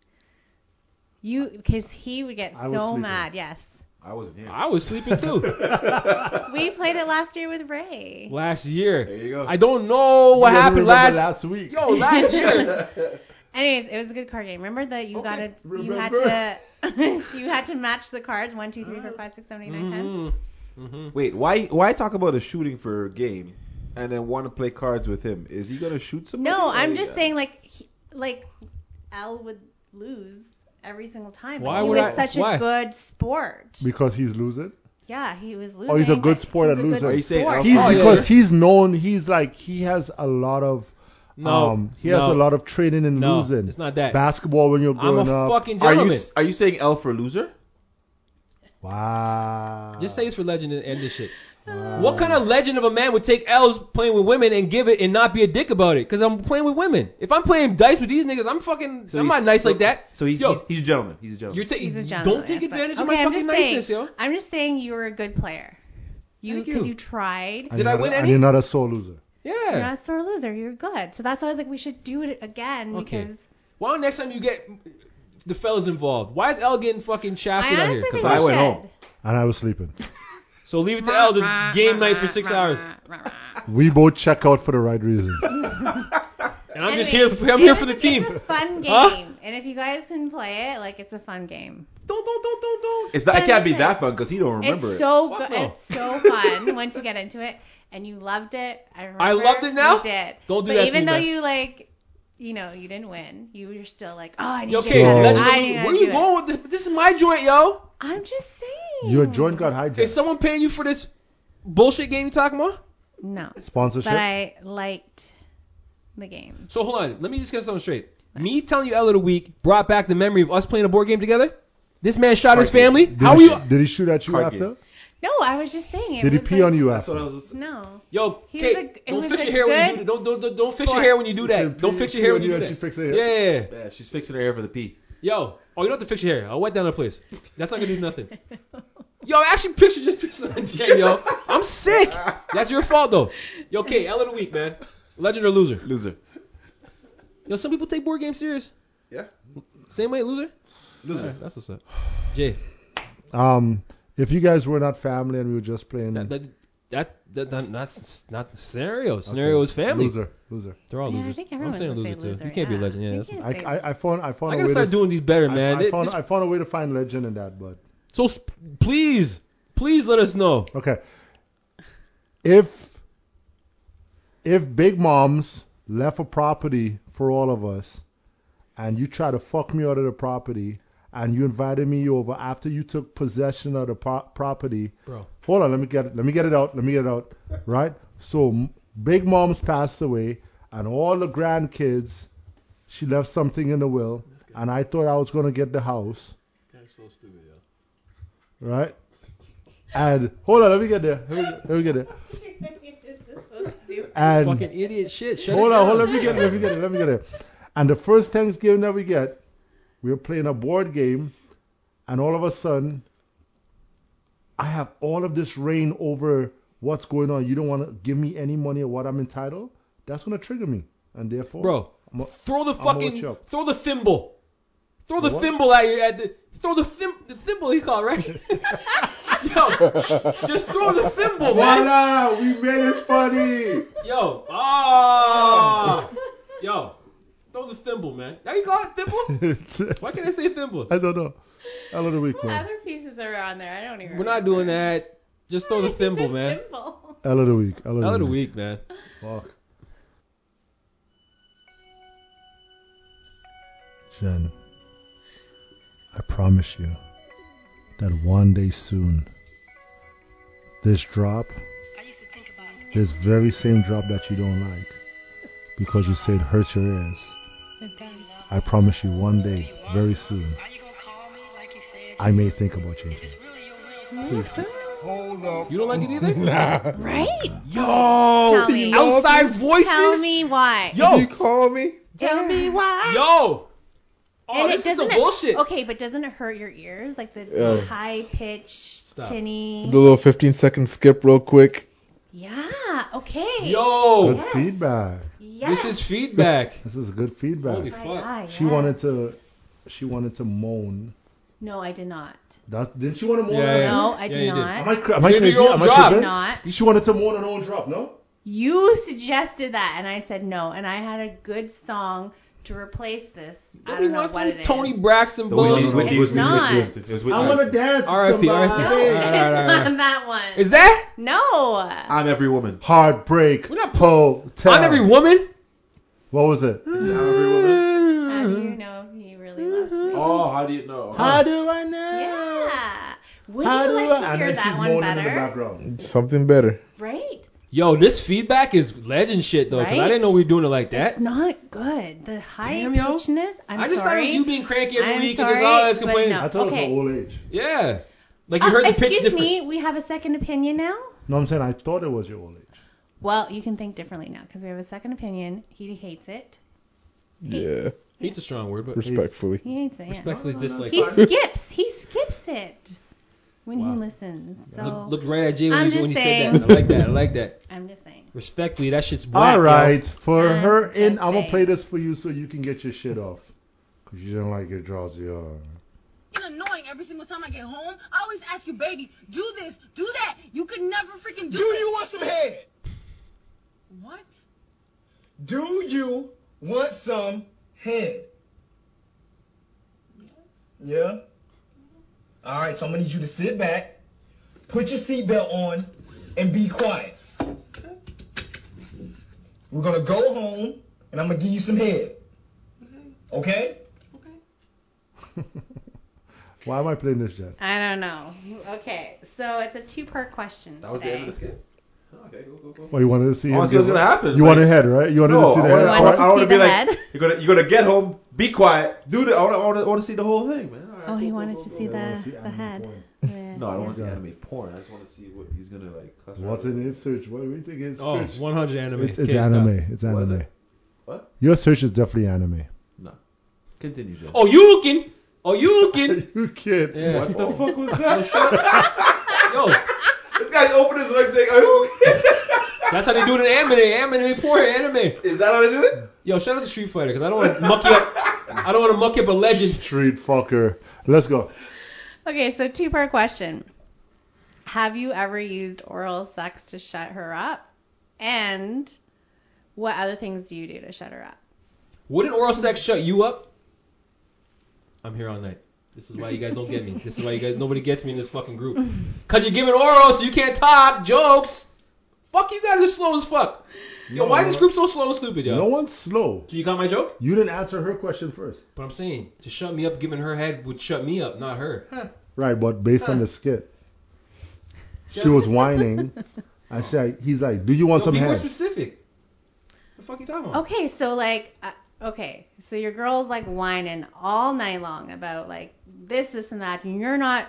S8: You, because he would get
S5: I was
S8: so
S5: sleeping.
S8: mad. Yes,
S6: I wasn't here.
S4: I was sleeping too
S8: we played it last year with Ray.
S4: last year.
S6: There you go.
S4: I don't know what
S5: You guys
S4: happened last.
S5: remember last week.
S4: Yo, last year.
S8: Anyways, it was a good card game. Remember that you
S4: Okay,
S8: got to, you had to, you had to match the cards one, two, three, four, five, six, seven, eight, nine, ten.
S5: Mm-hmm.
S4: Mhm. Mhm.
S6: Wait, why why talk about a shooting for a game and then want to play cards with him? Is he gonna shoot somebody?
S8: No, I'm
S6: Like,
S8: just
S6: uh,
S8: saying like he, like Al would lose every single time.
S4: Why
S8: Why he
S4: would
S8: was
S4: I-
S8: such
S4: why?
S8: a good sport.
S5: Because he's losing.
S8: Yeah, he was losing.
S5: Oh, he's a good
S8: but
S5: sport
S8: he's
S5: at
S8: a good
S5: losing.
S6: Are you saying
S8: sport.
S6: Al-
S5: He's
S4: Oh, yeah,
S5: because he's known. He's like he has a lot of.
S4: No,
S5: um, he
S4: no,
S5: has a lot of training in
S4: no,
S5: losing.
S4: It's not that.
S5: Basketball when you're
S4: I'm
S5: growing
S4: a
S5: up.
S4: fucking
S6: Are you
S4: gentleman.
S6: are you saying L for loser?
S5: Wow.
S4: Just say it's for legend and end this shit.
S8: Uh,
S5: Wow.
S4: What kind of legend of a man would take L's playing with women and give it and not be a dick about it? Because I'm playing with women. If I'm playing dice with these niggas, I'm fucking. I'm
S6: he's-
S4: not nice
S6: so-
S4: like that.
S6: So he's
S4: Yo.
S6: he's, he's a gentleman. He's a
S4: You're
S6: gentleman.
S4: taking.
S8: He's a
S4: Don't
S8: gentleman,
S4: take
S8: yes, but-
S4: advantage of
S8: okay,
S4: my
S8: I'm
S4: fucking
S8: just saying.
S4: niceness, yo.
S8: I'm just saying you were a good player. You
S4: Thank
S8: because
S4: you.
S8: you. tried.
S5: And
S4: Did I
S5: you're
S4: win
S5: not-
S4: any?
S5: And you're not a sore loser.
S8: You're
S4: Yeah.
S8: not a sore loser. You're good. So that's why I was like, we should do it again
S4: Okay.
S8: because
S4: Why don't next time you get the fellas involved? Why is L getting fucking
S8: I
S4: shafted out here?
S8: honestly think
S6: 'Cause I
S8: we
S6: went
S8: should.
S6: home.
S5: And I was sleeping.
S4: So leave it to L to game night for six hours.
S5: We both check out for the right reasons.
S4: And I'm just here.
S8: Anyway,
S4: For, I'm
S8: it
S4: here
S8: was
S4: for the
S8: a-
S4: team.
S8: It's a fun game,
S4: Huh?
S8: and if you guys can play it, like it's a fun game.
S4: Don't don't don't don't don't.
S6: It's that it
S8: But
S6: can't be
S8: listen,
S6: that fun because he don't remember
S8: it's
S6: it.
S8: so
S4: Fuck
S8: good.
S4: no.
S8: It's so fun once you get into it, and you loved it. I remember.
S4: loved it now?
S8: You did.
S4: Don't do
S8: but
S4: that to me,
S8: Even though
S4: man.
S8: you like, you know, you didn't win. You were still like, oh, I need to
S4: Okay,
S8: get better.
S4: legend. of
S5: Whoa.
S8: I
S4: the-
S8: need to
S4: Where are you
S8: do it.
S4: going with this? This is my joint, yo.
S8: I'm just saying.
S5: Your joint got
S4: Is
S5: hijacked.
S4: someone paying you for this bullshit game you talking about?
S8: No,
S5: Sponsorship.
S8: but I liked the game.
S4: So hold on, let me just get something straight. Me telling you L of the week brought back the memory of us playing a board game together. This man shot his
S6: Card game.
S4: family.
S5: did
S4: How are
S5: he,
S4: you?
S5: sh- Did he shoot at you
S6: Card
S5: after?
S6: game.
S8: No, I was just saying it.
S5: Did he
S8: was
S5: pee
S8: like-
S5: on you
S6: That's
S5: after?
S6: what I was.
S8: No.
S4: Yo,
S8: He
S4: Kate,
S8: was a- it
S4: don't
S8: was
S4: fix
S8: a
S4: your hair when you do
S8: good
S4: don't don't don't, don't fix your hair when you do that.
S5: She
S4: Don't
S5: pee-
S4: fix your
S5: pee
S4: hair
S5: on
S4: when you
S5: you
S4: do
S5: and
S4: that.
S5: she fixed her
S4: yeah,
S5: hair.
S4: yeah, yeah.
S6: Yeah, she's fixing her hair for the pee.
S4: Yo, oh, you don't have to fix your hair. I'll wet down the place. That's not gonna do nothing. Yo, actually, picture just picture that Jen, yo. I'm sick. That's your fault though. Yo, Kate, L of the week, man. Legend or loser?
S6: Loser.
S4: Yo, some people take board games serious.
S6: Yeah.
S4: Same way, loser.
S6: Loser.
S4: Alright, that's what's up. Jay,
S5: Um, if you guys were not family and we were just playing.
S4: that that that, that, that that's not the scenario. Scenario is family.
S5: Loser, loser.
S4: They're all
S8: Yeah, I
S4: losers.
S8: think
S4: I'm
S8: everyone's
S4: saying
S8: gonna say
S4: loser too.
S8: loser,
S4: You can't be
S8: yeah.
S4: legend. Yeah,
S8: You
S4: that's,
S8: can't-
S5: I, I, I found I found
S4: I
S5: a
S4: gotta
S5: way
S4: start
S5: to,
S4: doing these better, man.
S5: I, I,
S4: It-
S5: found,
S4: this-
S5: I found a way to find legend in that, but
S4: so sp- please, please let us know.
S5: okay. If if Big Mom's left a property for all of us, and you try to fuck me out of the property, and you invited me over after you took possession of the pro- property,
S4: Bro.
S5: Hold on, let me get it. Let me get it out. Let me get it out. Right. So m- Big Mom's passed away, and all the grandkids. She left something in the will, and I thought I was gonna get the house. Right. And hold on, let me get there. Let me, let me get there. And
S4: Fucking idiot shit. Shut
S5: hold
S4: it down.
S5: on, hold on, let me get it. Let me get it. Let me get it. And the first Thanksgiving that we get, we're playing a board game, and all of a sudden, I have all of this reign over what's going on. You don't want to give me any money or what I'm entitled. That's gonna trigger me, and therefore,
S4: Bro,
S5: I'm a-
S4: throw the
S5: gonna
S4: fucking
S5: watch out.
S4: throw the thimble. Throw the
S5: What?
S4: thimble at your at the throw the thim the thimble he called right. Yo, just throw the thimble, man.
S5: Voila! We made it funny.
S4: Yo, ah, yo, throw the thimble, man. Now you call it thimble? Why can't I say thimble?
S5: I don't know. I love the week,
S8: What
S5: man.
S8: other pieces that are on there. I don't even.
S4: We're not doing that. Just throw the thimble, man.
S8: Thimble.
S5: L of the week. L of the,
S4: Hell of the
S5: week.
S4: week, man.
S5: Fuck. Jen, I promise you that one day soon, this drop, this very same drop that you don't like, because you say it hurts your ears, I promise you one day, very soon, I may think about changing.
S9: Hold up.
S4: You don't like it either?
S9: Nah.
S8: Right?
S4: Yo,
S8: Tell me.
S4: outside voices.
S8: Oh, Tell me why.
S4: Yo,
S9: You call me?
S8: Tell me why.
S4: yo. Oh,
S8: and
S4: this
S8: it
S4: is some
S8: doesn't.
S4: bullshit.
S8: okay, but doesn't it hurt your ears? Like the
S9: Yeah.
S8: high pitched,
S4: Stop.
S8: tinny.
S9: The little 15 second skip real quick.
S8: Yeah. Okay.
S4: Yo,
S5: Good
S8: Yes.
S5: feedback.
S8: Yes.
S4: this is feedback.
S5: This is good feedback.
S4: Holy
S8: My
S4: fuck.
S8: God,
S5: She
S8: yeah.
S5: wanted to. She wanted to moan.
S8: No, I did not.
S5: That, didn't she want to moan?
S4: Yeah,
S5: on-
S4: yeah.
S8: No, I did
S4: you did.
S8: not.
S5: Am I, cra- am I
S4: Maybe
S5: crazy?
S4: your own
S5: Am
S4: job.
S5: I
S8: I'm
S5: tripping?
S8: not.
S5: She wanted to moan on her own drop. No.
S8: You suggested that, and I said no, and I had a good song to replace this. I
S4: Nobody
S8: don't know
S4: wants
S8: what
S4: some
S8: it is.
S4: Tony Braxton
S6: The Whitney-
S4: bullshit.
S5: no, no,
S6: Whitney
S8: it's
S6: Houston- Whitney
S8: not.
S6: Houston. It was Whitney
S5: I want to
S6: Houston.
S5: dance. to
S4: R.I.P., R.I.P.
S8: No,
S5: somebody.
S4: Alright, alright,
S8: it's
S4: alright.
S8: not that one.
S4: Is that?
S8: no.
S6: I'm every woman.
S5: Heartbreak.
S4: We're not-
S5: Hotel.
S4: I'm every woman.
S5: What was it?
S6: I'm every woman.
S8: How do you know he really loves me?
S6: Oh, how do you know?
S5: How do I know?
S8: Yeah. Would
S5: How
S8: you
S5: do
S8: like
S5: I?
S8: to
S5: And
S8: hear
S5: then
S8: that
S5: she's
S8: one
S5: moaning in the
S8: better?
S5: background.
S9: Something better.
S8: Right.
S4: Yo, this feedback is legend shit though, 'cause I
S8: Right?
S4: didn't know we were doing it like that.
S8: It's not good. The high
S4: Damn, yo.
S8: pitchness. I'm
S4: i just thought it
S8: sorry.
S4: was you being cranky every
S8: I'm
S4: week and
S8: sorry,
S4: just all that's
S8: but
S4: complaining.
S8: no.
S5: I thought
S8: Okay.
S5: it was her old age.
S4: Yeah. Like you heard
S8: Uh,
S4: the pitch
S8: excuse
S4: different.
S8: me. We have a second opinion now.
S5: No, I'm saying I thought it was your old age.
S8: Well, you can think differently now because we have a second opinion. He hates it.
S9: Yeah.
S4: Hate's a strong word, but
S9: Respectfully.
S8: He hates it. yeah.
S4: respectfully dislike.
S8: He skips. He skips it when
S4: Wow.
S8: he listens. So
S4: Look- Looked right at Jay when,
S8: I'm
S4: you, when you
S8: just
S4: said that. I
S8: saying.
S4: like that. I like that.
S8: I'm just saying.
S4: Respectfully, that shit's whack.
S5: All right, for
S8: I'm
S5: her in,
S8: Uh, just
S5: I'm gonna
S8: saying.
S5: play this for you so you can get your shit off, cause you didn't like your drowsy. Uh,
S10: fucking annoying every single time I get home. I always ask you, baby, do this, do that. You could never freaking do,
S11: Do you want some head?
S10: What?
S11: Do you want some head? Yeah? Alright, so I'm gonna need you to sit back, put your seatbelt on, and be quiet. We're gonna go home, and I'm gonna give you some head.
S7: Mm-hmm.
S11: Okay?
S5: why am I playing this, Jen?
S8: I don't know. Okay, so it's a two-part question.
S6: That was the
S8: today.
S6: end of this game. Okay, go, go, go.
S5: Well, Oh, you wanted to see.
S6: Oh, I
S5: him
S6: want to see what's
S5: give-
S6: gonna happen.
S5: You
S6: like,
S5: wanted head, right? You wanted
S6: No,
S9: Oh,
S5: to see the
S6: I
S5: head.
S6: wanna,
S8: I
S6: I
S8: wanna
S6: wanna, I wanna
S8: see
S6: be
S8: the
S6: like,
S8: head.
S6: you're gonna, you're gonna get home, be quiet, do the. I wanna, I wanna, I wanna see the whole thing, man. All right,
S8: Oh,
S6: go,
S8: he
S6: go,
S8: wanted
S6: go,
S8: to
S6: go,
S8: see
S6: go.
S8: the
S5: see
S8: the
S5: anime
S8: head.
S5: porn.
S8: with-
S6: No, I don't want to see
S5: Yeah.
S6: anime porn. I just want to see what he's gonna like. cuss
S5: What's
S6: around.
S5: in his search? What do you think his
S4: Oh,
S5: search?
S4: 100 anime.
S5: It's, it's
S4: Okay, stop.
S5: anime. It's
S6: What is
S5: anime.
S6: it? What?
S5: Your search is definitely anime.
S6: Continue, Joe.
S4: Oh, you looking? Oh, you looking?
S5: you kid.
S4: Yeah.
S6: What the fuck was that?
S4: Yo,
S6: this guy's opening his legs saying, oh,
S4: that's how they do it in anime. Anime porn, anime.
S6: Is that how they do it?
S4: Yo, shout out to Street Fighter because I don't want to muck you up. I don't want to muck you up a legend.
S5: Street fucker. Let's go.
S8: Okay, so two-part question. Have you ever used oral sex to shut her up? And what other things do you do to shut her up?
S4: Wouldn't oral sex shut you up? I'm here all night. This is why you guys don't get me. This is why you guys nobody gets me in this fucking group. Cause you're giving oral, so you can't talk jokes. Fuck you guys are slow as fuck. Yo, why is this group so slow and stupid, yo?
S5: No one's slow.
S4: So you got my joke?
S5: You didn't answer her question first.
S4: But I'm saying to shut me up, giving her head would shut me up, not her. Huh.
S5: Right, but based on
S4: Huh.
S5: the skit, she was whining. And she, like- he's like, "Do you want
S4: Yo,
S5: some
S4: be more
S5: head?"
S4: specific. The fuck you talking about?
S8: Okay, so like, uh, okay, so your girl's like whining all night long about like this, this, and that, and you're not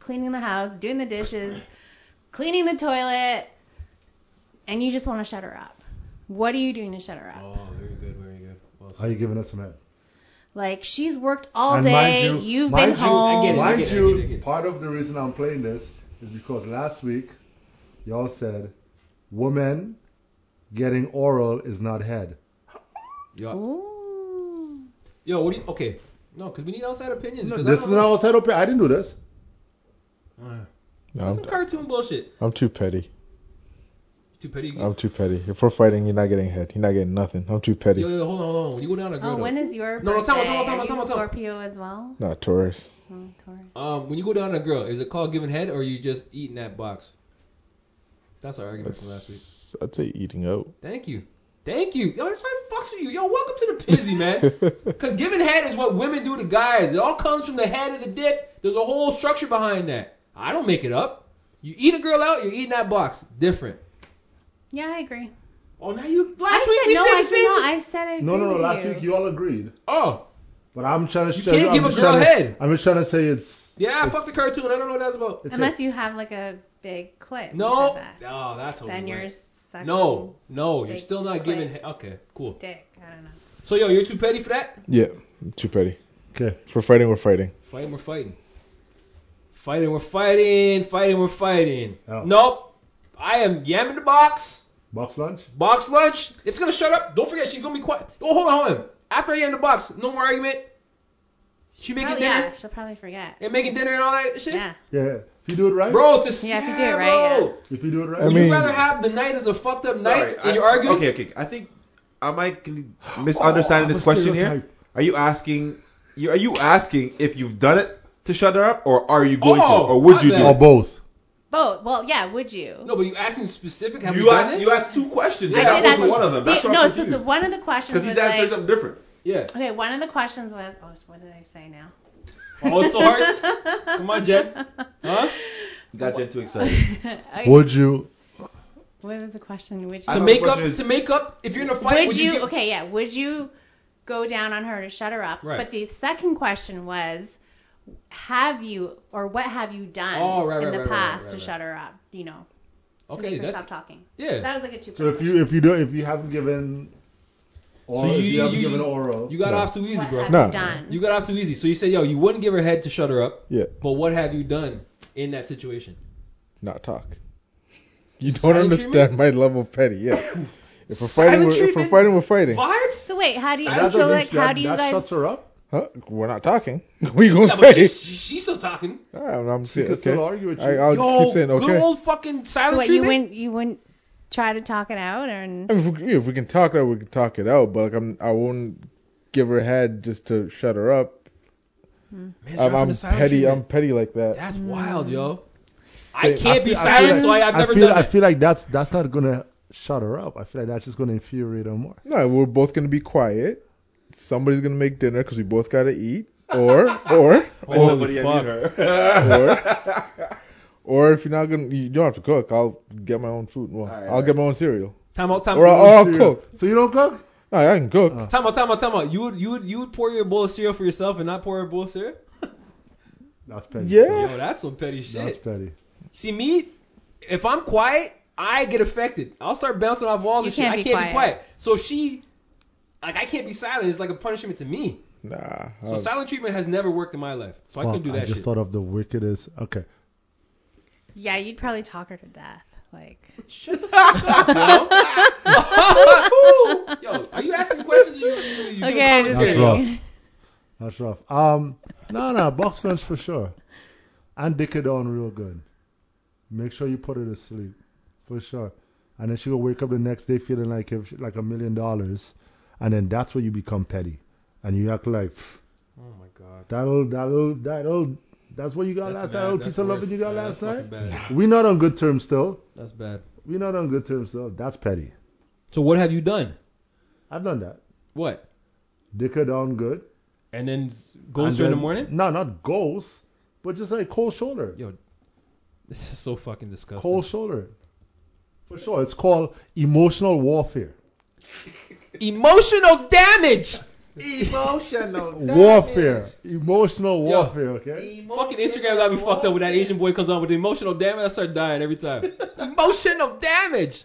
S8: cleaning the house, doing the dishes, cleaning the toilet, and you just want to shut her up. What are you doing to shut her up?
S4: Oh, very good, very good. Well
S5: Are you giving us some head?
S8: Like she's worked all
S5: And
S8: day,
S5: mind
S8: you, have
S5: mind
S8: been home.
S4: I get it, I
S5: Mind
S4: get it, I
S5: you,
S4: get it, I get it.
S5: part of the reason I'm playing this is because last week y'all said women getting oral is not head.
S4: yo,
S8: Ooh.
S4: yo, what do you? Okay, no, cause we need outside opinions.
S5: No,
S4: 'cause I
S5: this
S4: don't
S5: is an
S4: know-
S5: outside open. I didn't do this.
S4: Uh,
S9: No,
S4: some
S9: I'm,
S4: cartoon bullshit.
S9: I'm too petty.
S4: Too petty.
S9: I'm too petty. If we're fighting, you're not getting head. You're not getting nothing. I'm too petty.
S4: Yo, yo, hold on, hold on. When you go down to
S8: Oh,
S4: Grotto.
S8: when is your
S4: No, no,
S8: birthday?
S4: tell me, tell me, tell me,
S8: Are you
S4: tell me, tell me.
S8: Scorpio as well?
S9: Not Taurus.
S8: Oh, Taurus.
S4: Um, when you go down on a girl, is it called giving head or you just eating that box? That's our argument from last week.
S9: I'd say eating out.
S4: Thank you. Thank you. Yo, this man fucks with you. Yo, welcome to the Pizzy, man. Because giving head is what women do to guys. It all comes from the head of the dick. There's a whole structure behind that. I don't make it up. You eat a girl out, you're eating that box. Different.
S8: Yeah, I agree.
S4: Oh, now you.
S8: I
S4: Last
S8: said
S4: week we
S8: no,
S4: said
S8: I
S4: the same.
S8: cannot. I said I agree
S5: No, no, no.
S8: with
S5: Last
S8: you.
S5: week you all agreed.
S4: Oh,
S5: But I'm trying to.
S4: You can't
S5: I'm
S4: give a
S5: just
S4: girl
S5: trying to-
S4: head.
S5: I'm just trying to say it's.
S4: yeah,
S5: it's,
S4: fuck the cartoon. I don't know what that's about.
S5: it's
S8: Unless you have like a big clit. you
S4: No.
S8: said that.
S4: No, that's a
S8: Then
S4: word.
S8: you're sucking
S4: No, no, you're
S8: Big
S4: still not
S8: clit.
S4: giving. Head. Okay, cool.
S8: dick. I don't know.
S4: So yo, you're too petty for that.
S9: Yeah, too petty.
S5: 'Kay.
S9: If we're fighting, we're fighting.
S4: Fighting, we're fighting. Fighting, we're fighting. Fighting, we're fighting.
S5: Oh.
S4: Nope. I am yamming the box.
S5: box lunch.
S4: Box lunch. It's gonna shut up. Don't forget, she's gonna be quiet. Oh, hold on, hold on. After I yam the box, no more argument. She making
S8: Probably,
S4: dinner
S8: Oh, yeah, she'll probably forget.
S4: and making dinner and all that shit.
S8: Yeah.
S5: Yeah, if you do it right.
S4: Bro, to
S8: Yeah, if you do it
S4: yeah,
S8: right,
S4: bro.
S8: yeah.
S5: If you do it right.
S9: I
S4: Would
S9: mean-
S4: you rather have the night as a fucked up
S6: Sorry,
S4: night
S6: I-
S4: and you're arguing?
S6: Okay, okay. I think I might con-
S5: Oh,
S6: misunderstanding
S5: I'm
S6: this
S5: a
S6: question here.
S5: stereotype.
S6: Are you asking? You, are you asking if you've done it to shut her up, or are you going to,
S4: Oh,
S6: or would
S4: my
S6: you do
S4: bad.
S5: or
S6: it?
S5: both.
S8: Both. Well, yeah. Would you?
S4: No, but you asking specific. Have
S6: You
S4: done
S6: asked,
S4: it?
S6: you asked two questions,
S8: I
S6: and that
S8: did
S6: was
S8: actually-
S6: one of them. That's
S8: the-
S6: what
S8: no,
S6: I'm
S8: so the,
S6: confused.
S8: one of the questions
S6: Because
S8: was
S6: he's answering
S8: like,
S6: something different.
S4: yeah.
S8: okay, one of the questions was, oh, what did I say now?
S4: Oh, it's so hard. Come on, Jen. Huh?
S6: Got Jen too excited.
S8: Okay,
S5: Would you?
S8: What was the question? Would
S4: To
S6: I don't
S8: you?
S6: know.
S4: make up,
S6: question is-
S4: to make up. If you're in a fight,
S8: Would
S4: would you?
S8: you?
S4: give-
S8: Okay, yeah. Would you go down on her to shut her up?
S4: Right.
S8: But the second question was, have you or what have you done
S4: Oh, right,
S8: in
S4: right, right,
S8: the
S4: right,
S8: past
S4: right,
S8: to
S4: right.
S8: shut her up? You know, to
S4: Okay,
S8: make her
S4: that's-
S8: stop talking.
S4: Yeah.
S8: That was like a two.
S5: So if you if you do if you haven't given, or
S4: So
S5: if
S4: you-
S5: you haven't
S4: you-
S5: given oral,
S4: You got
S9: No.
S4: off too easy,
S8: what
S4: bro.
S8: have
S9: No.
S8: you done?
S4: You got off too easy. So you said, yo, you wouldn't give her head to shut her up.
S9: Yeah,
S4: But what have you done in that situation?
S9: not talk. You don't
S4: Silent
S9: understand my level of petty. Yeah. If we're
S4: Silent
S9: fighting, we're, if we're
S4: treatment?
S9: fighting, we're fighting.
S4: Vibes?
S8: so wait, how do
S5: That
S8: you?
S5: doesn't
S8: So
S5: mean
S8: like,
S5: that-
S8: how do you
S5: that shuts
S8: guys?
S5: her up.
S9: Huh? We're not talking. What you gonna
S4: Yeah, but
S9: say?
S4: she, she, she's still talking.
S9: I'm, I'm
S5: She
S9: saying,
S5: could still
S9: okay.
S5: argue with you.
S9: I, I'll
S4: Yo,
S9: just keep saying
S4: good
S9: okay.
S4: old fucking
S8: So
S4: silent
S8: what you
S4: treatment.
S8: wouldn't you wouldn't try to talk it out and
S9: I mean, if we, if we can talk it out, we can talk it out. But like, I'm, I won't give her head just to shut her up.
S4: Man, drop
S9: I'm,
S4: her
S9: I'm
S4: to silent
S9: petty.
S4: treatment.
S9: I'm petty like that.
S4: That's wild, yo. I
S9: Say-
S4: can't be
S5: feel-
S4: silent,
S5: feel
S4: so I- I've never
S5: feel,
S4: done
S5: I
S4: it.
S5: feel like that's that's not gonna shut her up. I feel like that's just gonna infuriate her more.
S9: No, we're both gonna be quiet. Somebody's gonna make dinner because we both gotta eat. Or, or,
S6: When
S4: Holy
S6: somebody
S4: fuck.
S6: had her.
S9: or, or if you're not gonna, you don't have to cook. I'll get my own food. Well,
S6: Alright,
S9: I'll
S6: alright.
S9: get my own cereal.
S4: Time out, time
S9: Or I'll,
S4: out.
S9: or I'll
S5: Cereal.
S9: cook.
S5: So you don't cook?
S9: No, I can cook.
S5: Oh.
S4: Time out, time out, time out. You would, you would, you would pour your bowl of cereal for yourself and not pour a bowl of cereal?
S5: That's petty.
S9: Yeah.
S4: Yo, that's some petty shit.
S5: That's petty.
S4: See me, if I'm quiet, I get affected. I'll start bouncing off walls
S8: You
S4: and shit.
S8: can't
S4: I
S8: be
S4: can't be
S8: quiet.
S4: quiet. So if she, like, I can't be silent. It's like a punishment to me.
S9: Nah.
S4: So
S9: I'll-
S4: silent treatment has never worked in my life. So I couldn't
S5: Fuck,
S4: do
S5: Oh. I
S4: that
S5: just
S4: shit.
S5: thought of the wickedest. Okay.
S8: yeah, you'd probably talk her to death. Like
S4: Shut the fuck up, yo. yo, are you asking questions? Or you, you, you doing
S8: okay, I'm just
S5: That's
S4: commentary?
S5: wrong.
S8: kidding.
S5: That's rough. Um, no, no, box lunch for sure. And dick it on real good. Make sure you put her to sleep, for sure. And then she will wake up the next day feeling like if like a million dollars, and then that's where you become petty, and you act like pff,
S4: Oh my god.
S5: that'll that'll that'll that's what you got
S4: That's
S5: last
S4: bad.
S5: that old
S4: That's
S5: piece of
S4: worse.
S5: loving you got
S4: Yeah,
S5: last
S4: that's
S5: night.
S4: fucking Bad.
S5: We're not on good terms still.
S4: That's bad.
S5: We're not on good terms still. That's petty.
S4: So what have you done?
S5: I've done that.
S4: What?
S5: Dick her down good.
S4: And then s- goes
S5: and
S4: during the
S5: then-
S4: morning?
S5: No, not ghosts, but just like cold shoulder.
S4: Yo, this is so fucking disgusting.
S5: Cold shoulder. For sure. It's called emotional warfare.
S4: Emotional damage.
S6: Emotional.
S5: Warfare. Emotional warfare, okay?
S4: Fucking Instagram got me fucked up when that Asian boy comes on with the emotional damage. I start dying every time. emotional damage.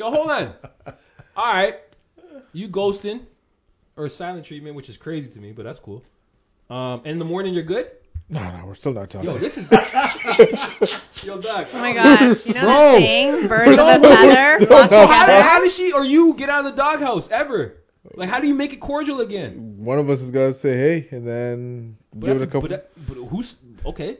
S4: Yo, hold on. All right, you ghosting or silent treatment, which is crazy to me, but that's cool. Um, in the morning you're good.
S9: Nah, nah, we're still not talking.
S4: Yo, this is. Yo, doc.
S8: Oh my gosh, you know that thing? Birds of a
S9: Bro.
S8: feather
S9: Bro,
S8: flock
S9: no.
S4: How,
S8: together.
S4: how does she or you get out of the doghouse ever? Like, how do you make it cordial again?
S9: One of us is gonna say hey, and then
S4: But
S9: give it a
S4: that's-
S9: couple.
S4: But, that- but who's okay?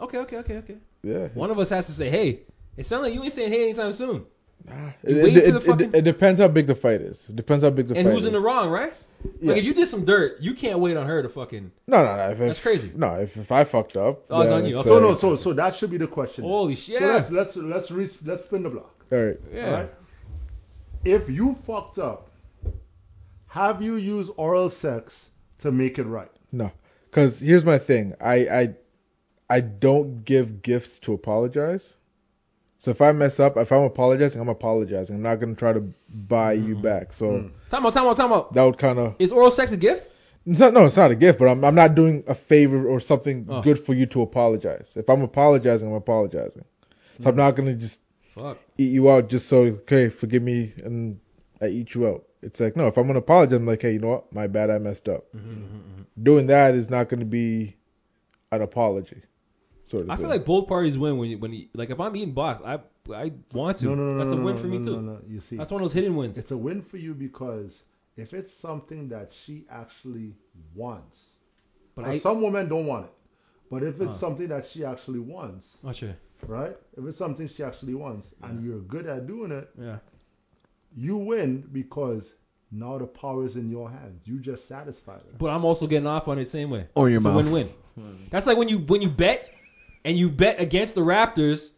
S4: Okay, okay, okay, okay.
S9: yeah.
S4: One of us has to say, "Hey." It sounds like you ain't saying "Hey" anytime soon.
S9: Nah. It,
S4: You wait
S9: it-
S4: for
S9: it-
S4: the
S9: it-
S4: fucking-
S9: it depends how big the fight is. It depends how big the
S4: And
S9: fight
S4: who's
S9: is.
S4: in the wrong, right? Like
S9: Yeah.
S4: if you did some dirt, you can't wait on her to fucking.
S9: No, no, no. If,
S4: That's
S9: if-
S4: crazy.
S9: No, if, if I fucked up.
S4: Oh, it's
S9: then
S4: on you,
S9: it's,
S4: okay.
S9: uh,
S5: So no, so so that should be the question.
S4: Holy shit!
S5: So let's let's let's re- let's spin the block.
S9: All right.
S4: yeah.
S5: All right. If you fucked up, have you used oral sex to make it right?
S9: No, because here's my thing. I, I I don't give gifts to apologize. So if I mess up, if I'm apologizing, I'm apologizing. I'm not gonna try to buy you
S4: Mm-hmm.
S9: back. So
S4: Time out, time out, time out.
S9: that would kind of
S4: Is oral sex a gift?
S9: it's not, no, it's not a gift, but I'm I'm not doing a favor or something
S4: Oh.
S9: good for you to apologize. If I'm apologizing, I'm apologizing. So
S4: Mm-hmm.
S9: I'm not gonna just
S4: Fuck.
S9: eat you out just so okay, forgive me and I eat you out. It's like no, if I'm gonna apologize, I'm like, hey, you know what? My bad, I messed up.
S4: Mm-hmm,
S9: Doing that is not gonna be an apology. Sort of
S4: I
S9: thing.
S4: feel like both parties win when you, when you, like if I'm eating box, I I want to.
S5: No, no, no,
S4: That's
S5: no,
S4: a
S5: no,
S4: win
S5: no,
S4: for me
S5: no,
S4: too.
S5: No, no, You see,
S4: That's one of those hidden wins.
S5: it's a win for you because if it's something that she actually wants,
S4: But
S5: Now,
S4: I. Uh.
S5: some women don't want it. But if it's
S4: Huh.
S5: something that she actually wants,
S4: Oh, sure.
S5: right? If it's something she actually wants and you're good at doing it,
S4: Yeah.
S5: you win because now the power is in your hands. You just satisfied her.
S4: But I'm also getting off on it same way.
S6: Or your
S4: It's a
S6: mouth.
S4: win-win. That's like when you when you bet and you bet against the Raptors,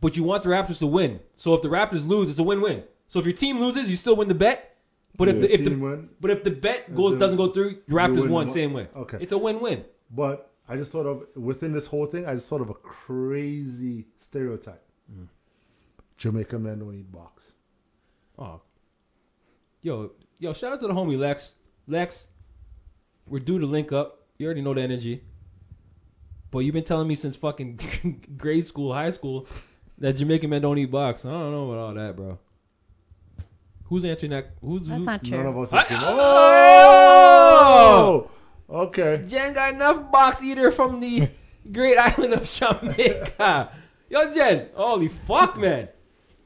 S4: but you want the Raptors to win. So if the Raptors lose, it's a win-win. So if your team loses, you still win the bet. But if
S5: Yeah,
S4: the if the
S5: team win.
S4: but if the bet goes
S5: the-
S4: doesn't go through, the
S5: you
S4: Raptors
S5: win.
S4: won same way.
S5: Okay.
S4: It's a win-win.
S5: But I just thought of within this whole thing, I just thought of a crazy stereotype. Jamaican men don't eat box.
S4: Oh. Yo, yo, shout out to the homie Lex. Lex, we're due to link up. You already know the energy. But you've been telling me since fucking grade school, high school, that Jamaican men don't eat box. I don't know about all that, bro. Who's answering that? Who's
S8: That's
S4: who?
S8: not true.
S5: None of us.
S4: I-
S5: is-
S4: Oh!
S5: Oh, okay.
S4: Jen got enough box eater from the great island of Jamaica. Yo, Jen, holy fuck, man.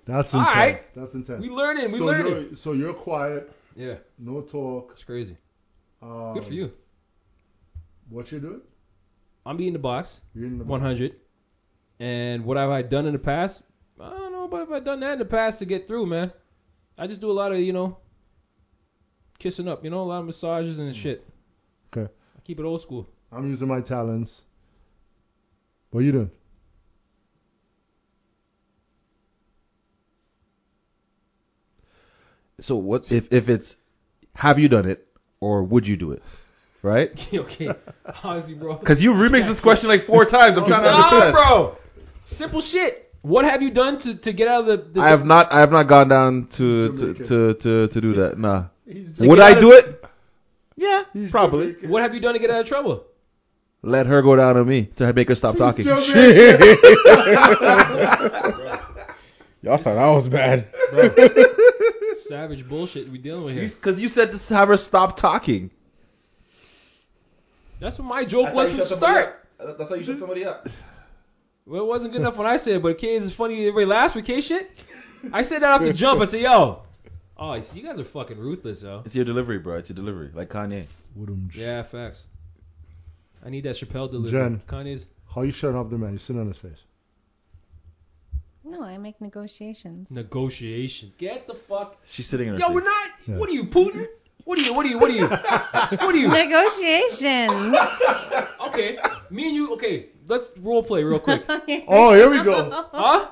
S5: That's
S4: All
S5: intense.
S4: right.
S5: That's intense.
S4: We learning, we
S5: so
S4: learning.
S5: You're, so you're quiet,
S4: Yeah,
S5: no talk.
S4: it's crazy.
S5: Um,
S4: Good for you.
S5: What you doing?
S4: I'm eating the box.
S5: You're in the
S4: 100. And what have I done in the past? I don't know, but if I done that in the past to get through, man, I just do a lot of you know, kissing up, you know, a lot of massages
S6: Mm.
S4: and shit.
S5: Okay.
S4: I keep it old school.
S5: I'm using my talents. What you doing?
S6: So what if if it's have you done it or would you do it? Right?
S4: okay, honestly, bro.
S6: Because you remixed this question like four times. I'm trying to
S4: Nah,
S6: understand.
S4: bro. Simple shit. What have you done to, to get out of the? the
S6: I have not. I have not gone down to to
S5: Jamaican.
S6: to to, to do that. Nah.
S5: He's
S6: Would
S4: get out
S6: I
S4: of-
S6: do it? Yeah,
S5: He's
S6: probably.
S5: Jamaican.
S4: What have you done to get out of trouble?
S6: Let her go down on me to make her stop
S8: Hmm.
S6: talking.
S5: Jamaican.
S9: Y'all thought I was bad.
S4: Savage bullshit we dealing with here.
S6: Because you said to have her stop talking.
S4: That's what my joke was from the start.
S6: That's how you
S8: Hmm?
S6: shut somebody up.
S4: Well, it wasn't good enough when I said it, but kids, it's funny. Everybody laughs for K shit. I said that off the jump. I said, yo. Oh, I see. You guys are fucking ruthless, yo.
S6: It's your delivery, bro. It's your delivery, like Kanye.
S5: Wooden.
S4: Yeah, facts. I need that Chappelle delivery.
S5: Jen.
S4: Kanye's.
S5: How you shutting up the man? You sitting on his face.
S8: No, I make negotiations.
S4: Negotiation. Get the fuck.
S6: She's sitting in her
S4: Yo,
S6: face.
S4: we're not.
S5: Yeah.
S4: What are you, Putin? What are you? What are you? What are you? What are you?
S8: Negotiations.
S4: Okay. Me and you. Okay. Let's role play real quick.
S5: Oh, here we go.
S4: Huh?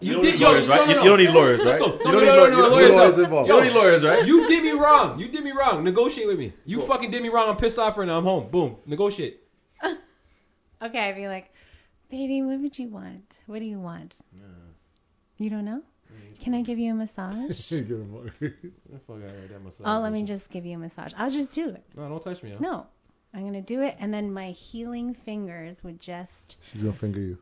S6: You,
S4: did- yo, no, no, no.
S6: need lawyers,
S4: Let's go. No,
S6: You don't
S4: no, no, no,
S6: need lawyers. You don't-
S4: lawyers
S6: you don't-
S4: up.
S5: involved.
S6: You don't need lawyers, right?
S4: You did me wrong. You did me wrong. Negotiate with me. You fucking did me wrong. I'm pissed off right now. I'm home. Boom. Negotiate.
S8: Okay, I'd be like, baby, what would you want? What do you want? You don't know?
S6: Mm-hmm.
S8: Can I give you a massage? oh, let me just give you a massage. I'll just do it.
S4: No, don't touch me. yo.
S8: No, I'm gonna do it, and then my healing fingers would just
S5: She's gonna finger you.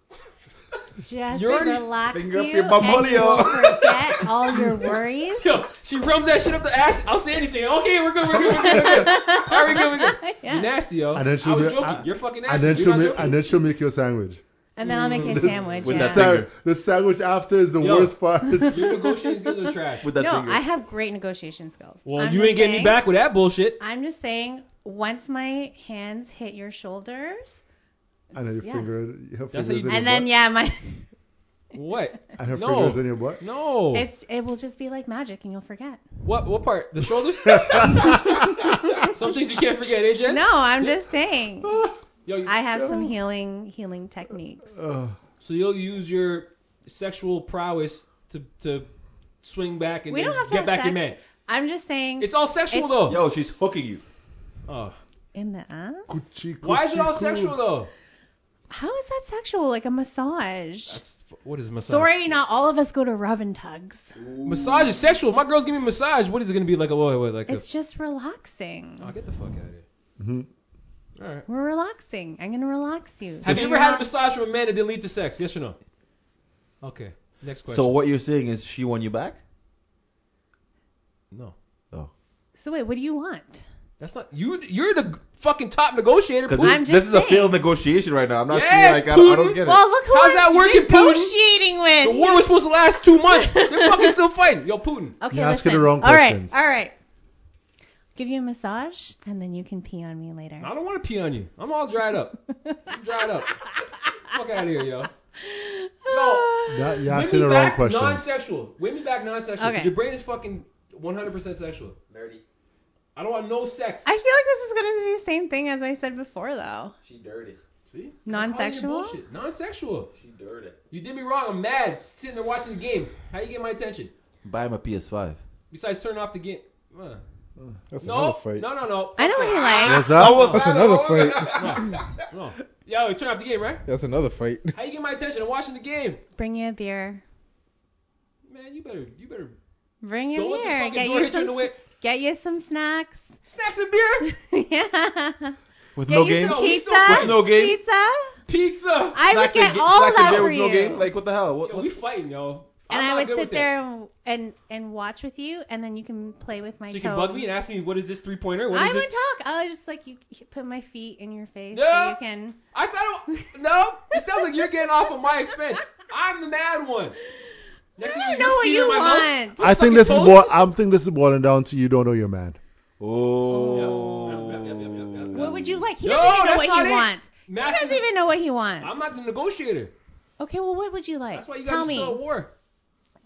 S8: just
S4: You already
S8: relax
S6: finger up
S8: you,
S6: your
S8: and you will
S6: bumbolio.
S8: forget all your worries.
S4: Yo, she rubs that shit up the ass. I'll say anything. Okay, we're good, we're good, we're good, we're good. All right, we're good, we're good.
S8: Yeah.
S4: You nasty, yo.
S5: And then
S4: I
S5: she'll
S4: was
S5: be-
S4: joking.
S5: I-
S4: You're fucking nasty.
S5: And then
S4: You're
S5: she'll
S4: not
S5: make,
S4: joking.
S5: and then she'll make your sandwich.
S8: And then I'll make a sandwich.
S6: With
S8: yeah.
S6: that finger.
S5: Sa- the sandwich after is the
S4: Yo.
S5: worst part.
S4: Your negotiating skills are trash.
S6: With that
S8: no,
S6: finger.
S8: I have great negotiation skills.
S4: Well,
S8: I'm
S4: you
S8: just
S4: ain't getting me
S8: saying-
S4: back with that bullshit.
S8: I'm just saying, once my hands hit your shoulders,
S5: and then you
S8: Yeah.
S5: finger it. Her
S4: That's
S5: fingers
S4: how you-
S5: in
S8: and
S5: her
S8: then yeah, my
S4: What?
S5: And her
S4: no.
S5: fingers in your butt?
S4: No.
S8: It's it will just be like magic and you'll forget.
S4: What what part? The shoulders? Some things you can't forget, eh, Jen?
S8: No, I'm just saying.
S4: Yo, you-
S8: I have some healing healing techniques.
S4: Uh, So you'll use your sexual prowess to to swing back and
S8: We
S4: then
S8: don't have to
S4: get
S8: have
S4: back your
S8: sex.
S4: man.
S8: I'm just saying
S4: It's all sexual
S8: It's-
S4: though.
S6: Yo, she's hooking you.
S4: Oh.
S8: in the ass.
S4: Why is it all sexual though?
S8: How is that sexual? Like a massage.
S4: That's what is massage?
S8: Sorry, not all of us go to rub and tugs.
S4: Massage is sexual. My girls give me a massage. What is it gonna be like? A what? what like a,
S8: It's just relaxing.
S4: oh, get the fuck out of here.
S5: hmm
S4: All right.
S8: We're relaxing. I'm gonna relax you.
S4: Have you
S8: So
S4: ever had a
S8: you're
S4: massage from a man that didn't lead to sex? Yes or no? Okay. Next question.
S6: So what you're saying is she won you back?
S4: no,
S8: not- So wait, what do you want?
S4: that's not you. You're the fucking top negotiator.
S6: Because
S4: Putin.
S8: I'm
S6: this,
S8: just
S6: this is a
S8: saying.
S6: failed negotiation right now. I'm not
S4: Yes,
S6: seeing like I don't, I don't
S4: Putin.
S6: get it.
S8: Well, look who
S4: How's
S8: I'm
S4: that working, Putin?
S8: negotiating
S4: the
S8: with.
S4: war was supposed to last two months. They're fucking still fighting. Yo, Putin.
S8: Okay,
S5: You're
S8: listen.
S5: asking the wrong
S8: all right,
S5: questions.
S8: all right. Give you a massage, and then you can pee on me later.
S4: I don't want to pee on you. I'm all dried up. I'm dried up. Fuck out of here, yo. Yo,
S5: That, you're
S4: Win
S5: asking
S4: me
S5: the wrong
S4: back
S5: question.
S4: Non-sexual. Win me back non-sexual. 'cause
S8: Okay.
S4: Your brain is fucking 100% sexual.
S6: Dirty.
S4: I don't want no sex.
S8: I feel like this is gonna be the same thing as I said before, though.
S6: She dirty.
S4: See?
S8: Non-sexual?
S4: Calling your bullshit. Non-sexual.
S6: She dirty.
S4: You did me wrong. I'm mad. Sitting there watching the game. How you get my attention?
S6: Buy him a PS5.
S4: Besides turning off the game. Uh,
S9: That's
S4: no,
S9: another
S4: no,
S9: fight.
S4: no, no. Ah.
S8: I know what he likes.
S5: What's up?
S9: That's another fight.
S4: No. Yo, turn off the game, right?
S9: That's another fight.
S4: How you get my attention? I'm watching the game.
S8: Bring you a beer.
S4: Man, you better, you better.
S8: Bring you
S4: Don't
S8: a
S4: let the
S8: beer.
S4: fucking
S8: Get
S4: door
S8: you
S4: hit you in the
S8: some.
S4: way.
S8: Get you some snacks.
S4: Snacks and beer.
S8: yeah.
S6: With
S8: Get
S6: no
S8: you
S6: game.
S8: some
S4: No, we
S8: pizza.
S4: still fighting.
S6: No game.
S8: Pizza.
S4: Pizza.
S8: I would
S6: Snacks
S8: get
S6: and ga-
S8: all
S6: snacks and
S8: that
S6: beer
S8: for
S6: with
S8: you.
S6: no game? Like what the hell? What,
S4: Yo, we
S6: what's-
S4: fighting, yo.
S8: and
S4: I'm
S8: I
S4: not
S8: would
S4: good
S8: sit
S4: with that.
S8: there and, and and watch with you, and then you can play with my
S4: So you
S8: toes.
S4: can bug me and ask me what is this three pointer? What is
S8: I
S4: this?
S8: would talk. I would just like you you put my feet in your face so
S4: Yeah.
S8: you can.
S4: I thought it, no. It sounds like you're getting off on my expense. I'm the mad one. Next thing
S8: I
S4: you
S8: don't know what
S4: feet in
S8: you
S4: my mouth.
S8: want.
S5: I think
S4: Fucking
S5: this is
S4: toes?
S5: more. I'm think this is boiling down to you don't know your man.
S6: Oh.
S4: Yep, yep, yep, yep, yep, yep.
S8: What would you like? He
S4: No,
S8: doesn't even know
S4: that's
S8: what
S4: not
S8: he
S4: it.
S8: wants. He
S4: Master-
S8: doesn't even know what he wants.
S4: I'm not the negotiator.
S8: Okay, well, what would you like?
S4: That's why you guys
S8: Tell
S4: are
S8: me.
S4: still at war.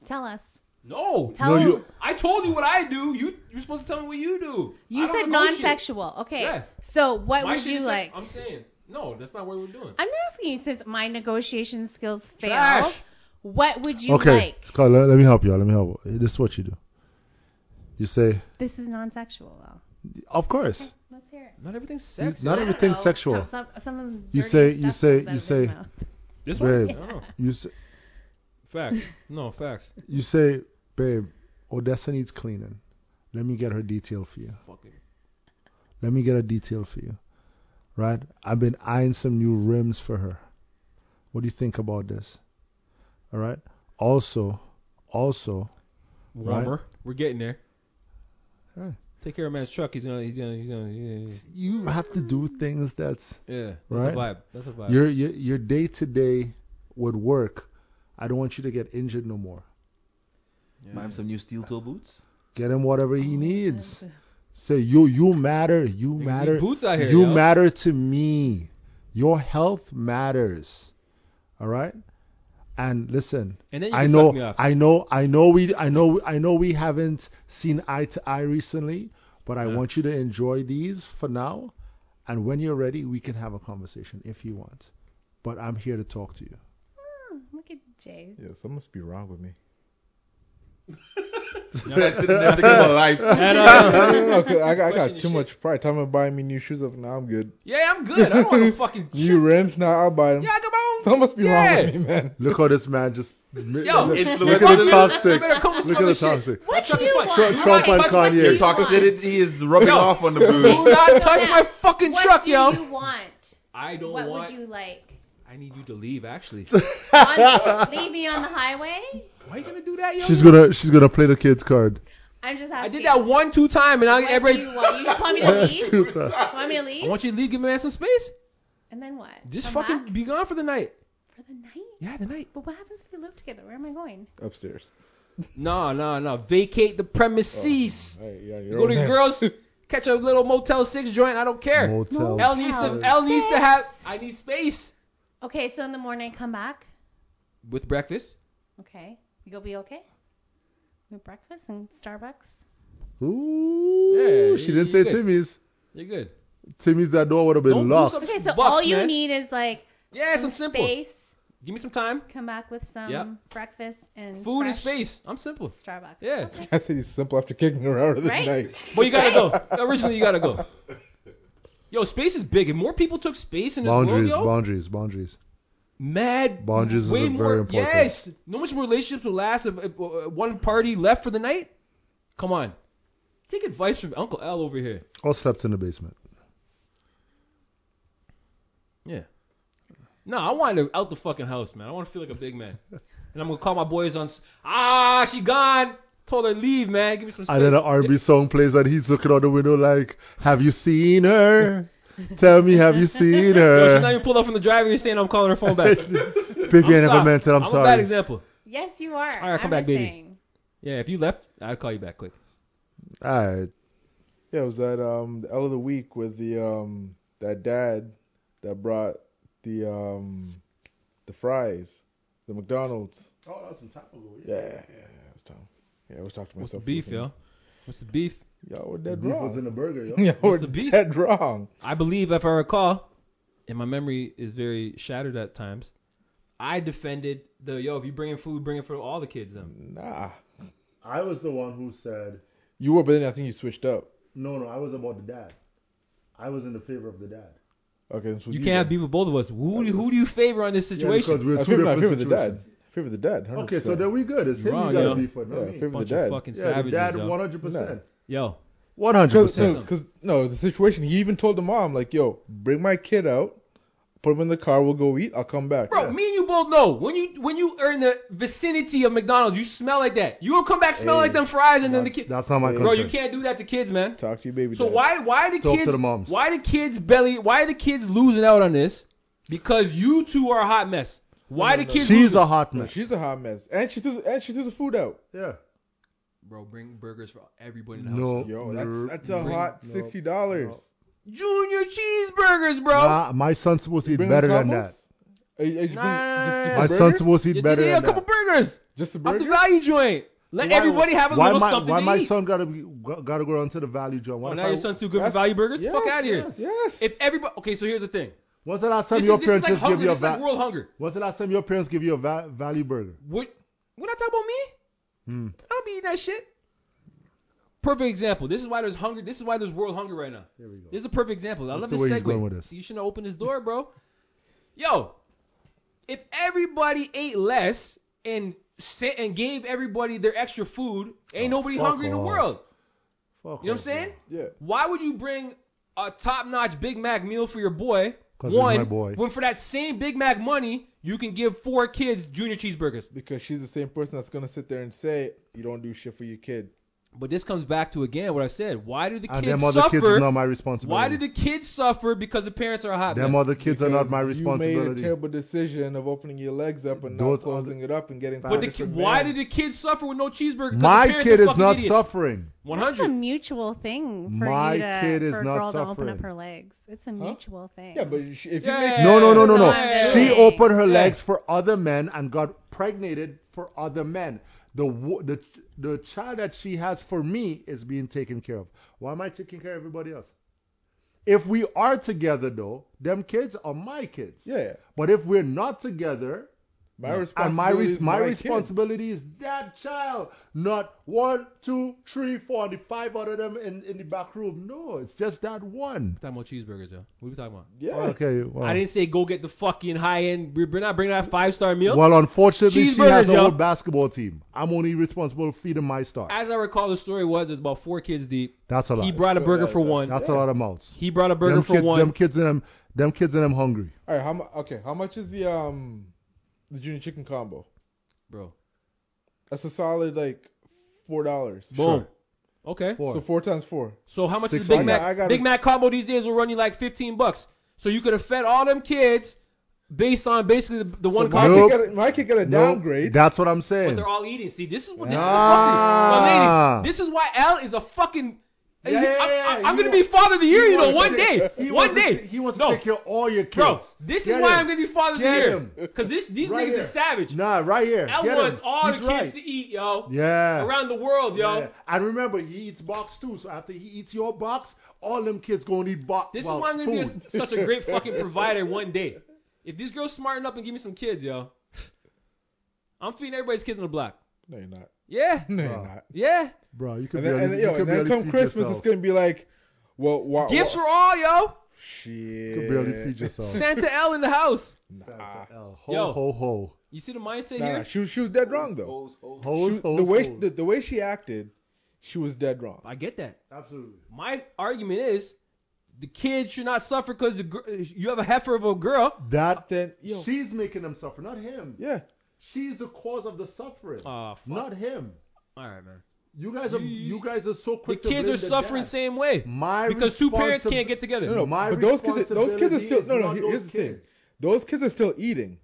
S8: Tell us.
S4: No.
S8: Tell
S5: No,
S8: him.
S5: you-
S8: You,
S4: I told you what I do. You you're supposed to tell me what you do. I don't
S8: said
S4: negotiate.
S8: non-sexual. Okay.
S4: Yeah.
S8: So what
S4: My
S8: would
S4: shit
S8: you
S4: is
S8: like?
S4: I'm saying no. That's not what we're doing.
S8: I'm asking you since my negotiation skills failed.
S4: Trash.
S8: What would you
S5: okay,
S8: like?
S5: Scott, let, let me help you. out. Let me help. You. This is what you do. You say,
S8: This is non-sexual though.
S5: of course.
S8: Let's hear it.
S4: Not everything's sexy.
S5: Not
S8: I don't
S5: everything's
S8: know.
S5: sexual.
S8: How Some, some of them
S5: You
S8: dirty
S5: say- you
S8: stuff
S5: say-
S8: comes out
S5: you
S8: of their
S5: say-
S8: mouth.
S4: This
S5: Babe.
S4: one. No.
S5: You s-
S4: Facts. No facts.
S5: you say, babe, Odessa needs cleaning. Let me get her detail for you.
S4: Fucking.
S5: Let me get a detail for you. Right? I've been eyeing some new rims for her. What do you think about this? All right. Also, also,
S4: Warmer.
S5: Right.
S4: We're getting there.
S5: Alright.
S4: Take care of man's truck. He's gonna. He's gonna. He's gonna. Yeah.
S5: you have to do things that's
S4: yeah. That's
S5: Right.
S4: a vibe. That's a vibe.
S5: your your, your day to day would work. I don't want you to get injured no more.
S4: Yeah.
S6: Buy him some new steel toe boots.
S5: Get him whatever he needs.
S8: That's-
S5: Say you you matter. You
S4: Niggas
S5: matter.
S4: need Boots out here.
S5: you
S4: yo.
S5: matter to me. Your health matters. All right? And listen,
S4: And then you
S5: I
S4: can
S5: know
S4: suck me off.
S5: I know I know we I know I know we haven't seen eye to eye recently, but I
S4: Yeah.
S5: want you to enjoy these for now. And when you're ready, we can have a conversation if you want. But I'm here to talk to you.
S8: Oh, look at Jay.
S9: Yeah, something must be wrong with me.
S6: Sitting there thinking about life.
S4: And, uh,
S9: I don't know, 'cause I, got- I
S4: Question
S9: got
S4: your
S9: too
S4: shit.
S9: much pride. Time to buy me new shoes. Up now, I'm good.
S4: yeah, I'm good. I don't want to fucking.
S9: New rims, now I'll buy them.
S4: Yeah, I got my own.
S9: Something must be
S4: yeah.
S9: wrong with me, man.
S5: Look how this man just look,
S4: Yo,
S5: look
S6: influencer.
S5: at the
S4: You
S5: toxic.
S4: better come with
S5: Look
S4: some
S5: at the
S4: other shit.
S5: toxic.
S8: What
S4: Trump
S8: do
S4: is
S8: you
S4: fine.
S8: want?
S5: Trump-
S8: What
S5: Trump
S8: do you
S5: and
S8: want?
S5: Kanye.
S8: What do
S6: Your
S8: you want?
S6: toxicity is rubbing
S4: Yo.
S6: off on the
S4: Do
S6: booze.
S4: not touch my fucking
S8: What
S4: truck,
S8: do
S4: yo.
S8: you want?
S4: I don't
S8: what
S4: want.
S8: would you like?
S4: I need you to leave, actually.
S8: On- leave me on the highway?
S4: Why are you gonna do that, yo?
S5: She's gonna she's gonna play the kid's card.
S8: I'm just
S4: I
S8: asking.
S4: did that one, two time, and I
S8: What do
S4: everybody.
S8: you want? You just want me to leave? You
S5: Two times.
S8: want me to
S4: I
S8: leave?
S4: want you to leave, give me some space.
S8: And then what?
S4: Just
S8: Come
S4: fucking
S8: back
S4: be gone for the night.
S8: for the night.
S4: Yeah, the night.
S8: But what happens if we live together? Where am I going?
S9: Upstairs.
S4: No, no, no. Vacate the premises.
S9: All right, yeah, Oh, you're
S4: Go to your girls. Catch a little Motel Six joint. I don't care.
S5: Motel.
S4: L needs to.
S8: Motel
S4: L needs to
S8: Six.
S4: have. I need space.
S8: Okay, so in the morning, come back.
S4: with breakfast.
S8: Okay. You'll be okay? With breakfast and Starbucks?
S5: Ooh,
S4: Yeah,
S5: she
S4: you-
S5: didn't
S4: you
S5: say
S4: good.
S5: Timmy's.
S4: You're good.
S5: Timmy's that door would have been
S4: Don't do
S5: locked.
S4: something-
S8: Okay, so
S4: Bucks,
S8: all you
S4: man.
S8: need is like
S4: Yeah,
S8: some
S4: some simple.
S8: space,
S4: Give me some time.
S8: come back with some
S4: Yep.
S8: breakfast and
S4: Food and
S8: fresh
S4: space. I'm simple.
S8: Starbucks.
S4: Yeah.
S9: I said he's simple after kicking her out of the
S8: Right?
S9: night.
S4: But you gotta go. Originally, you gotta go. Yo, space is big. If more people took space in this
S5: Boundaries,
S4: world, yo,
S5: boundaries, boundaries.
S4: mad
S5: Boundaries is
S4: way
S5: a very
S4: more.
S5: important.
S4: Yes, no much more relationships will last if, if uh, one party left for the night. Come on, take advice from Uncle L over here.
S5: All slept in the basement.
S4: No, I want to out the fucking house, man. I want to feel like a big man, and I'm gonna call my boys on. s- Ah, she gone. Told her leave, man. Give me some space.
S5: And then an R&B song plays and he's looking out the window like, have you seen her? Tell me, have you seen
S4: Yo, she's not
S5: her?
S4: even pulled up from the driveway. You're saying I'm calling her phone back.
S5: Baby, I
S4: I'm
S5: never
S4: sorry.
S5: meant it. I'm,
S4: I'm a bad
S5: sorry.
S4: example.
S8: Yes, you are.
S4: All right, come
S8: I'm
S4: back,
S8: just
S4: baby.
S8: saying.
S4: Yeah, if you left, I'd call you back quick.
S5: All right.
S9: Yeah, it was that um the L of the week with the um that dad that brought the um the fries, the McDonald's.
S5: Oh, that was some time ago.
S9: Yeah, yeah, yeah that's time. Yeah, I was talking to
S4: What's the
S9: myself.
S4: beef, yo? What's the beef?
S9: Y'all were dead
S5: Beef was
S9: wrong.
S5: in the burger, yo.
S9: Y'all were
S4: the beef?
S9: dead wrong.
S4: I believe, if I recall, and my memory is very shattered at times, I defended the yo. If you bring in food, bring it for all the kids. Them.
S9: Nah,
S5: I was the one who said,
S9: you were, but then I think you switched up.
S5: no, no, I was about the dad. I was in the favor of the dad.
S9: Okay, so
S4: You can't have beef with both of us. Who do, who do you favor on this situation?
S5: because we
S9: I
S5: were two
S9: favor, I
S5: different
S9: favor the
S5: situations.
S9: dad. I favor the dad. 100%.
S5: Okay, so then we good. It's
S4: You're
S5: him
S4: wrong,
S5: you gotta
S4: yo.
S5: be for, not
S9: Yeah,
S5: me.
S9: favor the
S4: Bunch
S9: dad.
S4: of fucking
S5: Yeah, the
S4: savages.
S5: dad,
S4: yo.
S5: 100%.
S4: yo,
S5: 100%.
S9: Cause, no, 'cause- no, the situation. He even told the mom, like, "Yo, bring my kid out, put him in the car. We'll go eat. I'll come back."
S4: bro, me and you both know when you when you are in the vicinity of McDonald's, you smell like that. You gonna come back smell
S9: Hey,
S4: like them fries, and then the
S5: That's-
S4: kids.
S5: That's not my
S9: Bro,
S5: concern.
S4: Bro, you can't do that to kids, man.
S9: talk to your baby.
S4: So
S9: dad.
S4: why why the
S5: Talk to
S4: kids
S5: the moms.
S4: why the kids belly why the kids losing out on this? Because you two are a hot mess. Why the kids?
S5: She's
S4: losing?
S5: a hot
S9: No,
S5: mess.
S9: she's a hot mess, and she threw and she threw the food out.
S5: yeah.
S4: Bro, bring burgers for everybody in the house.
S5: No.
S9: Yo, that's
S5: no,
S9: that's a
S5: bring-
S9: hot
S5: no.
S9: sixty dollars.
S4: Junior cheeseburgers, bro.
S5: Nah, my son's supposed to eat better than that.
S9: Are you, are you bring-
S4: Nah.
S9: just, just
S5: My
S9: the
S5: son's
S9: burgers?
S5: supposed to
S4: You
S5: eat better
S4: need a
S5: than
S4: couple
S5: that.
S4: burgers
S9: just the
S4: at the
S9: burger.
S4: value joint. Let
S5: Why-
S4: everybody have a
S5: why
S4: little
S5: my,
S4: something
S5: Why
S4: to
S5: my
S4: eat.
S5: son gotta be, go- gotta go down to the value joint? What
S4: oh,
S5: if
S4: now
S5: I-
S4: your son's too good for
S9: That's-
S4: value burgers?
S9: Yes,
S4: Fuck out of here.
S9: Yes.
S4: If everybody, okay, so here's the thing.
S5: When's the last time
S4: This
S5: your
S4: is, this is
S5: parents
S4: like
S5: just give
S4: hunger.
S5: you a
S4: This is like
S5: va-
S4: world hunger.
S5: When's the last time your parents give you a va- value burger?
S4: What? We're not talking about me.
S5: Hmm.
S4: I don't be eating that shit. Perfect example. This is why there's hunger. This is why there's world hunger right now.
S5: Here we go.
S4: This is a perfect example. I
S5: That's
S4: love
S5: the
S4: this
S5: way he's
S4: segue.
S5: going with this.
S4: You shouldn't open this door, bro. Yo, if everybody ate less and sent and gave everybody their extra food, ain't
S5: Oh,
S4: nobody
S5: fuck
S4: hungry in the
S5: off.
S4: world.
S5: Fuck
S4: You know what I'm
S5: off,
S4: saying?
S9: yeah.
S4: Why would you bring a top-notch Big Mac meal for your boy?
S5: 'Cause he's
S4: one,
S5: my boy.
S4: when for that same Big Mac money, you can give four kids junior cheeseburgers.
S9: Because she's the same person that's gonna sit there and say you don't do shit for your kid.
S4: But this comes back to again what I said. Why do the
S5: And
S4: kids
S5: Ah, them other kids is
S4: suffer?
S5: not my responsibility.
S4: Why do the kids suffer because the parents are a hot?
S5: them
S4: mess?
S5: other kids are not my
S9: Because You made a
S5: responsibility?
S9: terrible decision of opening your legs up and
S5: Those
S9: not
S5: other-
S9: closing it up and getting.
S5: But
S9: four
S4: But the, ki-
S9: different
S4: why
S9: mans.
S4: did the kids suffer with no cheeseburger? 'Cause the
S5: My
S4: parents
S5: kid
S4: are
S5: is
S4: fucking
S5: not
S4: idiots.
S5: suffering.
S8: That's a
S4: 100.
S8: mutual thing for
S5: My
S8: you to,
S5: kid is
S8: for a
S5: not
S8: girl to open up
S5: suffering.
S8: her legs. It's a mutual thing.
S9: Yeah, but she- if you
S4: Yeah.
S9: make
S5: No, no, no, no, no.
S8: Yeah.
S5: She
S8: Yeah.
S5: opened her
S4: Yeah.
S5: legs for other men and got pregnant for other men. The wo- the the child that she has for me is being taken care of. Why am I taking care of everybody else? If we are together though, them kids are my kids.
S9: Yeah.
S5: But if we're not together,
S9: My
S5: and
S9: responsibility
S5: my res-
S9: is
S5: my,
S9: my,
S5: responsibility
S9: responsibility.
S5: is that child, not one, two, three, four, and the five out of them in, in the back room. No, it's just that one.
S4: Talking about cheeseburgers, yo. What are we talking about?
S9: Yeah.
S5: Oh, Okay. Well.
S4: I didn't say go get the fucking high end. We're not bringing that five star meal.
S5: Well, unfortunately, she
S4: Cheeseburgers,
S5: has a
S4: yo.
S5: whole basketball team. I'm only responsible for feeding my star.
S4: As I recall, the story was it's about four kids deep.
S5: That's a lot.
S4: He brought a
S9: Still
S4: burger
S9: that-
S4: for
S9: that's-
S4: one.
S5: That's
S9: Yeah.
S5: a lot of mouths.
S4: He brought a burger
S5: them
S4: for
S5: kids,
S4: one.
S5: Them kids and them, them kids and them hungry.
S9: All right. How much? Okay. How much is the um the junior chicken combo?
S4: Bro,
S9: That's a solid like four dollars.
S4: boom. Okay.
S5: Four.
S9: So four times four.
S4: So how much
S5: Six
S4: is Big
S5: I
S4: Mac?
S9: got- I got
S4: Big
S9: it.
S4: Mac combo these days will run you like 15 bucks. So you could have fed all them kids based on basically the, the one
S9: so my,
S4: combo.
S5: Nope.
S9: kid got a, my kid got a
S5: Nope,
S9: downgrade.
S5: That's what I'm
S4: But
S5: saying.
S4: they're all eating. See, this is what this is
S5: Nah.
S4: fucking. My ladies, this is why L is a fucking And he- I'm, I'm- I'm gonna be father of the year, you know, one day, one day.
S5: he wants
S4: No.
S5: to take care of all your kids.
S4: Bro, this
S5: Get
S4: is why
S5: him.
S4: I'm gonna be father of the
S5: Get
S4: year.
S5: him.
S4: Cause this these
S5: Right
S4: niggas
S5: here.
S4: are savage.
S5: Nah, right here.
S4: I
S5: Get
S4: wants
S5: him.
S4: all
S5: He's
S4: the kids
S5: right.
S4: to eat, yo.
S5: Yeah.
S4: Around the world, yo.
S5: Yeah. And remember, he eats box too. So after he eats your box, all them kids gonna eat box.
S4: This is why I'm gonna be a- such a great fucking provider one day. If these girls smarten up and give me some kids, yo, I'm feeding everybody's kids on the block.
S9: No, you're not.
S4: Yeah,
S9: No, you're
S5: Bro.
S9: not.
S4: yeah.
S5: Bro, you could
S9: And
S5: be.
S9: then, and, yo, and then come Christmas, it's gonna be like, well,
S5: Oh,
S9: why?
S4: Gifts
S9: why-
S4: for all, yo.
S9: Shit.
S5: could barely feed yourself.
S4: Santa L in the house.
S9: Nah.
S5: Ho
S4: Yo.
S5: ho ho.
S4: You see the mindset
S9: Nah, nah,
S4: here?
S9: she was she was dead wrong though.
S6: Hoes, hoes, hoes.
S5: Hoes,
S9: She-
S5: hoes,
S9: the way
S5: hoes.
S9: the, the way she acted, she was dead wrong.
S4: I get that.
S5: Absolutely.
S4: My argument is the kids should not suffer because you have a heifer of a girl.
S5: That
S9: Then yo,
S5: she's making them suffer, not him.
S9: yeah,
S5: She's the cause of the suffering,
S4: Oh, fuck.
S5: not him.
S4: All right, man.
S5: You guys are
S4: You-
S5: you guys are so
S4: The
S5: quick. to
S4: kids
S5: blame
S4: are
S5: the
S4: suffering
S5: dad.
S4: same way
S5: My
S4: because two parents
S5: responsi-
S4: can't get together.
S9: no, no,
S5: My
S9: but those kids, those kids are
S5: responsibility
S9: still no, no.
S5: is
S9: here-
S5: not
S9: Here's the
S5: those
S9: thing,
S5: kids.
S9: those kids are still eating.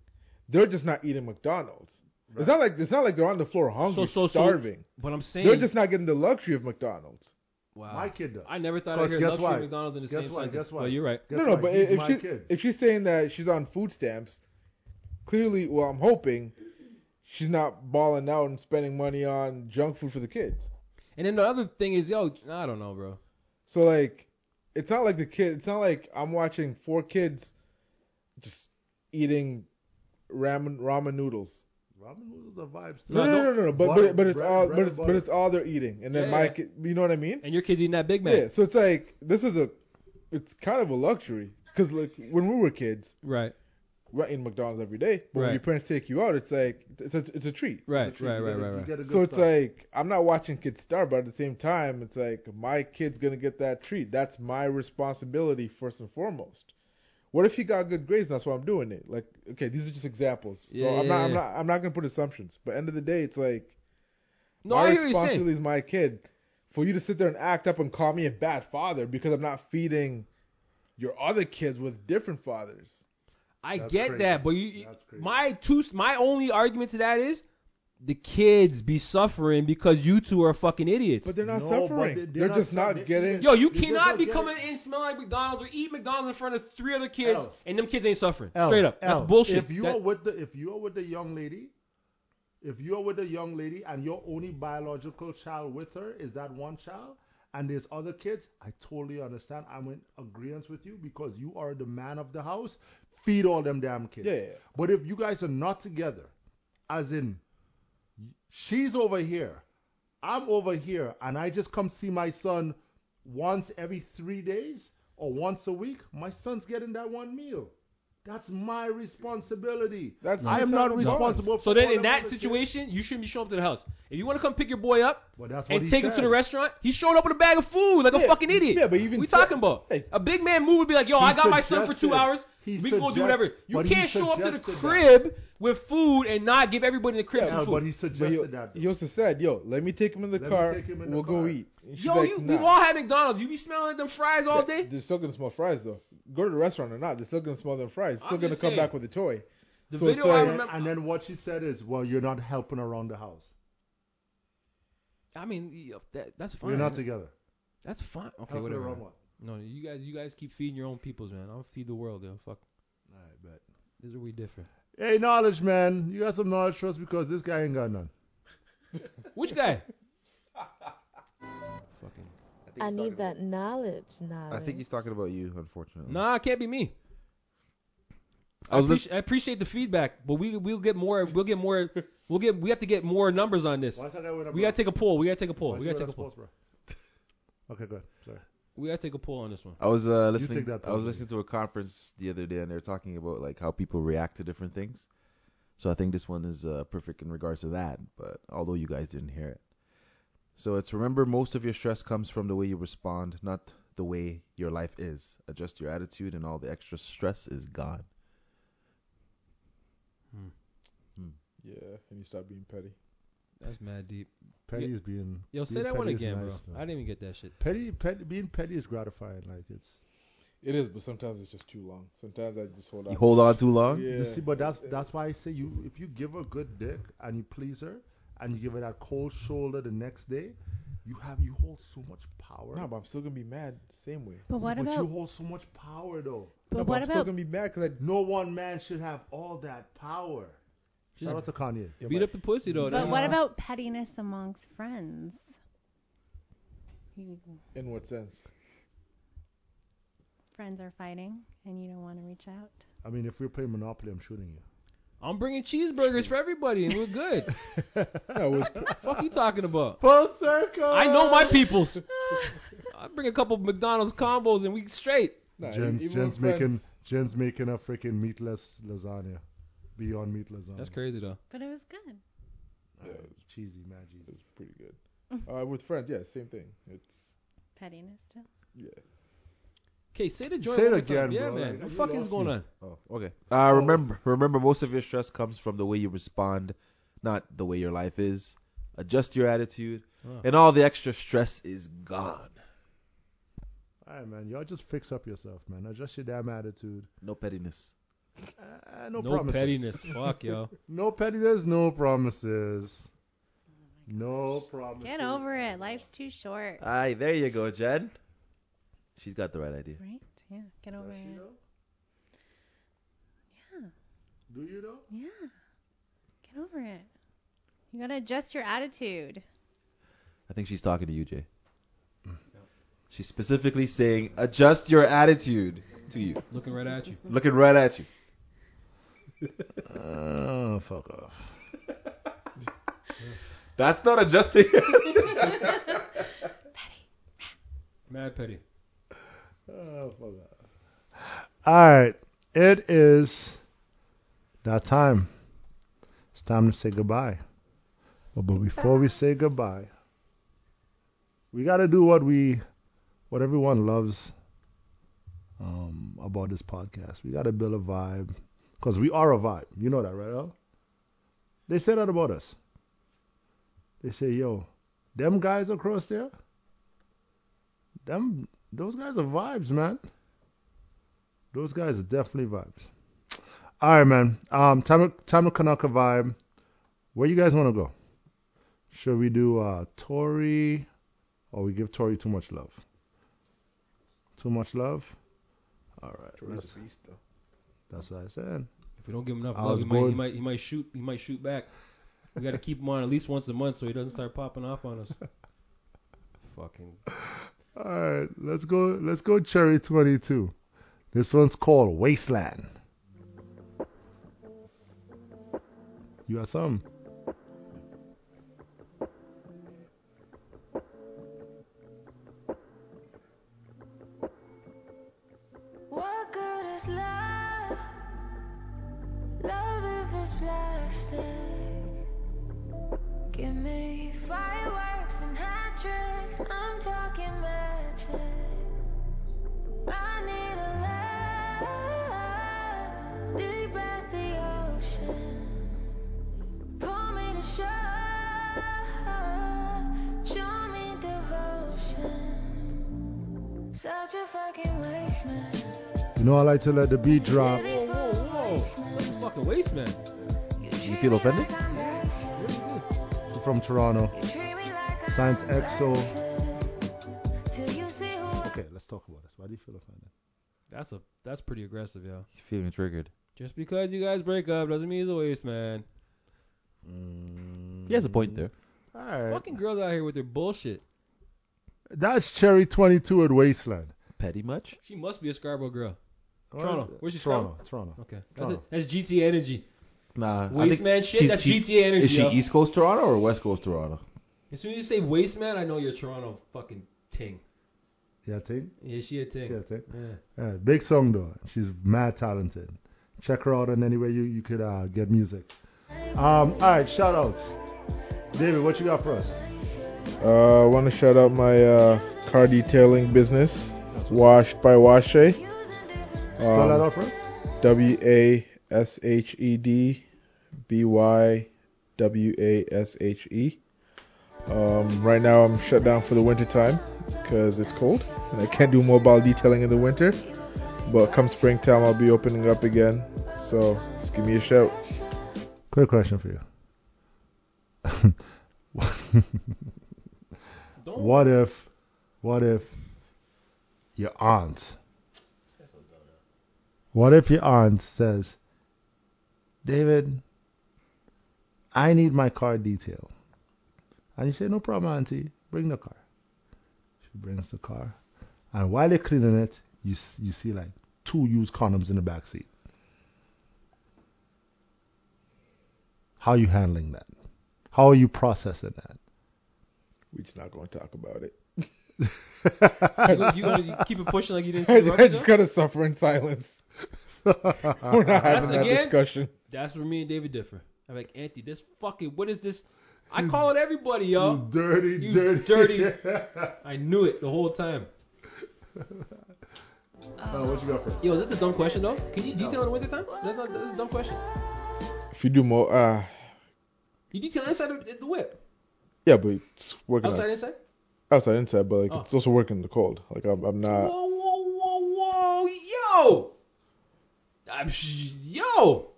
S9: They're just not eating McDonald's. It's not like it's not like they're on the floor hungry, starving.
S4: But I'm saying
S9: They're just not getting the luxury of McDonald's.
S4: wow.
S5: My kid does.
S4: I never thought I'd
S5: Because
S4: hear
S5: guess
S4: luxury
S5: why?
S4: McDonald's in the
S5: Guess
S4: same
S5: why?
S4: sentence.
S5: Guess why?
S4: But you're right.
S5: Guess
S9: no, no,
S5: why?
S9: but
S5: He's
S9: if
S5: my
S9: she
S5: kid.
S9: if she's saying that she's on food stamps, clearly, well, I'm hoping she's not balling out and spending money on junk food for the kids.
S4: And then the other thing is, yo, I don't know, bro.
S9: So like, it's not like the kid. It's not like I'm watching four kids just eating ramen ramen noodles.
S5: Ramen noodles are vibes. too.
S9: No, no, no, no, no. But
S5: Butter,
S9: but, but it's
S5: bread-
S9: all
S5: bread
S9: but
S5: and
S9: it's but
S5: butter.
S9: it's all they're eating. And then
S4: Yeah,
S9: my
S4: yeah.
S9: kid, you know what I mean?
S4: And your kid's eating that Big Mac.
S9: Yeah. So it's like this is a, it's kind of a luxury because like when we were kids,
S4: Right,
S9: we were eating McDonald's every day. But
S4: Right.
S9: when your parents take you out, it's like it's a it's a treat.
S4: right, right,
S5: You
S4: right,
S5: get a-
S4: right,
S5: you
S4: right.
S5: get a good
S9: So it's
S5: stuff.
S9: like I'm not watching kids starve, but at the same time, it's like my kid's gonna get that treat. That's my responsibility first and foremost. What if he got good grades? And that's why I'm doing it. Like, okay, these are just examples. So
S4: Yeah, yeah,
S9: I'm not, I'm
S4: yeah.
S9: not, I'm not gonna put assumptions. But end of the day, it's like
S4: No,
S9: my
S4: I hear what you're saying.
S9: responsibility is my kid. For you to sit there and act up and call me a bad father because I'm not feeding your other kids with different fathers.
S4: I
S5: That's
S4: get
S5: crazy.
S4: that, but you,
S5: That's crazy.
S4: my two, my only argument to that is the kids be suffering because you two are fucking idiots.
S9: But they're not
S5: No, but
S9: suffering.
S5: they-
S9: They're,
S5: they're not
S9: just
S5: suffering.
S9: not
S5: They're
S9: getting.
S5: eating.
S4: Yo, you
S5: You just
S4: cannot
S5: don't
S4: be
S5: get
S4: coming
S5: it.
S4: in smelling like McDonald's or eat McDonald's in front of three other kids,
S5: L.
S4: and them kids ain't suffering.
S5: L,
S4: Straight up,
S5: L,
S4: that's bullshit.
S5: If you
S4: That-
S5: are with the if you are with the young lady, if you are with the young lady and your only biological child with her is that one child, and there's other kids, I totally understand. I'm in agreement with you because you are the man of the house. Feed all them damn kids.
S9: Yeah.
S5: But if you guys are not together, as in she's over here, I'm over here, and I just come see my son once every three days or once a week, my son's getting that one meal. That's my responsibility.
S9: That's
S5: I am
S9: the
S5: not
S9: bond.
S5: responsible for
S4: so then
S5: all
S4: in
S5: them
S4: that
S5: other kids.
S4: situation, you shouldn't be showing up to the house. If you want to come pick your boy up
S5: Well, that's what
S4: and
S5: he
S4: take him to
S5: said.
S4: the restaurant, he showed up with a bag of food like a
S9: Yeah,
S4: fucking idiot.
S9: yeah, but even
S4: we
S9: so-
S4: talking about
S9: Hey.
S4: a big man move would be like, yo,
S5: He
S4: I got my son for two
S5: suggested-
S4: hours.
S5: he
S4: we can go do
S5: suggest-
S4: whatever. You
S5: but he
S4: can't show up to the
S5: suggested that.
S4: crib with food and not give everybody in the crib
S9: Yeah,
S5: Yeah,
S4: some
S5: but
S4: food.
S5: he
S9: But
S5: suggested
S9: yo,
S5: that. though.
S9: he also said, "Yo, let me take him in the
S5: Let me
S9: car.
S5: take him in the
S9: we'll go
S5: car.
S9: eat." And she's
S4: Yo,
S9: like,
S4: you,
S9: nah.
S4: we've all had McDonald's. You be smelling them fries all
S9: They-
S4: day.
S9: They're still gonna smell fries though. Go to the restaurant or not, they're still gonna smell them fries. Still
S4: I'm
S9: gonna
S4: just
S9: come
S4: saying.
S9: back with a toy.
S4: The
S9: so
S4: video
S9: it's
S4: I
S9: like,
S5: and,
S4: remember-
S5: and then what she said is, "Well, you're not helping around the house.
S4: I mean, yeah, that, that's fine.
S5: You're not together.
S4: That's fine. Okay,
S5: Helping
S4: whatever.
S5: around what?
S4: No, you guys, you guys keep feeding your own peoples, man. I'll feed the world, yo. Fuck.
S5: All right, bet.
S4: This is where we differ.
S5: Hey, knowledge, man. You got some knowledge for us because this guy ain't got none.
S4: Which guy? Fucking.
S6: I, think
S3: I
S6: he's talking
S3: need
S6: about-
S3: that knowledge, knowledge.
S6: I think he's talking about you, unfortunately.
S4: Nah, it can't be me.
S6: I
S4: I,
S6: was
S4: appreci- I appreciate the feedback, but we we'll get more. We'll get more. We'll get. We have to get more numbers on this.
S5: Why is that guy with a
S4: We
S5: bra?
S4: gotta take a poll. We gotta take a poll.
S5: Why is
S4: We
S5: he
S4: gotta
S5: with
S4: take a poll.
S5: sports bra? Okay, good. Sorry.
S4: We gotta take a poll on this one.
S6: I was uh,
S5: take
S6: listening.
S5: that
S6: I was
S5: probably.
S6: listening to a conference the other day, and they were talking about like how people react to different things. So I think this one is uh, perfect in regards to that. But although you guys didn't hear it, so it's remember most of your stress comes from the way you respond, not the way your life is. Adjust your attitude, and all the extra stress is gone.
S9: yeah, and you stop being petty.
S4: That's mad deep.
S5: Petty
S4: Yeah.
S5: is being.
S4: Yo, say
S5: being
S4: that one
S5: petty is
S4: again,
S5: nice,
S4: bro.
S5: man.
S4: I didn't even get that shit.
S5: Petty, petty, being petty is gratifying. Like it's.
S9: It is, but sometimes it's just too long. Sometimes I just hold on.
S6: You hold on too long.
S9: Yeah.
S5: You see, but that's that's why I say you if you give her good dick and you please her and you give her that cold shoulder the next day, You have you hold so much power.
S9: No, but I'm still gonna be mad the same way.
S8: But what about-
S5: you hold so much power though?
S8: But
S9: no,
S8: what
S9: I'm still
S8: about-
S9: gonna be mad because
S5: No one man should have all that power. Shout out to Kanye.
S4: Beat up the pussy though.
S8: But
S4: that's-
S8: what about pettiness amongst friends? You,
S9: I. In what sense?
S8: friends are fighting, and you don't want to reach out.
S5: I mean, if we play Monopoly, I'm shooting you.
S4: I'm bringing cheeseburgers for everybody, and we're good. Fuck you talking about?
S5: Full circle.
S4: I know my peoples. I bring a couple McDonald's combos, and we straight.
S9: Nah,
S5: Jen's,
S9: e- even
S5: Jen's
S9: with
S5: making
S9: friends.
S5: Jen's making a freaking meatless lasagna, beyond meat lasagna.
S4: That's crazy though.
S8: But it was good.
S9: Yeah, it
S5: It's cheesy, man. cheesy.
S9: was pretty good. Uh, with friends, yeah, same thing. It's
S8: Pettiness still.
S9: yeah.
S4: Okay, say the joint.
S5: Say it
S4: one more time.
S5: again,
S4: Yeah,
S5: bro.
S4: man.
S5: Like,
S4: What
S5: you
S4: fuck is
S5: lost
S4: going
S5: me.
S4: on?
S6: Oh, okay. Uh, remember, remember, most of your stress comes from the way you respond, not the way your life is. Adjust your attitude,
S4: Oh.
S6: and all the extra stress is gone.
S5: All right, man. Y'all just fix up yourself, man. Adjust your damn attitude.
S6: No pettiness.
S5: Uh, no,
S4: No
S5: promises.
S4: pettiness. Fuck, yo.
S5: No pettiness. No promises. No promises.
S8: Get over it. Life's too short.
S6: Aye, there you go, Jen. She's got the right idea.
S8: Right? Yeah. Get over
S5: Does she
S8: it.
S5: though? Do you though?
S8: Yeah. Get over it. You gotta adjust your attitude.
S6: I think she's talking to you, Jay. Mm. She's specifically saying, adjust your attitude to you.
S4: Looking right at you.
S6: Looking right at you.
S5: Oh, fuck off.
S6: That's not adjusting.
S4: Mad petty.
S5: Oh, fuck off. All right. It is that time. It's time to say goodbye. But, but before we say goodbye, we got to do what we, what everyone loves um, about this podcast. We got to build a vibe because we are a vibe. You know that, right? Al? They say that about us. They say, yo, them guys across there, them those guys are vibes, man. Those guys are definitely vibes. All right, man. Um, time time Kanaka vibe. Where you guys want to go? Should we do uh Tory, or we give Tory too much love? Too much love. All right,
S9: Tory's
S5: that's,
S9: a beast though.
S5: that's what I said.
S4: If we don't give him enough
S5: I
S4: love,
S5: was
S4: he might, he
S5: born-
S4: might he might shoot he might shoot back. We gotta keep him on at least once a month so he doesn't start popping off on us. Fucking
S5: All right, let's go. Let's go, Cherry 22. This one's called Wasteland. You got some?
S12: What good is love? Love if it's plastic. Give me fireworks and hat tricks. I'm talking magic. I need a love deep as the ocean. Pull me to shore. Show me devotion. Such a fucking waste, man.
S5: You know I like to let the beat drop.
S4: Whoa, whoa, whoa. What a fucking waste man.
S6: You feel offended?
S5: I'm from Toronto. Science EXO. Okay, let's talk about this. Why do you feel offended?
S4: That's a that's pretty aggressive, yo.
S6: You're feeling triggered.
S4: Just because you guys break up doesn't mean he's a waste man.
S6: He has a point there.
S5: All right.
S4: Fucking girls out here with their bullshit.
S5: That's Cherry 22 at Wasteland.
S6: Petty much?
S4: She must be a Scarborough girl.
S5: All
S4: Toronto.
S5: right.
S4: Where's she
S5: Toronto. Toronto.
S4: Okay. That's, it.
S5: Toronto.
S4: that's GTA energy.
S6: Nah. Oh. I
S4: Waste
S6: think
S4: man shit,
S6: she's-
S4: that's
S6: she-
S4: GTA energy.
S6: Is she
S4: yo.
S6: East Coast Toronto or West Coast Toronto?
S4: As soon as you say waste man, I know you're a Toronto fucking ting.
S5: Yeah, thing.
S4: Yeah, she a ting.
S5: She a ting.
S4: Yeah.
S5: Yeah, big song though. She's mad talented. Check her out on anywhere you you could uh, get music. Um, all right, shout outs. David, what you got for us?
S9: Uh, I want to shout out my uh, car detailing business, Washed by Washe.
S5: Spell that
S9: Um,
S5: out for us.
S9: W A S H E D B Y W A S H E. Um, right now I'm shut down for the winter time because it's cold and I can't do mobile detailing in the winter. But come springtime I'll be opening up again. So just give me a shout.
S5: Quick question for you. What if, what if your aunt, what if your aunt says, David, I need my car detail. And you say, no problem, auntie, bring the car. She brings the car. And while they're cleaning it, you, s- you see like two used condoms in the back seat. How you handling that? How are you processing that?
S9: We're just not going to talk about it.
S4: you gonna keep it pushing like you didn't see
S9: I,
S4: the
S9: I
S4: rocket
S9: just
S4: jump?
S9: gotta suffer in silence. We're not having that
S4: again,
S9: discussion.
S4: That's where me and David differ. I'm like, Auntie, this fucking, what is this? I call it everybody, yo.
S5: You dirty,
S4: You
S5: dirty.
S4: dirty. I knew it the whole time.
S5: Uh, what you got for?
S4: Yo, is this a dumb question though? Can you detail in the wintertime? That's not that's a dumb question.
S9: If you do more, uh,
S4: You detail inside the, the whip.
S9: yeah, but it's working
S4: Outside,
S9: out-
S4: inside.
S9: outside, inside, but like
S4: Oh.
S9: it's also working in the cold. Like I'm, I'm not.
S4: Whoa, whoa, whoa, whoa, yo! I'm sh- yo,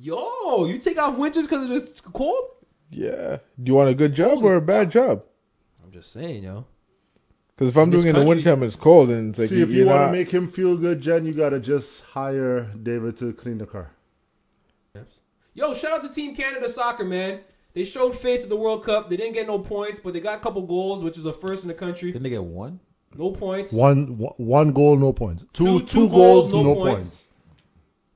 S4: yo! You take off winters because it's cold?
S9: Yeah. Do you want a good job or a bad job?
S4: I'm just saying, yo.
S9: Because if I'm
S4: In this
S9: doing it in the
S4: country-
S9: wintertime, it's cold and it's like
S5: See, if
S9: you
S5: you
S9: want
S5: want to make him feel good, Jen, you gotta just hire David to clean the car.
S4: Yo, shout out to Team Canada soccer, man. They showed face at the World Cup. They didn't get no points, but they got a couple goals, which is a first in the country. Didn't
S13: they get one?
S4: No points.
S5: One one- one goal, no points.
S4: Two-
S5: Two two
S4: two
S5: goals,
S4: goals, no
S5: no
S4: points.
S5: points.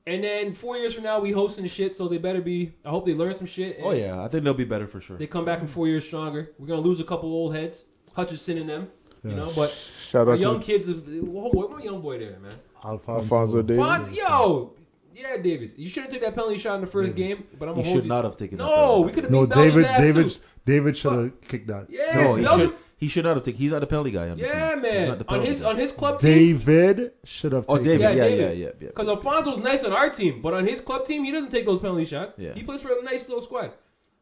S4: And then four years from now, we hosting the shit, so they better be. I hope they learn some shit. and
S6: Oh yeah, I think they'll be better for sure.
S4: They come back in four years stronger. We're gonna lose a couple old heads, Hutchinson and them. You know, but
S9: Shout
S4: our
S9: out to
S4: young
S9: the-
S4: kids. Of, whoa, where my young boy there, man?
S5: Alfonso,
S9: Alfonso Davies.
S4: Fonz, yo, yeah, Davis. You shouldn't take that penalty shot in the first game, but I'm
S6: He
S4: gonna
S6: should
S4: hold you.
S6: not have taken that
S4: No,
S6: penalty.
S4: we could have
S5: No,
S4: beat Belgium's
S5: David
S4: ass
S5: David
S4: too.
S5: David should have kicked that.
S4: Yes,
S6: No, he
S4: Belgium-
S6: should, he should not have taken. He's not the penalty guy. On the
S4: Yeah,
S6: team. He's
S4: man.
S6: not the
S4: on
S6: penalty
S4: his
S6: guy.
S4: on his club team.
S5: David should have
S6: Oh,
S5: taken
S6: David,
S5: it.
S6: yeah, yeah, yeah, yeah.
S4: Because Alfonso's nice on our team, but on his club team, he doesn't take those penalty shots.
S6: Yeah.
S4: He plays for a nice little squad.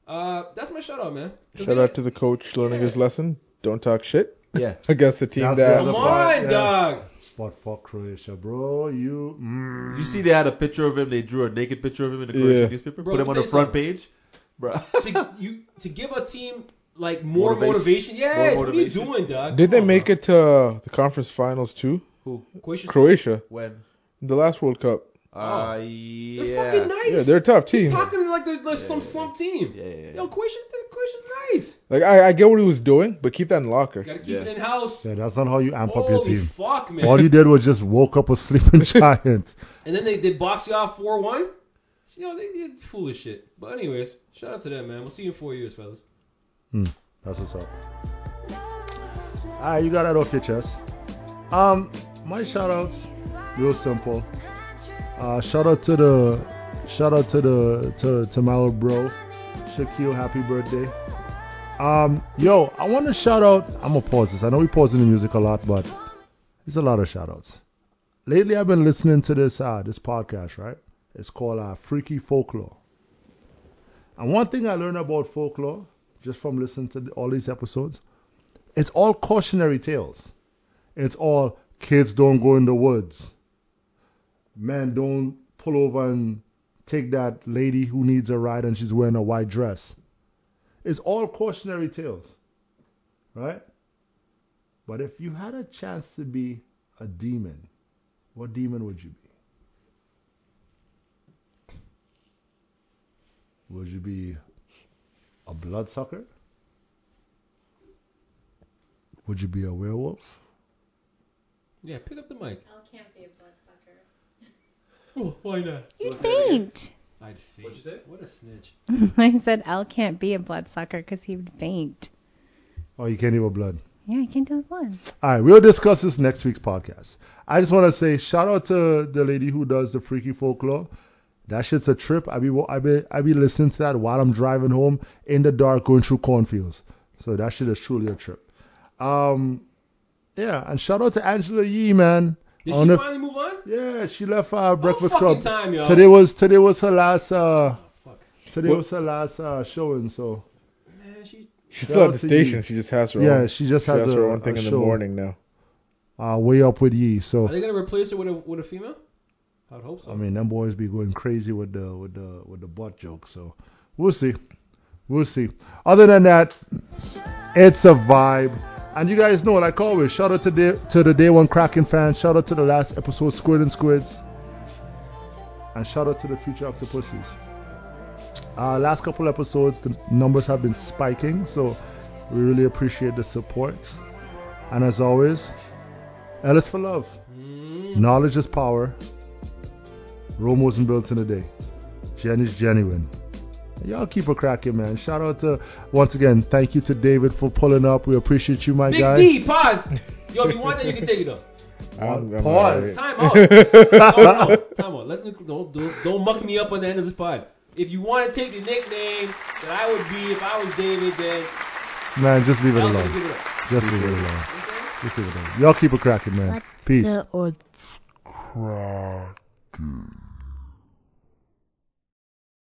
S4: Uh, that's my shout out, man. 'Cause
S9: shout
S4: they-
S9: out to the coach learning his lesson. Don't talk shit.
S6: Yeah.
S9: Against the team
S5: That's
S9: that.
S5: the
S4: Come
S5: part,
S4: on,
S5: yeah.
S4: dog.
S5: But fuck Croatia, bro. You mm.
S6: You see, they had a picture of him. They drew a naked picture of him in the Croatian
S9: Yeah.
S6: newspaper.
S4: Bro,
S6: put him
S4: let
S6: on
S4: me
S6: the
S4: tell you
S6: front page. Bro,
S4: to, you to give a team like more motivation.
S6: Motivation.
S4: Yes,
S6: More motivation.
S4: what are you doing, dog?
S9: Did they make it to uh, the conference finals too?
S6: who?
S4: Croatia?
S9: Croatia,
S6: When?
S9: the last World Cup.
S6: Uh,
S4: They're
S6: yeah.
S4: Oh. fucking nice.
S9: Yeah, they're a tough
S4: He's
S9: team.
S4: talking like they're like some slump team.
S6: Yeah, yeah, yeah.
S4: Yo, Croatia, Croatia's nice.
S9: Like I, I get what he was doing, but keep that in locker.
S4: Gotta keep
S6: Yeah.
S4: it in house.
S5: Yeah, that's not how you amp up your
S4: Holy
S5: team.
S4: fuck, man.
S5: All you did was just woke up a sleeping giant.
S4: And then they, they box you off 4 1. You know, they, it's foolish shit. But, anyways, shout out to them, man. We'll see you in four years, fellas.
S5: Hmm, that's what's up. Alright, you got that off your chest. Um, my shout outs, real simple. Uh, shout out to the, shout out to the, to, to my little bro, Shaquille, happy birthday. Um, yo, I want to shout out, I'm gonna pause this. I know we pausing the music a lot, but it's a lot of shout outs. Lately, I've been listening to this, uh, this podcast, right? It's called, uh, Freaky Folklore. And one thing I learned about folklore, just from listening to the- all these episodes, it's all cautionary tales. It's all kids don't go in the woods. Men don't pull over and take that lady who needs a ride and she's wearing a white dress. It's all cautionary tales, right? But if you had a chance to be a demon, what demon would you be? Would you be a bloodsucker? Would you be a werewolf?
S4: Yeah, pick up the mic.
S7: Al can't be a bloodsucker.
S4: Oh, Why not?
S8: You faint.
S4: I'd faint. What'd you say? What a snitch.
S8: I said Al can't be a bloodsucker because he would faint.
S5: Oh, you can't even blood.
S8: Yeah, he can't do blood.
S5: All right, we'll discuss this next week's podcast. I just want to say shout out to the lady who does the freaky folklore. That shit's a trip. I be wa- I be I be listening to that while I'm driving home in the dark going through cornfields. So that shit is truly a trip. Um, yeah, and shout out to Angela Yee, man.
S4: Did
S5: I
S4: she
S5: don't know if-
S4: finally move on?
S5: yeah, she left uh, Breakfast
S4: fucking
S5: Club.
S4: time, yo.
S5: Today was today was her last uh
S4: fuck.
S5: today
S9: What-
S5: was her last uh showing. So
S4: Man, she.
S9: She's still at the
S5: Chelsea.
S9: station. She just has her
S5: Yeah,
S9: own.
S5: she just has
S9: her
S5: a-
S9: own thing
S5: a
S9: in the
S5: show.
S9: morning now.
S5: uh way up with Yee. So
S4: Are they gonna replace her with a with a female? I would hope so.
S5: I mean, them boys be going crazy with the with the with the butt joke. So we'll see, we'll see. Other than that, it's a vibe. And you guys know, like always, shout out to the to the day one Kraken fans. Shout out to the last episode, Squid and Squids. And shout out to the future octopuses. Uh, last couple episodes, the numbers have been spiking, so we really appreciate the support. And as always, Ellis for love.
S4: Mm.
S5: Knowledge is power. Rome wasn't built in a day. Jen is genuine. Y'all keep it cracking, man. Shout out to once again, thank you to David for pulling up. We appreciate you, my
S4: Big
S5: guy.
S4: D, pause. Yo, if you want that, you can take it up.
S5: I'm- I'm
S4: pause.
S5: all right.
S4: Time out. no, no, time out. Let's, don't, don't, don't muck me up on the end of this pod. If you want to take the nickname that I would be if I was David, then
S5: Man, just leave it
S4: Y'all
S5: alone.
S4: leave it alone.
S5: Just leave it alone. Just leave it alone. Y'all keep it cracking, man. Peace.
S3: The or
S5: cracking.